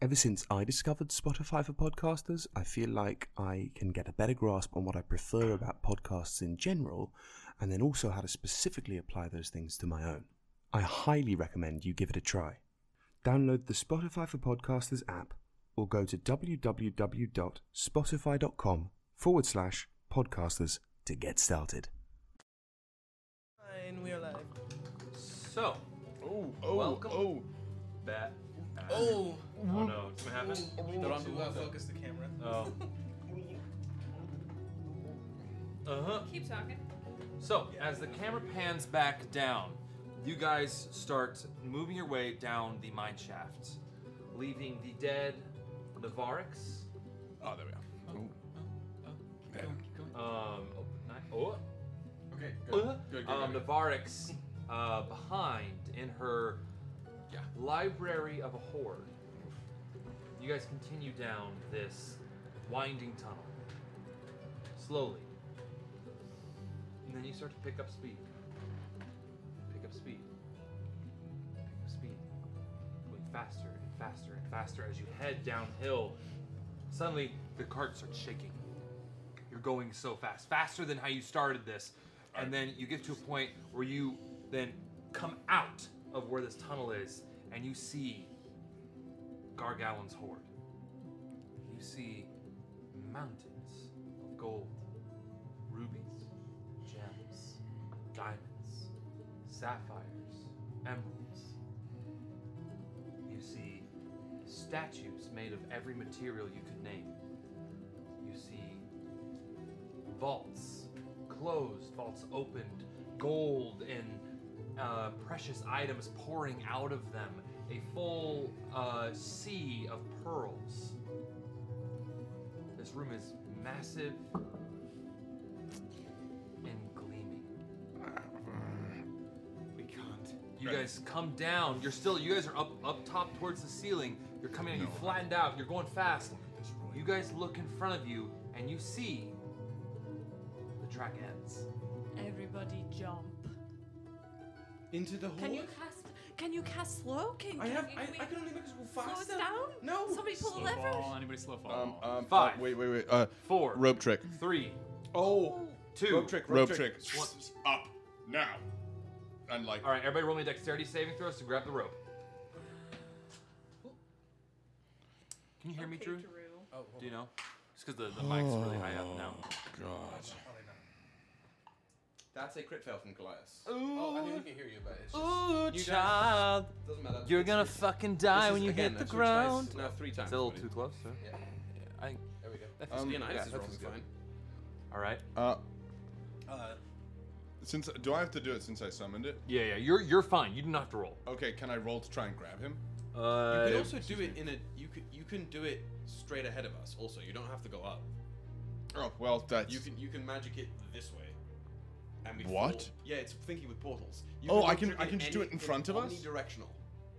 S6: Ever since I discovered Spotify for podcasters, I feel like I can get a better grasp on what I prefer about podcasts in general, and then also how to specifically apply those things to my own. I highly recommend you give it a try. Download the Spotify for podcasters app or go to www.spotify.com forward slash podcasters to get started.
S4: Fine, we are live.
S3: So,
S2: oh, oh,
S3: welcome
S2: oh,
S3: back.
S25: uh,
S4: Oh.
S3: Oh no, what's gonna happen?
S4: Don't have to uh, focus the camera.
S3: Oh.
S25: Uh huh.
S5: Keep talking.
S25: So, as the camera
S3: Hands back down. You guys start moving your way down the mine shaft, leaving the dead Navarix.
S2: Oh, there we
S26: oh,
S2: are.
S3: Um, oh, not, oh.
S26: Okay,
S3: Uh,
S26: good. Good, good,
S3: um,
S26: good,
S3: Navarix uh, behind in her library of a horde. You guys continue down this winding tunnel slowly, and then you start to pick up speed. Pick up speed. Pick up speed. Going faster and faster and faster as you head downhill. Suddenly, the cart starts shaking. You're going so fast, faster than how you started this. And then you get to a point where you then come out of where this tunnel is and you see Gargallon's horde. You see mountains of gold, rubies, gems, diamonds, sapphires, emeralds. You see statues made of every material you could name. You see vaults closed, vaults opened, gold and uh, precious items pouring out of them, a full uh, sea of pearls. This room is massive and gleaming.
S26: We can't.
S3: You guys come down. You're still. You guys are up up top towards the ceiling. You're coming. out. You flattened out. You're going fast. You guys look in front of you and you see the track ends.
S5: Everybody jump.
S26: Into the
S5: Can you cast? Can you cast slow? Can,
S26: I
S5: can
S26: have-
S5: you-
S26: I-
S5: we-
S26: I can only make us go
S5: Slow us
S26: faster.
S5: down.
S26: No.
S5: Somebody pull a
S7: Slow
S5: lever.
S7: fall. Anybody slow fall?
S2: Um, um,
S3: Five.
S2: oh, wait, wait, wait. Uh,
S3: Four.
S2: Rope trick.
S3: Three.
S2: Oh,
S3: two.
S2: Rope trick. Rope,
S3: Rope
S2: trick.
S3: trick. One.
S2: Up now. And like.
S3: All right, everybody, roll me a dexterity saving throws to grab the rope. Can you hear me, Drew?
S4: Oh,
S3: Do you know? Just because the, the mic's really high up now.
S2: God.
S26: That's a crit fail from Goliath.
S4: Oh, I mean, we can hear you, but it's just.
S3: Ooh,
S4: you guys-
S3: child.
S4: Doesn't matter.
S3: You're gonna fucking die
S4: This is
S3: when you
S4: again,
S3: hit the
S4: that's your dice.
S3: ground.
S4: No, three
S3: It's
S4: times
S3: a little
S4: already.
S3: too close, Um, sir.
S4: Yeah.
S3: I,
S4: There we go.
S26: FSD and Iris is rolling
S3: feels good.
S26: fine.
S3: All right.
S2: Uh,
S4: Uh,
S2: Since do I have to do it since I summoned it?
S3: Yeah, yeah. You're you're fine. You do not have to roll.
S2: Okay, can I roll to try and grab him?
S3: Uh,
S6: you can also do it in a. You can you can do it straight ahead of us. Also, you don't have to go up.
S2: Oh well, that's
S6: You can you can magic it this way. And we
S2: What?
S6: fall- Yeah, it's thinking with portals. You
S2: Oh, I
S6: magic
S2: can- I can just do
S6: any-
S2: it in front of us?
S6: Omnidirectional.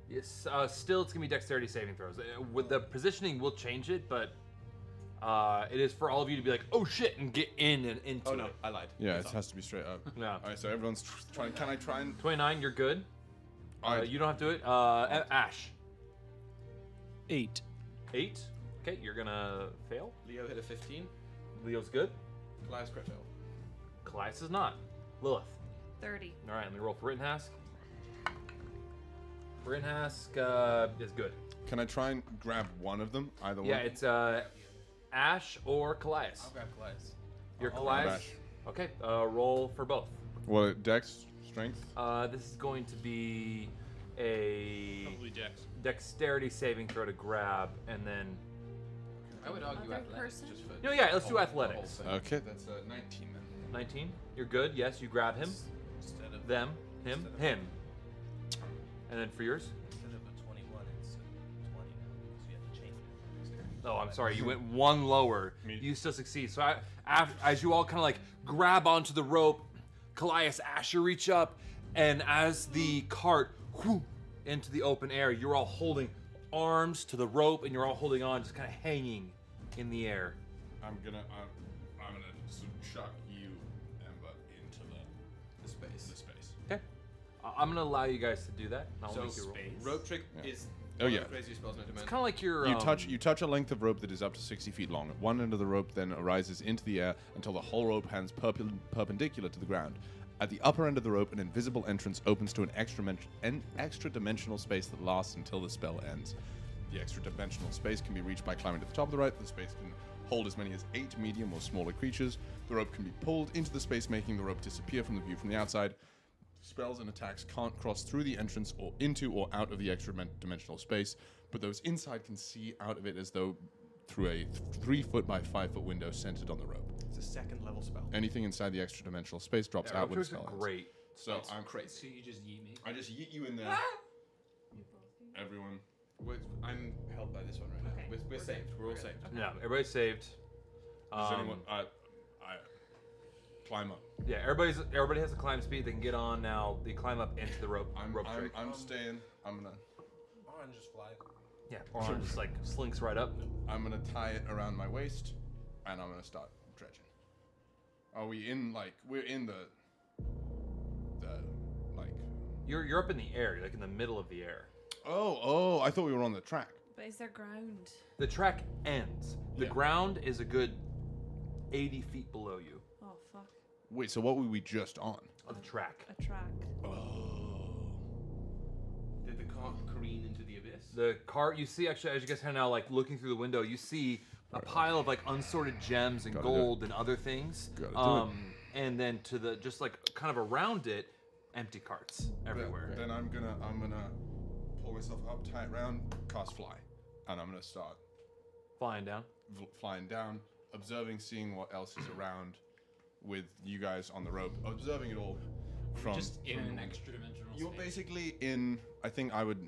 S3: Yes. Uh, still, it's gonna be dexterity saving throws. Uh, With the positioning, will change it, but uh, it is for all of you to be like, oh shit, and get in and into
S6: Oh, no,
S3: it.
S6: I lied.
S2: Yeah, it has to be straight up.
S3: Yeah.
S2: All right, so everyone's tr- trying. Can I try and?
S3: Twenty nine. You're good.
S2: All
S3: Uh,
S2: right.
S3: you don't have to do it. Uh, A- Ash.
S9: Eight.
S3: Eight. Okay, you're gonna fail.
S6: Leo hit a fifteen.
S3: Leo's good.
S6: Elias crit failed.
S3: Callias is not. Lilith.
S1: 30.
S3: All right, let me roll for Rittenhask. Rittenhask uh, is good.
S2: Can I try and grab one of them? Either
S3: Yeah,
S2: one.
S3: it's uh, Ash or Callias. I'll
S6: grab Callias.
S3: Your
S2: I'll
S3: Callias.
S2: grab Ash.
S3: Okay, uh, roll for both.
S2: What? Dex, strength.
S3: Uh, this is going to be a
S7: Probably dex.
S3: dexterity saving throw to grab, and then
S27: I would argue
S5: Other
S27: athletics
S5: person?
S27: just for.
S3: no, yeah, let's
S27: the
S3: do
S27: whole-
S3: athletics.
S27: the whole thing.
S2: that's uh, 19 then.
S3: 19. You're good. Yes, you grab him.
S27: Instead of
S3: Them. Him.
S27: instead of-
S3: Him. And then for yours.
S27: Instead of a twenty-one, it's a twenty now. So you have to change it.
S3: Oh, I'm sorry. You went one lower. You still succeed. So I, af as you all kind of like grab onto the rope, Callias Asher reach up, and as the cart whoo, into the open air, you're all holding arms to the rope, and you're all holding on, just kind of hanging in the air.
S2: I'm gonna. uh, I'm, I'm gonna s- chuck you, Ember, into the,
S6: the space.
S2: The space.
S3: Okay. I- I'm gonna allow you guys to do that. and I'll
S6: So
S3: make you roll.
S6: rope trick
S2: Yeah.
S6: is
S2: Oh,
S6: one
S2: yeah.
S6: of the craziest spells known to man.
S3: It's kind of like your.
S2: you
S3: um,
S2: touch you touch a length of rope that is up to 60 feet long. At one end of the rope then arises into the air until the whole rope hangs perp- perpendicular to the ground. At the upper end of the rope, an invisible entrance opens to an extra, men- an extra dimensional space that lasts until the spell ends. The extra dimensional space can be reached by climbing to the top of the rope. The space can hold as many as eight medium or smaller creatures. The rope can be pulled into the space, making the rope disappear from the view from the outside. Spells and attacks can't cross through the entrance or into or out of the extra men- dimensional space, but those inside can see out of it as though through a th- three foot by five foot window centered on the rope.
S28: It's a second level spell.
S2: Anything inside the extra dimensional space drops
S3: Yeah,
S2: out with a
S3: Ropetricks
S2: spell.
S3: are
S2: ends.
S3: great.
S2: So I'm
S7: So you just yeet me.
S2: I just yeet you in there. Everyone.
S6: We're, I'm held by this one right now. We're, we're, saved. We're all saved.
S3: Yeah, everybody's saved.
S2: Does
S3: Um,
S2: anyone? I, I climb up.
S3: Yeah, everybody's everybody has a climb speed. They can get on now. They climb up into the rope.
S2: I'm,
S3: rope
S2: I'm,
S3: trick.
S2: I'm staying. I'm gonna.
S6: Orange just fly.
S3: yeah, Orin just like slinks right up.
S2: I'm gonna tie it around my waist, and I'm gonna start dredging. Are we in like we're in the the like?
S3: You're you're up in the air. You're like in the middle of the air.
S2: Oh oh! I thought we were on the track.
S5: But is there ground?
S3: The track ends. The
S2: Yeah.
S3: ground is a good eighty feet below you.
S5: Oh, fuck.
S2: Wait, so what were we just on?
S3: On the track.
S5: A track.
S7: Oh.
S6: Did the cart careen into the abyss?
S3: The cart you see actually as you guys kind of now like looking through the window, you see a pile of like unsorted gems and
S2: Gotta do it.
S3: gold and other things.
S2: Gotta do it.
S3: um, and then to the just like kind of around it, empty carts everywhere.
S2: Then, then I'm gonna I'm gonna pull myself up, tie it round, cast fly, and I'm gonna start
S3: Flying down.
S2: v- flying down, observing, seeing what else is around, with you guys on the rope, observing it all. From
S7: just in
S2: from
S7: an
S2: the-
S7: extra dimensional
S2: You're
S7: space.
S2: basically in. I think I would.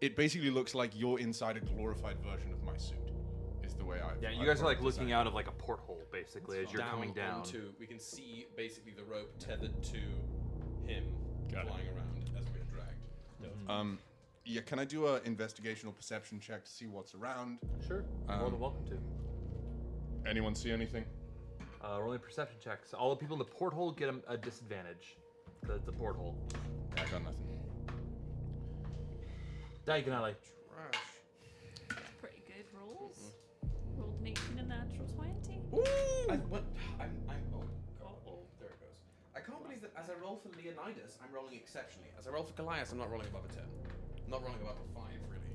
S2: It basically looks like you're inside a glorified version of my suit. Is the way I.
S3: Yeah, you
S2: I've
S3: guys are
S2: got
S3: like
S2: it
S3: looking
S2: designed.
S3: out of like a porthole basically as you're coming down.
S6: Onto, we can see basically the rope tethered to him flying around as we're dragged.
S2: Um, yeah. Can I do a investigational perception check to see what's around?
S3: Sure.
S2: Um,
S3: You're more than welcome to.
S2: Anyone see anything?
S3: Uh, rolling perception checks. All the people in the porthole get a, a disadvantage. 'cause it's a porthole.
S2: I got nothing.
S3: Diagonally.
S5: Pretty good rolls. Rolled an 18 and natural 20.
S6: I, what? I'm, I'm, oh, God. There it goes. I can't believe that as I roll for Leonidas, I'm rolling exceptionally. As I roll for Goliath, I'm not rolling above a 10. I'm not rolling above a 5, really.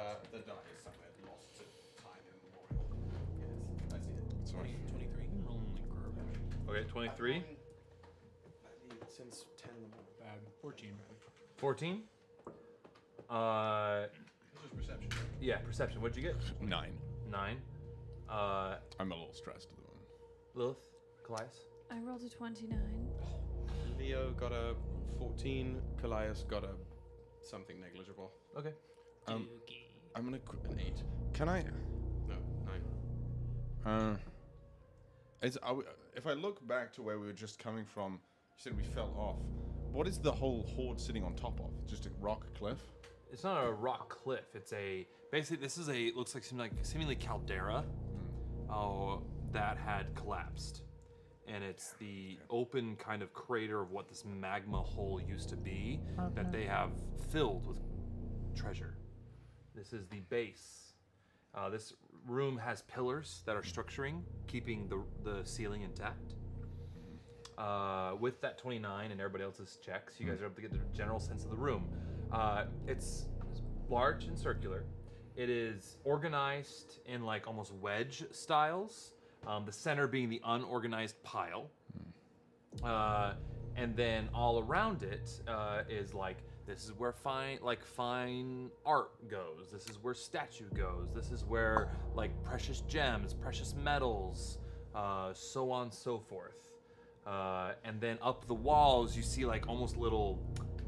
S6: Uh, the die is somewhere lost to time immemorial. Yes, I see it. 20, 23.
S3: Okay, 23.
S6: Since 10 in the morning.
S7: 14.
S3: 14. Uh,
S6: This is perception.
S3: yeah, perception. What'd you get?
S2: Nine.
S3: Nine. Uh,
S2: I'm a little stressed at the moment.
S3: Lilith, Callias.
S5: I rolled a 29.
S4: Leo got a 14. Callias got a something negligible.
S29: Okay.
S4: Um,
S2: I'm gonna qu- an eight. Can I?
S4: No, nine.
S2: Uh, it's, I w- if I look back to where we were just coming from, you said we fell off. What is the whole horde sitting on top of? Just a rock cliff?
S3: It's not a rock cliff. It's a basically this is a it looks like seem like seemingly caldera. Oh, that had collapsed, and it's the open kind of crater of what this magma hole used to be that they have filled with treasure. This is the base. Uh, this room has pillars that are structuring, keeping the the ceiling intact. Uh, with that 29 and everybody else's checks, you guys are able to get the general sense of the room. Uh, it's large and circular. It is organized in like almost wedge styles. Um, the center being the unorganized pile, uh, and then all around it uh, is like this is where fine like fine art goes. This is where statue goes. This is where like precious gems, precious metals, uh, so on so forth. Uh, and then up the walls, you see like almost little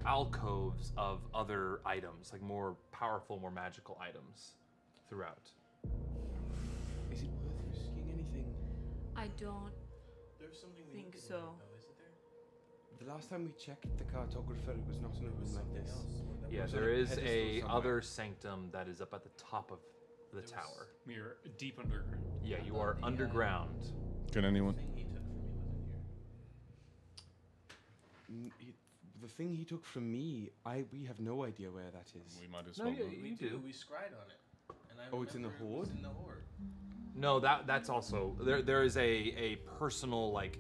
S3: alcoves of other items, like more powerful, more magical items throughout.
S6: Is it worth risking anything?
S5: I don't
S6: There's something
S5: think so.
S6: The last time we checked the cartographer, it was not an open like this.
S3: Yeah, there is a other sanctum that is up at the top of the tower.
S7: We are deep underground.
S3: Yeah, you are
S4: uh,
S3: underground.
S2: Can anyone?
S6: N- he- The thing he took from me, I we have no idea where that is.
S2: We might
S4: as No, well you- not. you do. We scried on it. And I
S6: Oh, it's in the
S4: remember it was
S6: hoard?
S4: in the hoard.
S3: No, that that's also there. There is a a personal like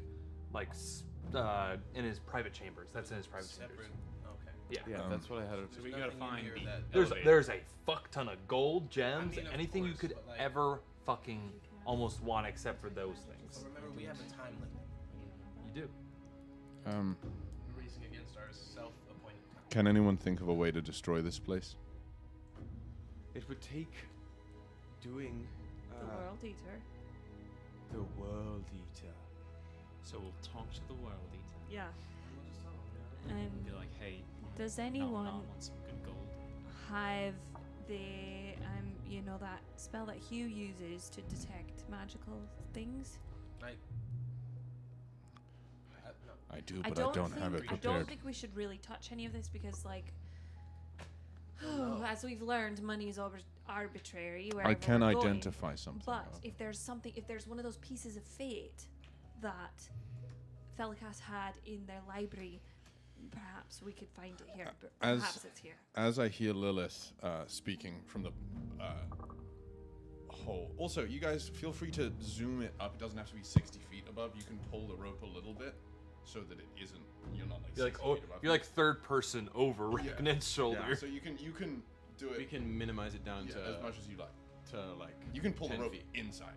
S3: like s- uh, in his private chambers. That's in his private chambers.
S4: Okay.
S3: Yeah,
S4: Yeah, that's what I had.
S7: So we gotta find the
S3: There's
S7: elevator.
S3: there's a fuck ton of gold, gems,
S4: mean, of
S3: anything you
S4: course,
S3: could
S4: but, like-
S3: ever fucking almost want, except for those things.
S4: But remember, we have a time limit.
S3: You do.
S2: Um,
S4: We're racing against our self-appointed time.
S2: can anyone think of a way to destroy this place?
S6: It would take doing uh,
S5: The World Eater.
S6: the World Eater.
S7: So we'll talk to the world eater.
S5: Yeah.
S7: be
S5: And
S7: like, hey,
S5: does
S7: no,
S5: anyone
S7: no, I want some good gold?
S5: have the um you know that spell that Hugh uses to detect magical things?
S4: Like,
S2: I do, but I don't, have it
S5: I
S2: prepared.
S5: don't think we should really touch any of this because, like, as we've learned, money is always arbitrary. wherever
S2: can
S5: we're going.
S2: identify something,
S5: But if there's something, if there's one of those pieces of fate that Felicas had in their library, perhaps we could find it here. but Perhaps
S2: as
S5: it's here.
S2: as I hear Lilith uh, speaking from the uh, hole. Also, you guys feel free to zoom it up. It doesn't have to be sixty feet above. You can pull the rope a little bit so that it isn't. You're not like
S3: You're like
S2: 60
S3: oh,
S2: feet above.
S3: you're like third person over Ragnar's shoulder.
S2: Yeah, so you can you can do it. We
S4: can minimize it down
S2: to
S6: uh,
S2: as much as you like.
S4: To like
S2: You can pull the
S4: 10
S2: rope
S4: feet.
S2: inside.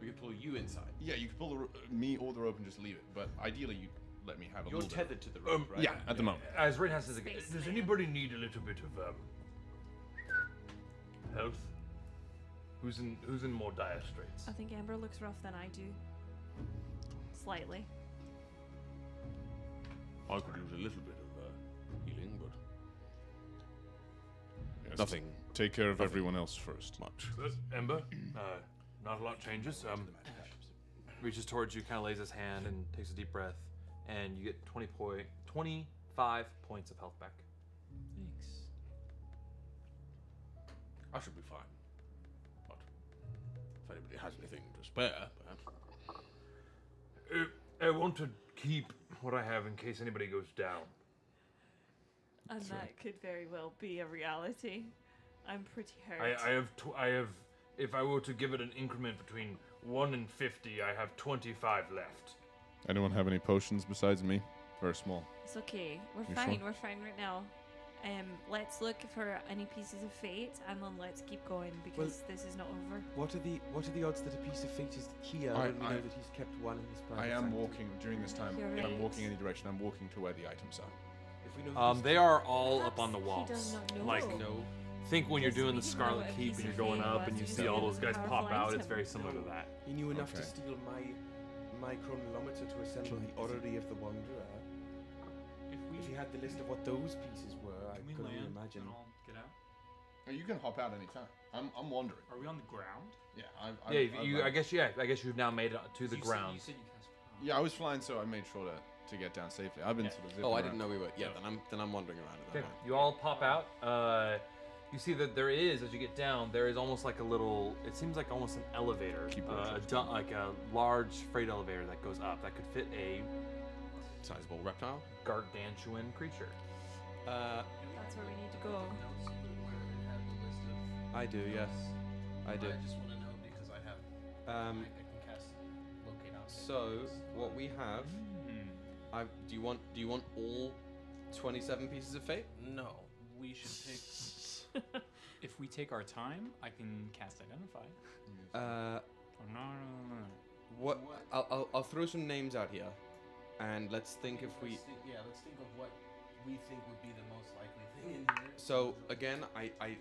S4: We could pull you inside.
S2: Yeah, you can pull the ro- me or the rope and just leave it. But ideally, you let me have a
S4: You're
S2: little bit.
S4: tethered to the rope,
S6: Um,
S4: right?
S2: Yeah, at the moment.
S3: As Rinhas says, again, does anybody need a little bit of um, health? Who's in Who's in more dire straits?
S5: I think Amber looks rough than I do. Slightly.
S30: I could use a little bit of uh, healing, but
S2: Yes.
S30: Nothing.
S2: Take care of
S30: Nothing.
S2: everyone else first.
S30: Much.
S3: Uh, Ember, uh, not a lot changes. Um, reaches towards you, kind of lays his hand and takes a deep breath, and you get 20 point, 25 points of health back.
S7: Thanks.
S30: I should be fine. But if anybody has anything to spare, perhaps.
S3: Uh, I want to keep what I have in case anybody goes down.
S5: And that could very well be a reality. I'm pretty hurt.
S3: I, I have, tw- I have. If I were to give it an increment between one and fifty, I have twenty-five left.
S2: Anyone have any potions besides me? Very small.
S5: It's okay. We're
S2: You
S5: fine.
S2: sure?
S5: We're fine right now. Um, let's look for any pieces of fate, and then let's keep going because this is not over.
S6: What are the what are the odds that a piece of fate is here?
S2: I-
S6: when we
S2: I-
S6: know that he's kept one in his private
S2: I am
S6: sanctum?
S2: walking during this time.
S5: You're
S2: If I'm
S5: right.
S2: walking any direction, I'm walking to where the items are.
S6: If we know that
S3: Um,
S6: he's-
S3: they are all up on the
S5: Perhaps he
S3: walls.
S5: does not know.
S3: Like,
S5: No.
S3: think when you're
S5: Because
S3: doing
S5: we
S3: the
S5: didn't know
S3: Scarlet
S5: what a
S3: Keep
S5: piece
S3: and you're
S5: of
S3: going
S5: fate
S3: up
S5: was,
S3: and you
S5: we
S3: see
S5: thought
S3: all
S5: it
S3: those
S5: was a
S3: guys
S5: powerful
S3: pop out. It's
S5: item.
S3: very similar to that.
S6: He knew enough to
S2: Okay.
S6: steal my.
S2: Okay.
S6: my my chronolometer to assemble the orrery of the wanderer. If, we, if you had the list of what those pieces were, I
S7: we
S6: could only
S7: land
S6: imagine.
S7: and I'll get out?
S2: Oh, You can hop out anytime. I'm, I'm wandering.
S7: Are we on the ground?
S2: Yeah, I, I,
S3: yeah, you,
S2: I,
S3: you- I guess yeah, I guess you've now made it to the
S2: You said-
S3: ground.
S7: You cast
S2: yeah, I was flying, so I made sure to, to get down safely. I've been
S3: Yeah.
S2: sort of.
S3: Oh,
S2: Zipping
S3: I
S2: around.
S3: didn't know
S31: we were. Yeah, then I'm then I'm wandering around at
S3: Okay, you all pop out. Uh, you see that there is, as you get down, there is almost like a little. It seems like almost an elevator, uh, a du- like a large freight elevator that goes up that could fit a
S31: sizable reptile,
S3: gargantuan creature.
S6: Uh,
S5: That's where we need to go.
S6: I do, yes. I do.
S4: just want to know because I have.
S6: Um,
S4: I can cast locate object.
S6: So what we have,
S7: Hmm.
S6: I do you want do you want all twenty-seven pieces of fate?
S4: No, we should pick.
S7: If we take our time, I can cast identify.
S6: Uh,
S7: Oh, no, no, no.
S6: What? I'll, I'll I'll throw some names out here, and let's think if we.
S4: Let's think- yeah, let's think of what we think would be the most likely thing in here.
S6: So again, I, I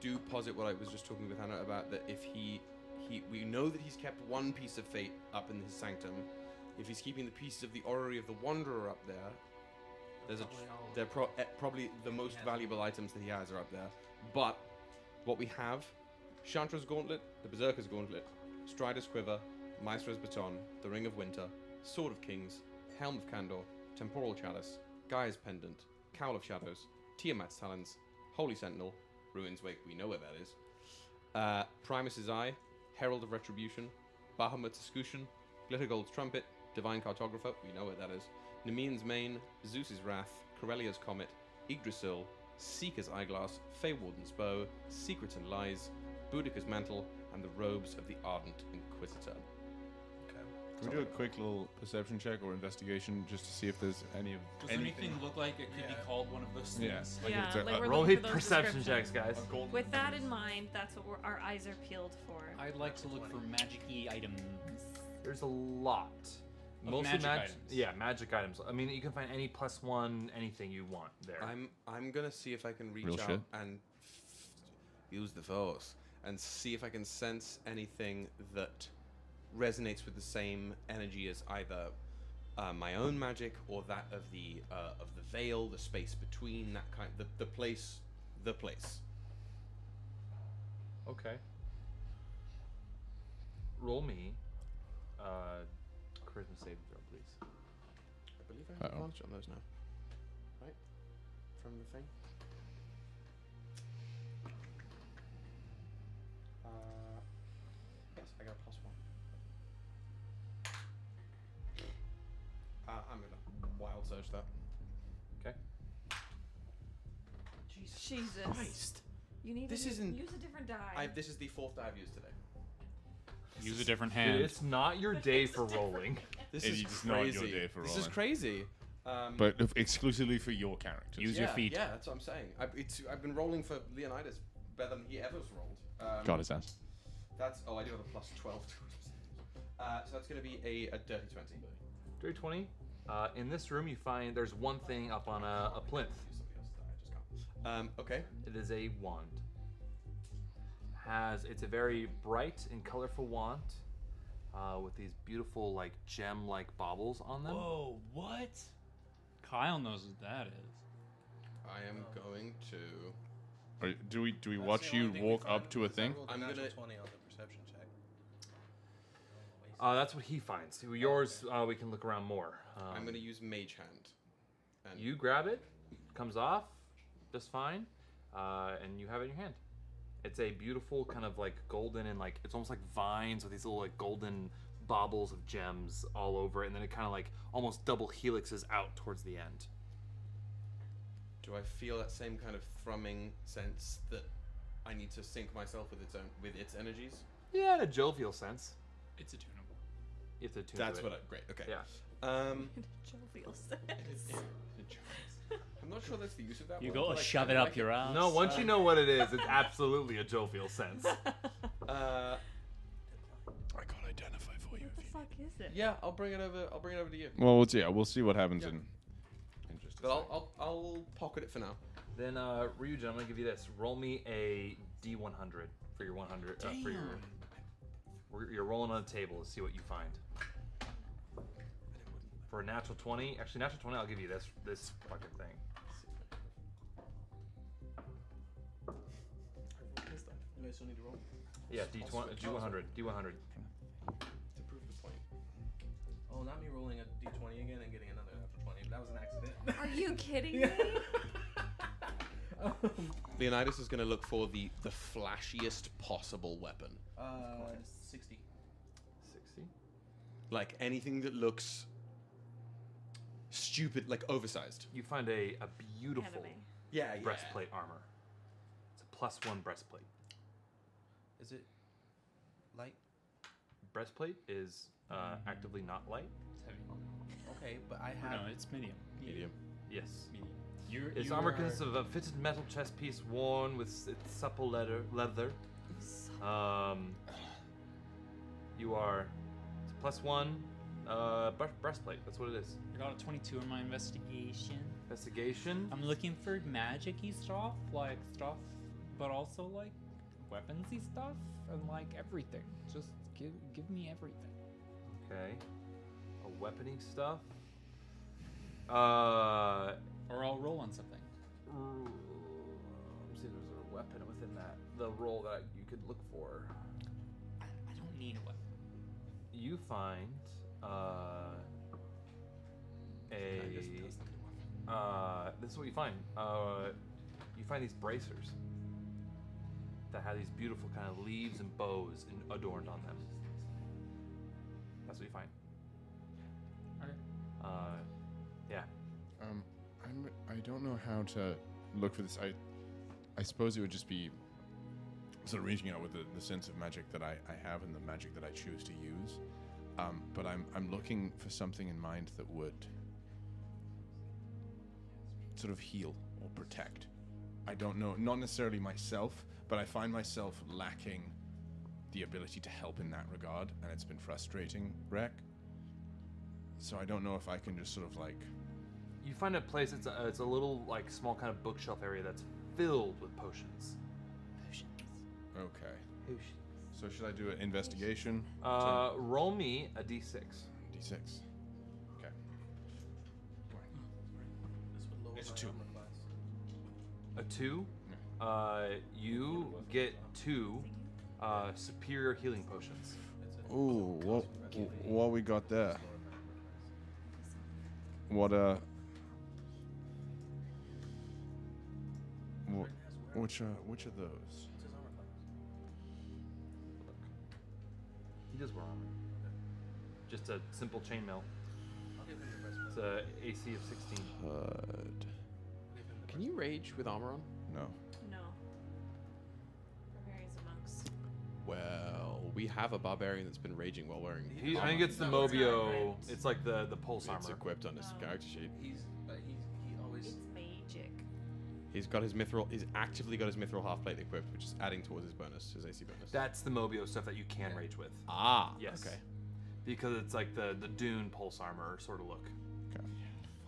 S6: do posit what I was just talking with Hannah about that if he he we know that he's kept one piece of fate up in his sanctum. If he's keeping the pieces of the orrery of the wanderer up there, there's a tr- they're pro- eh, probably the most valuable items that he has are up there. But what we have: Chantra's gauntlet, the Berserker's gauntlet, Strider's quiver, Maestra's baton, the Ring of Winter, Sword of Kings, Helm of Candor, Temporal Chalice, Gaia's pendant, Cowl of Shadows, Tiamat's talons, Holy Sentinel, Ruin's Wake, we know where that is. Uh, Primus's Eye, Herald of Retribution, Bahamut's Escutcheon, Glittergold's Trumpet, Divine Cartographer, we know where that is. Nemean's Mane, Zeus's Wrath, Corellia's Comet, Yggdrasil, Seeker's Eyeglass, Feywarden's Bow, Secrets and Lies, Boudica's Mantle, and the Robes of the Ardent Inquisitor.
S2: Can we do a quick little perception check or investigation just to see if there's any of
S7: Does anything, look like it could be called one of those things?
S2: Yeah. Like
S5: Yeah,
S2: it's a-
S5: like
S2: uh,
S5: we're
S2: roll
S5: looking
S2: hit
S5: for those
S2: perception
S5: descriptions.
S2: checks, guys. A golden
S5: With that in mind, that's what we're, our eyes are peeled for.
S7: I'd like to look for magic-y items.
S3: There's a lot.
S7: Of
S3: Mostly
S7: magic
S3: mag-
S7: items.
S3: Yeah, magic items. I mean, you can find any plus one, anything you want there.
S6: I'm I'm gonna see if I can reach
S3: Real
S6: out
S3: shit.
S6: and f- use the force and see if I can sense anything that resonates with the same energy as either uh, my own magic or that of the uh, of the veil, the space between that kind, the the place, the place.
S3: Okay. Roll me. Uh, charisma saving throw, please.
S6: I believe I have
S3: Uh-oh.
S6: advantage on those now, right? From the thing. Uh, yes, I got a plus one. Uh, I'm gonna wild search that.
S3: Okay.
S6: Jesus,
S5: Jesus.
S6: Christ!
S5: You need
S6: This
S5: to
S6: isn't-
S5: use a different die.
S6: I, this is the fourth die I've used today.
S7: Use a different
S3: Dude,
S7: hand.
S3: it's not your day for rolling.
S6: This is crazy. this is crazy. Um,
S13: But if- exclusively for your characters.
S6: yeah, Yeah, that's what I'm saying. I, it's, I've been rolling for Leonidas better than he ever's rolled. Um,
S13: Got his ass.
S6: That's oh, I do have a plus twelve. to it. Uh, so that's going to be a, a dirty twenty.
S3: Day 20. Uh, in this room, you find there's one thing up on a, a plinth.
S6: Um, okay.
S3: It is a wand. Has it's a very bright and colorful wand, uh, with these beautiful like gem-like baubles on them.
S7: Whoa, what? Kyle knows what that is.
S6: I am going to.
S2: Or do we do we watch you walk up to a thing?
S4: I'm
S6: gonna
S4: twenty on the perception check.
S3: Uh, that's what he finds. Yours, uh, we can look around more.
S6: I'm
S3: Um,
S6: going to use mage hand. And
S3: You grab it, comes off just fine, uh, and you have it in your hand. It's a beautiful kind of like golden and like it's almost like vines with these little like golden baubles of gems all over it, and then it kind of like almost double helixes out towards the end.
S6: do I feel that same kind of thrumming sense that I need to sync myself with its own with its energies?
S3: Yeah, in a jovial sense.
S7: It's attunable.
S3: It's a tune.
S6: That's
S3: to it.
S6: what I. Great. Okay.
S3: Yeah.
S6: Um,
S5: Jovial sense.
S6: I'm not sure that's the use of that.
S3: You
S6: word,
S3: gotta
S6: but I
S3: shove
S6: kinda
S3: it up
S6: like
S3: your
S6: it.
S3: ass. No, once you know what it is, it's absolutely a jovial sense.
S6: Uh,
S13: I can't identify for you.
S5: What the fuck is it?
S6: Yeah, I'll bring it over. I'll bring it over to you.
S2: Well, we'll see. We'll see what happens in. in just
S6: But I'll, I'll, I'll pocket it for now.
S3: Then uh, Ryujin, I'm gonna give you this. Roll me a D100 for your 100. Uh, for your,
S6: Damn.
S3: we're- you're rolling on a table to see what you find. for a natural 20. Actually, natural 20, I'll give you this this fucking thing.
S4: You guys still need to roll.
S3: Yeah, D20, D100, D100.
S4: To prove the point. Oh, not me rolling a d20 again and getting another after 20. That was an accident.
S5: Are you kidding me?
S9: Leonidas is going to look for the the flashiest possible weapon,
S4: Uh, 60.
S3: 60.
S9: like anything that looks stupid, like oversized.
S3: You find a, a beautiful
S5: Anime.
S9: Yeah, yeah.
S3: breastplate armor. It's a plus one breastplate.
S4: Is it light?
S3: Breastplate is uh, actively not light. It's heavy.
S4: Okay, but I
S7: No,
S4: have.
S7: it's medium.
S3: Medium. Yes.
S7: Medium. You're,
S3: Its
S7: you
S3: armor
S7: are-
S3: consists of a fitted metal chest piece worn with s- its supple leather. leather. Um, you are it's plus one uh, bre- breastplate. That's what it is.
S7: I got a 22 in my investigation.
S3: Investigation.
S7: I'm looking for magic-y stuff, like stuff, but also like weaponsy stuff and like everything. Just give give me everything.
S3: Okay. A weapony stuff. Uh,
S7: or I'll roll on something.
S3: um, See, there's a weapon within that. The roll that you could look for.
S7: I don't need a weapon.
S3: You find uh, a. Uh, this is what you find. Uh, you find these bracers that have these beautiful kind of leaves and bows and adorned on them. That's what you find.
S7: Okay.
S3: Uh, yeah.
S2: Um, I'm, I don't know how to look for this. I, I suppose it would just be sort of reaching out with the, the sense of magic that I, I have and the magic that I choose to use. Um, but I'm, I'm looking for something in mind that would sort of heal or protect. I don't know, not necessarily myself, but I find myself lacking the ability to help in that regard, and it's been frustrating, Rec. So I don't know if I can just sort of like
S3: You find a place. It's a, it's a little like small kind of bookshelf area that's filled with potions.
S2: Okay. So should I do an investigation?
S3: Uh, roll me a d6.
S2: D6. Okay. It's a two.
S3: A two. Uh, you get two uh, superior healing potions.
S2: Ooh, what what we got there? What uh? What, which uh? Which of those?
S3: He does wear armor. Just a simple chainmail. It's a AC of 16.
S2: Third.
S9: Can you rage with armor on?
S2: No.
S5: No. Barbarians and monks.
S9: Well, we have a barbarian that's been raging while wearing.
S3: He, I think
S9: armor.
S3: it's the Mobio. It's like the the pulse
S9: It's
S3: armor.
S9: equipped on his character sheet.
S4: He's, but he's, he always.
S5: It's magic.
S9: He's got his mithril. He's actively got his mithril half plate equipped, which is adding towards his bonus, his AC bonus.
S3: That's the Mobio stuff that you can rage with.
S9: Ah,
S3: Yes.
S9: okay.
S3: Because it's like the the Dune pulse armor sort of look.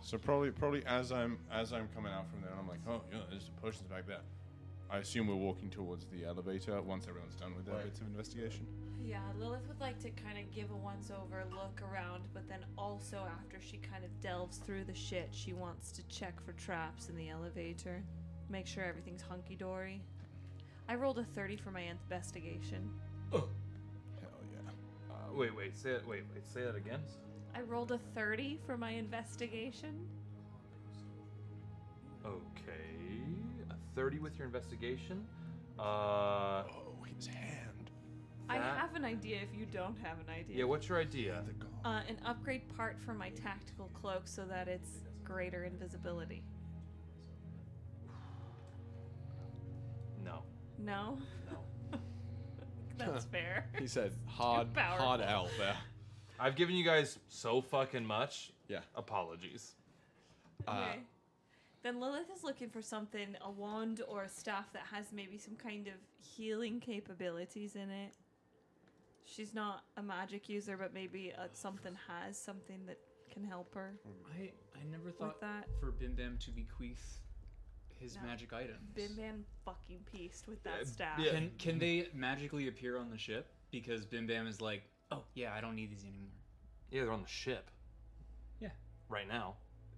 S2: So probably probably as I'm as I'm coming out from there, I'm like, oh yeah, there's the potions back there. I assume we're walking towards the elevator once everyone's done with their
S4: Right.
S2: bits of investigation.
S5: Yeah, Lilith would like to kind of give a once over look around, but then also after she kind of delves through the shit, she wants to check for traps in the elevator, make sure everything's hunky dory. I rolled a 30 for my investigation.
S3: Uh, wait, wait, say that. Wait, wait, say that again.
S5: I rolled a 30 for my investigation.
S3: Okay, a thirty with your investigation. Uh,
S2: oh, his hand.
S5: I have an idea if you don't have an idea.
S3: Yeah, what's your idea?
S5: Uh, an upgrade part for my tactical cloak so that it's greater invisibility.
S3: No.
S5: No? No. That's fair.
S9: He said hard,
S5: powerful.
S9: hard L there.
S3: I've given you guys so fucking much.
S9: Yeah.
S3: Apologies.
S5: Okay. then Lilith is looking for something, a wand or a staff that has maybe some kind of healing capabilities in it. She's not a magic user, but maybe uh, something has something that can help her.
S7: I I never thought
S5: that.
S7: for Bim Bam to bequeath his
S5: No.
S7: magic items.
S5: Bim Bam fucking pieced with
S2: Uh,
S5: that staff.
S7: Can can they magically appear on the ship? Because Bim Bam is like, oh yeah, I don't need these anymore.
S3: Yeah, they're on the ship.
S7: Yeah.
S3: right now.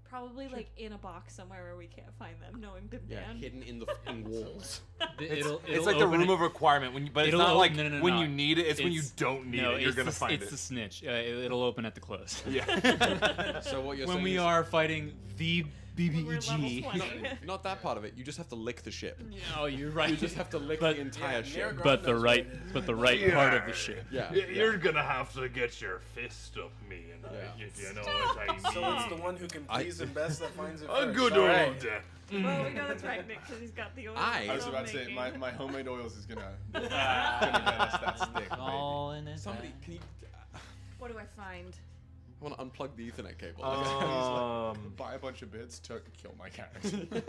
S5: Probably like in a box somewhere where we can't find them, knowing Bim
S3: Yeah,
S5: Bam.
S3: hidden
S9: in the fucking walls.
S3: It's, it's like the room of requirement when you, but it's
S7: It'll
S3: not
S7: open-
S3: like
S7: no, no, no,
S3: when
S7: no.
S3: you need it. It's, when you don't need
S7: no,
S3: it. You're
S7: it's
S3: gonna
S7: the,
S3: find
S7: it's
S3: it.
S7: the snitch. Uh, it, will open at the close.
S9: Yeah. So what you're
S7: when
S9: saying
S7: we
S9: is-
S7: are fighting the BBEG.
S9: Not, not that part of it. You just have to lick the ship.
S7: No, oh, you're right.
S9: You just have to lick
S7: But-
S9: the entire
S7: Yeah,
S9: ship.
S32: But the right, but the right part of the ship.
S9: Yeah.
S33: Y- You're gonna have to get your fist up me,
S3: uh,
S33: and I, if you know what I mean.
S4: So it's the one who can please him best that finds it
S33: A
S4: first.
S33: good
S4: All
S33: old.
S4: right.
S33: uh,
S5: Well, we know that's right, Nick, because he's got the oil.
S2: I was about to say my, my homemade oils is gonna, gonna get us that stick.
S3: Oh.
S7: All
S2: baby.
S7: in it.
S9: Somebody, can you?
S5: What do I find?
S9: I want to unplug the Ethernet cable.
S2: Um, buy a bunch of bits to kill my character,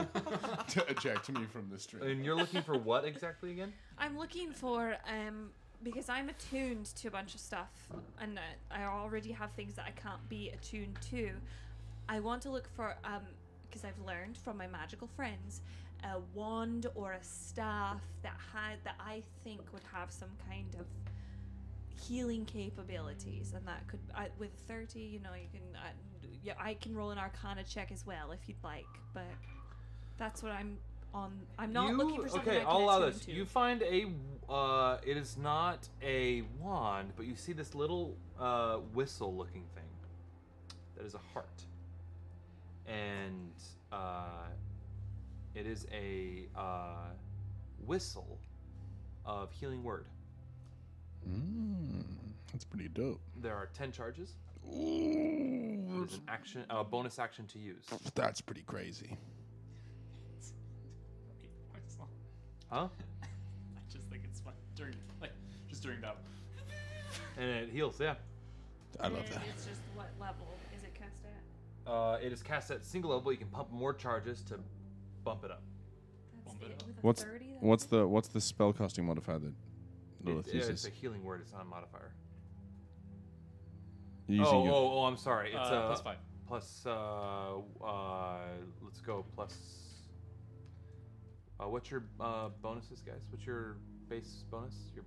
S2: to eject me from the stream.
S3: And you're looking for what exactly again?
S5: I'm looking for um because I'm attuned to a bunch of stuff and uh, I already have things that I can't be attuned to. I want to look for um because I've learned from my magical friends a wand or a staff that had that I think would have some kind of healing capabilities and that could I, with 30 you know you can I, yeah I can roll an arcana check as well if you'd like but that's what I'm on I'm not
S3: You-
S5: looking for something
S3: Okay,
S5: I can
S3: I'll allow
S5: attune
S3: this.
S5: to.
S3: You find a. Uh, it is not a wand, but you see this little uh, whistle-looking thing that is a heart, and uh, it is a uh, whistle of healing word.
S1: Mm, that's pretty dope.
S3: There are ten charges.
S1: Ooh,
S3: It is an action, a bonus action to use.
S1: that's pretty crazy.
S3: Huh?
S7: I just think it's fun during like just during battle.
S3: And it heals. Yeah.
S5: and It's just what level is it cast at?
S3: Uh, it is cast at single level. You can pump more charges to bump it up.
S5: That's it.
S7: uh,
S5: With a
S1: What's
S5: 30, that's
S1: what's the what's the spellcasting modifier that Lilith
S3: It- it's
S1: uses?
S3: a healing word. It's not a modifier.
S1: You're using
S3: oh,
S1: your-
S3: oh, oh, I'm sorry. It's
S7: Uh,
S3: uh,
S7: plus five.
S3: Plus, uh, uh, let's go. Plus, uh, what's your uh, bonuses, guys? What's your base bonus? Your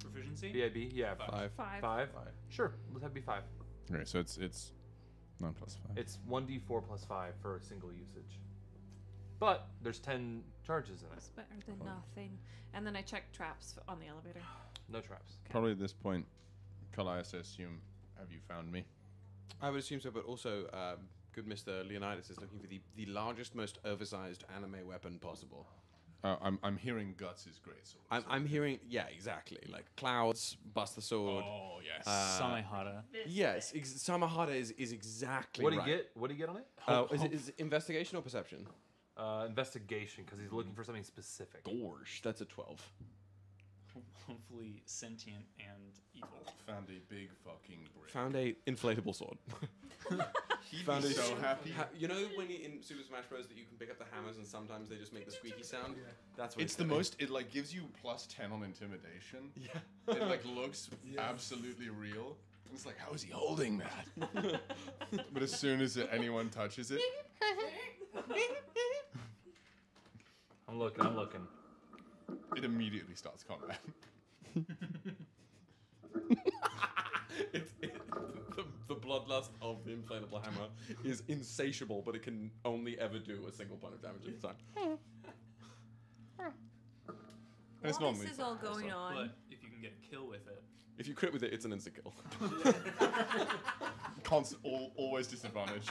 S7: Proficiency?
S3: BIB? Yeah,
S7: Five.
S3: five.
S7: Five.
S3: Five. Sure, let that be five.
S1: Okay, so it's it's nine plus five.
S3: oh. It's one d4 plus five for a single usage, but there's ten charges in it.
S5: better than nothing. And then I check traps f- on the elevator.
S3: No traps.
S2: Probably at this point, Callias, I assume, have you found me?
S9: I would assume so, but also, um, good Mr. Leonidas is looking for the, the largest, most oversized anime weapon possible.
S2: Uh, I'm I'm hearing guts is great. So
S9: I'm, I'm hearing, yeah, exactly. Like clouds, bust the sword.
S2: Oh, yes.
S7: Uh, Samehara.
S9: Yes, ex- Samahara is, is exactly
S3: What do you
S9: right.
S3: get? What do you get on it?
S9: Uh, is, it, is it investigation or perception?
S3: Uh, investigation, because he's looking for something specific.
S9: Gorge, that's a 12.
S7: Hopefully sentient and evil.
S2: Found a big fucking brick.
S9: Found a inflatable sword.
S2: He'd be so happy.
S9: Ha- you know when you, in Super Smash Bros. that you can pick up the hammers and sometimes they just make the squeaky sound? That's what
S2: It's the
S9: doing.
S2: most. It like gives you plus ten on intimidation. Yeah. It like looks absolutely real. And it's like, how is he holding that? but as soon as anyone touches it,
S3: I'm looking. I'm looking.
S2: it immediately starts combat.
S9: It's, it, the, the bloodlust of the inflatable hammer is insatiable, but it can only ever do a single point of damage at a time.
S2: And it's
S5: While
S2: normally
S5: this is all going on,
S7: But if you can get a kill with it,
S9: If you crit with it, it's an instant kill.
S2: Constant, al- always disadvantage.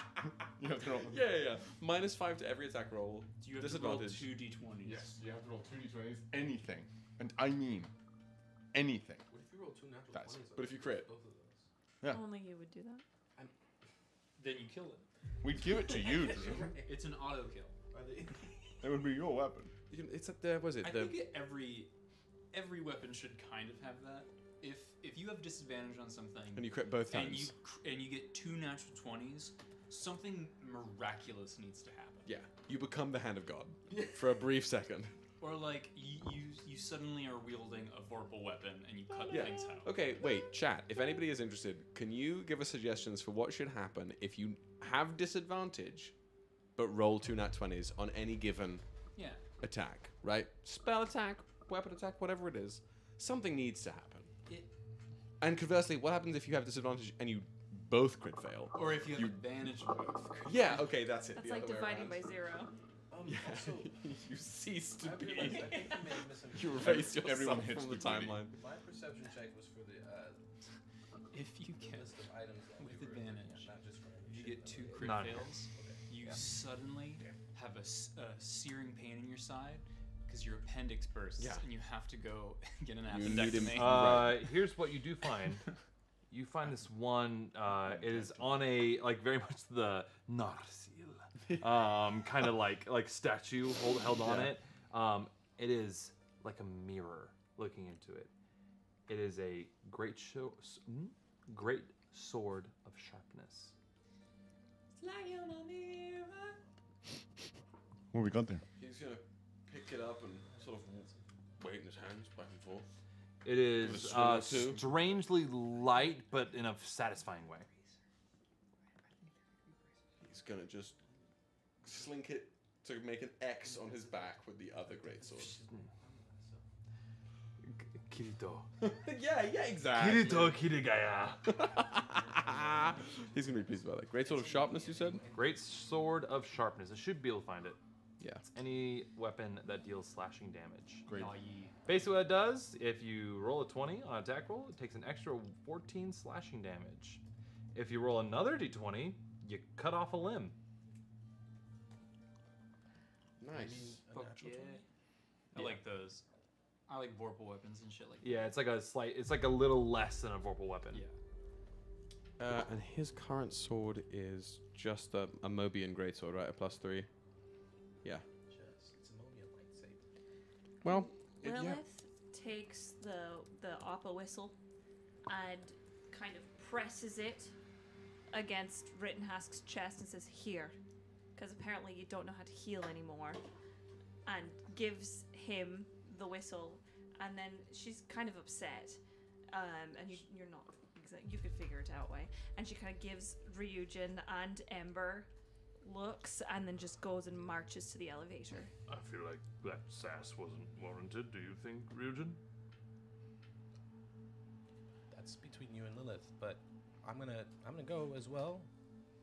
S2: you have to roll.
S9: yeah, yeah, yeah. Minus five to every attack roll.
S7: you have to roll
S9: disadvantage.
S7: two d20s.
S2: Yes, you have to roll two d20s. Anything, and I mean anything.
S9: What if you roll two natural
S2: That's- 20s?
S9: But if you crit,
S2: Yeah.
S5: only you would do that.
S7: Then you kill it.
S2: We'd give it to you, Drew.
S7: It's an auto kill.
S2: It would be your weapon.
S9: you can- it's up there. Was it?
S7: I
S9: the,
S7: think it- every every weapon should kind of have that. If if you have disadvantage on something
S9: And you crit both
S7: and
S9: times.
S7: you cr- and you get two natural twenties, something miraculous needs to happen.
S9: yeah, you become the hand of God for a brief second.
S7: Or like you you, you suddenly are wielding a vorpal weapon and you cut
S9: Yeah.
S7: things out.
S9: Okay, wait, chat. If anybody is interested, can you give us suggestions for what should happen if you have disadvantage, but roll two nat twenties on any given
S7: Yeah.
S9: attack? Right, spell attack, weapon attack, whatever it is, something needs to happen.
S7: It-
S9: And conversely, what happens if you have disadvantage and you both crit fail.
S7: Or if you have advantage on both.
S9: Yeah, okay, that's it.
S5: That's
S9: the
S5: like
S9: other way
S5: dividing
S9: around.
S5: by zero.
S9: Yeah. you cease to be.
S4: I think you may have misunderstood.
S9: You erase yourself
S2: Everyone hits
S9: from the
S2: the booty.
S9: timeline.
S4: My perception check was for the uh,
S7: If you get
S4: list of items that
S7: with
S4: we were looking at,
S7: advantage,
S4: not just for
S7: you get two crit
S3: None.
S7: fails. You suddenly have a, s- a searing pain in your side because your appendix bursts,
S3: Yeah.
S7: and you have to go get an
S3: You need him.
S7: appendectomy.
S3: Uh, here's what you do find. You find this one. Uh, it is on a like very much the Narsil, um, kind of like like statue hold, held on
S34: Yeah.
S3: it. Um, it is like a mirror looking into it. It is a great show, s- mm, great sword of sharpness.
S4: Lying on a mirror.
S35: What we got there?
S9: He's gonna pick it up and sort of wave in his hands back and forth.
S3: It
S9: With a
S3: is
S9: sword
S3: uh,
S9: or two.
S3: strangely light, but in a satisfying way.
S9: He's gonna just slink it to make an X on his back with the other great sword.
S3: Kirito.
S9: yeah, yeah, exactly.
S3: Kirito Kirigaya.
S9: He's gonna be pleased about that. Great sword of sharpness, you said.
S3: Great sword of sharpness. I should be able to find it.
S9: Yeah.
S3: It's any weapon that deals slashing damage.
S9: Great.
S7: Aw, yee.
S3: Basically, what it does, if you roll a 20 on attack roll, it takes an extra 14 slashing damage. If you roll another d20, you cut off a limb.
S9: Nice.
S7: yeah. I like those. I like vorpal weapons and shit like
S3: Yeah, it's like a slight, it's like a little less than a vorpal weapon. Yeah.
S6: Uh, and his current sword is just a, a Mobian greatsword, right? A plus three. Yeah.
S4: Just, it's a Mobian lightsaber.
S6: Well, it-
S5: Lilith
S6: yeah.
S5: takes the the oppa whistle and kind of presses it against Rittenhask's chest and says, "Here," because apparently you don't know how to heal anymore, and gives him the whistle. And then she's kind of upset, um, and you, you're not. exa- You could figure it out way. And she kind of gives Ryujin and Ember looks, and then just goes and marches to the elevator.
S36: I feel like that sass wasn't warranted. Do you think, Ryujin?
S4: That's between you and Lilith, but I'm gonna I'm gonna go as well.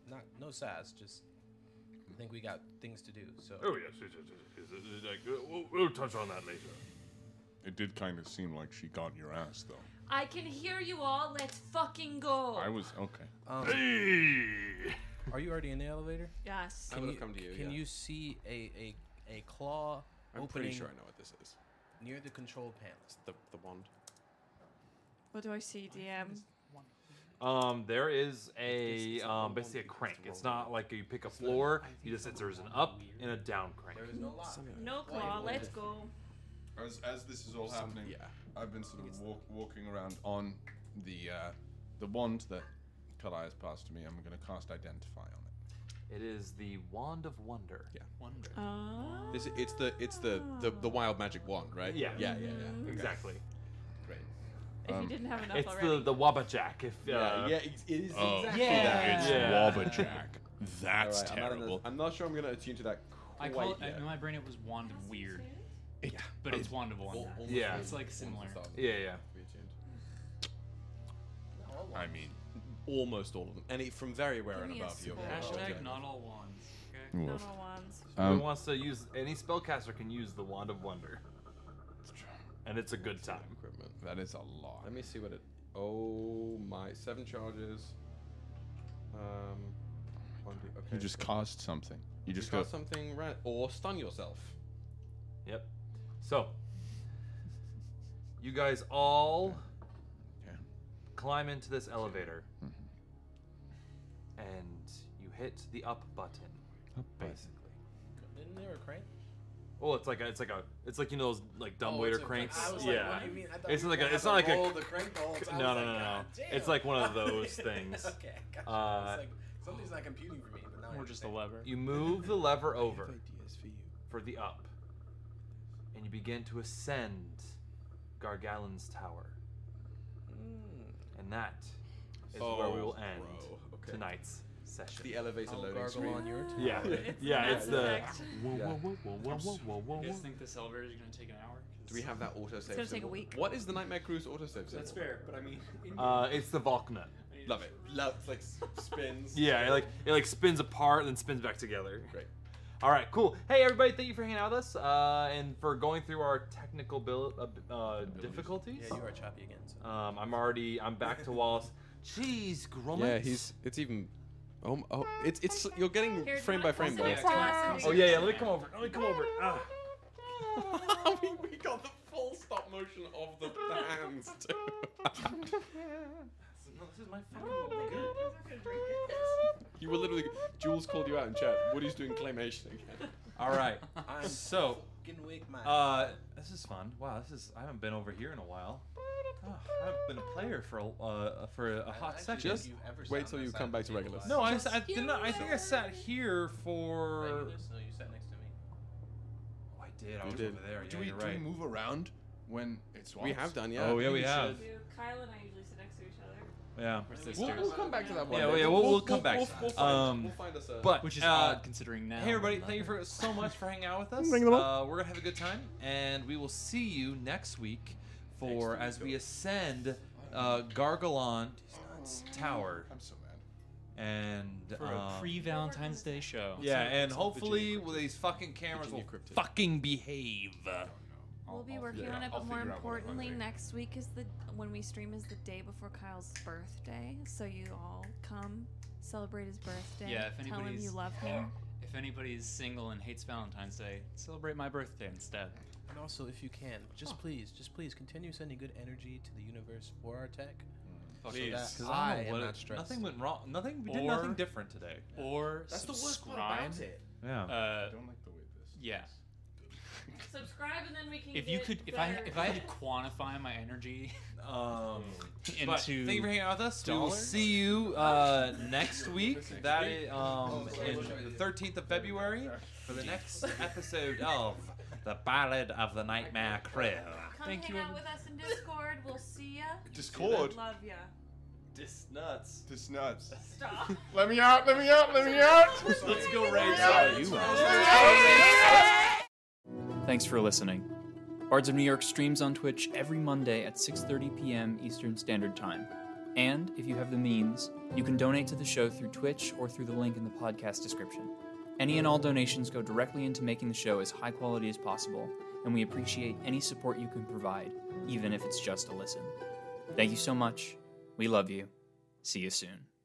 S4: Not no sass, just I think we got things to do. So
S36: Oh yes, yes, yes, yes, yes, yes, like, uh, we'll, we'll touch on that later.
S35: It did kind of seem like she got your ass, though.
S5: I can hear you all. Let's fucking go.
S35: I was okay.
S4: Um, Are you already in the elevator?
S5: Yes. I
S4: Can
S5: would've
S4: you,
S5: come to you,
S4: Can
S5: yeah.
S4: you see a a, a claw
S9: I'm
S4: opening
S9: pretty sure I know what this is.
S4: near the control panel?
S9: The the wand.
S5: What do I see, DM?
S3: Um, there is a um, basically a crank. It's not like you pick a floor. You just there's an up and a down crank. There
S4: is no lock.
S5: No claw. Let's go.
S2: As, as this is all
S9: Some-
S2: happening, I've been sort of walk, walking around on the uh, the wand that Kalai has passed to me. I'm going to cast Identify on it.
S3: It is the wand of wonder.
S9: Yeah.
S7: Wonder.
S5: Oh.
S9: This i- it's the it's the, the the wild magic wand, right?
S3: Yeah.
S9: Yeah, yeah, yeah.
S3: Mhm. Exactly.
S9: Great.
S5: If you didn't have enough
S3: It's
S5: already.
S3: the the Wabajack. If uh,
S9: Yeah, yeah, ex- it is
S35: Oh,
S9: exactly
S35: yeah.
S9: that.
S35: It's Yeah. Wabbajack. That's
S9: Alright, I'm not in the-
S35: terrible.
S9: I'm not sure I'm gonna attune to that
S7: I
S9: quite
S7: call it,
S9: yet.
S7: in my brain it was wand of weird. but it's wand of wonder.
S9: Al-
S3: Yeah.
S7: It's like similar.
S3: Yeah, yeah.
S9: I mean, almost all of them. Any from very rare and
S7: Give me a
S9: above you.
S7: score. Hashtag not all wands. Okay.
S3: Woof.
S5: Not all wands.
S3: Who
S35: Um,
S3: wants to use any spellcaster can use the wand of wonder. And it's a good time.
S9: Equipment.
S2: That is a lot.
S9: Let me see what it. Oh my! Seven charges. Um, one d- okay.
S2: You just
S9: so-
S2: cast something. You just
S9: cast
S2: go.
S9: something ran or stun yourself.
S3: Yep. So, you guys all climb into this elevator, and you hit the Mm-hmm. up button. Basically.
S4: Isn't there a crank?
S3: Oh, it's like a, it's like a, it's like you know those like dumb
S4: Oh,
S3: waiter
S4: it's a crank.
S3: cranks.
S4: I was like,
S3: yeah.
S4: what do you mean? I thought
S3: it's
S4: you
S3: not like
S4: guys
S3: a, it's not like
S4: rolled
S3: a.
S4: the crank balls.
S3: No,
S4: I was
S3: no,
S4: like,
S3: no, no.
S4: "God damn."
S3: It's like one of those things.
S4: okay, gotcha.
S3: Uh,
S4: I was like, something's not computing for me, but now I
S7: Or just a lever.
S3: You move the lever over for, the up, and you begin to ascend Gargalin's tower. And that is where we
S9: Oh,
S3: will end
S9: bro. Okay.
S3: tonight's session.
S9: The elevator
S4: I'll
S9: loading
S4: gargle
S9: screen.
S4: on your tower.
S3: Yeah,
S4: It's
S3: yeah, it's the.
S5: Mass Effect.
S3: Whoa,
S9: Yeah.
S3: whoa, whoa, whoa, whoa, whoa, whoa, whoa.
S7: You guys think this elevator is going to take an hour? 'Cause
S9: Do we have that autosave?
S5: gonna take a
S9: symbol?
S5: week.
S9: What is the Nightmare Cruise autosave?
S7: That's
S9: symbol?
S7: fair, but I mean.
S3: Uh, it's the Volknut.
S7: I need
S31: Love it. Love like s- spins.
S3: Yeah, it like it like spins apart and then spins back together. Great. All right, cool. Hey everybody, thank you for hanging out with us uh, and for going through our technical bill uh, uh, difficulties.
S4: Yeah, you are choppy again. So.
S3: Um, I'm already I'm back to Wallace. Jeez, Gromit.
S31: Yeah, he's it's even. Oh, m- oh it's it's you're getting
S3: Here, do you
S31: frame by
S3: wanna
S31: frame
S3: listen
S31: though.
S3: to the class? Oh, yeah, yeah, let me come over. Let me come over. Ah.
S31: we, we got the full stop motion of the, the hands too.
S3: this is my fucking good.
S31: you were literally Jules called you out in chat. Woody's doing claymation again.
S3: All right.
S4: I'm
S3: so,
S4: fucking weak, man.
S3: uh, this is fun. Wow, this is. I haven't been over here in a while. Ah, I haven't been a player for a, uh, for a, a hot second.
S31: Just wait till you come back to regular.
S3: No, I, I did not. I think I sat here for.
S4: No, you sat next to me.
S3: Oh, I did. I
S2: We
S3: was
S2: did.
S3: over there.
S2: Do
S3: yeah,
S2: we
S3: you're
S2: do
S3: right.
S2: we move around when it's
S31: We have done, yeah.
S3: Oh, yeah, we
S31: We
S3: have.
S5: You, Kyle and I usually sit next to each other.
S3: Yeah.
S7: We're
S31: We'll,
S7: sisters.
S31: we'll come back to that one.
S3: Yeah,
S31: day.
S3: well, yeah, we'll, we'll, come back.
S31: We'll, we'll find,
S3: um,
S31: we'll find us a.
S3: but
S7: Which is
S3: uh,
S7: odd considering now
S3: Hey, everybody!
S7: we're
S3: Thank you for so much for hanging out with us.
S7: Ring them
S3: Uh, we're gonna have a good time, and we will see you next week for as we ascend uh, Gargalon Tower. I'm so mad. And
S7: for a
S3: um,
S7: pre-Valentine's Day show.
S3: yeah, and hopefully with these fucking cameras will fucking behave.
S5: We'll be
S3: I'll
S5: working
S3: figure
S5: on
S3: it
S5: it,
S3: out.
S5: but
S3: I'll
S5: more
S3: figure out what I'm
S5: importantly, next week is the when we stream is the day before Kyle's birthday. So you all come celebrate his birthday.
S7: Yeah, if
S5: tell him
S7: anybody's
S5: you love him.
S7: If anybody's single and hates Valentine's Day, celebrate my birthday instead.
S4: And also, if you can, just please, just please continue sending good energy to the universe for our tech.
S7: Fuck
S4: so that-
S7: Please.
S4: 'cause
S3: I
S4: I
S3: don't know
S4: am
S3: what
S4: not
S3: it-
S4: stressed.
S3: nothing went wrong. Nothing. We did
S7: Or-
S3: nothing different today.
S7: Or
S4: That's the worst part
S7: subscribe.
S4: about it.
S3: Yeah.
S7: Uh,
S2: don't like the way this.
S7: yeah.
S5: Subscribe and then we can.
S7: If you
S5: get
S7: could, if I,
S5: better.
S7: if I had to quantify my energy,
S3: Um,
S7: into
S3: but thank you for hanging out with us. We will
S7: dollars?
S3: see you uh, next week. That is um, in the thirteenth of February for the next episode of the Ballad of the Nightmare Crew.
S5: come
S7: Thank
S5: hang
S7: you,
S5: out with us in Discord. We'll see ya.
S2: Discord?
S5: Love ya.
S3: Dis nuts.
S2: Dis nuts.
S5: Stop.
S2: Let me out, let me out, let me out!
S3: Let's go raid
S2: Let me
S7: some
S2: out.
S7: you.
S2: Let me out.
S7: Thanks for listening. Bards of New York streams on Twitch every Monday at 6:30 p.m. Eastern Standard Time. And if you have the means, you can donate to the show through Twitch or through the link in the podcast description. Any and all donations go directly into making the show as high quality as possible, and we appreciate any support you can provide, even if it's just a listen. Thank you so much. We love you. See you soon.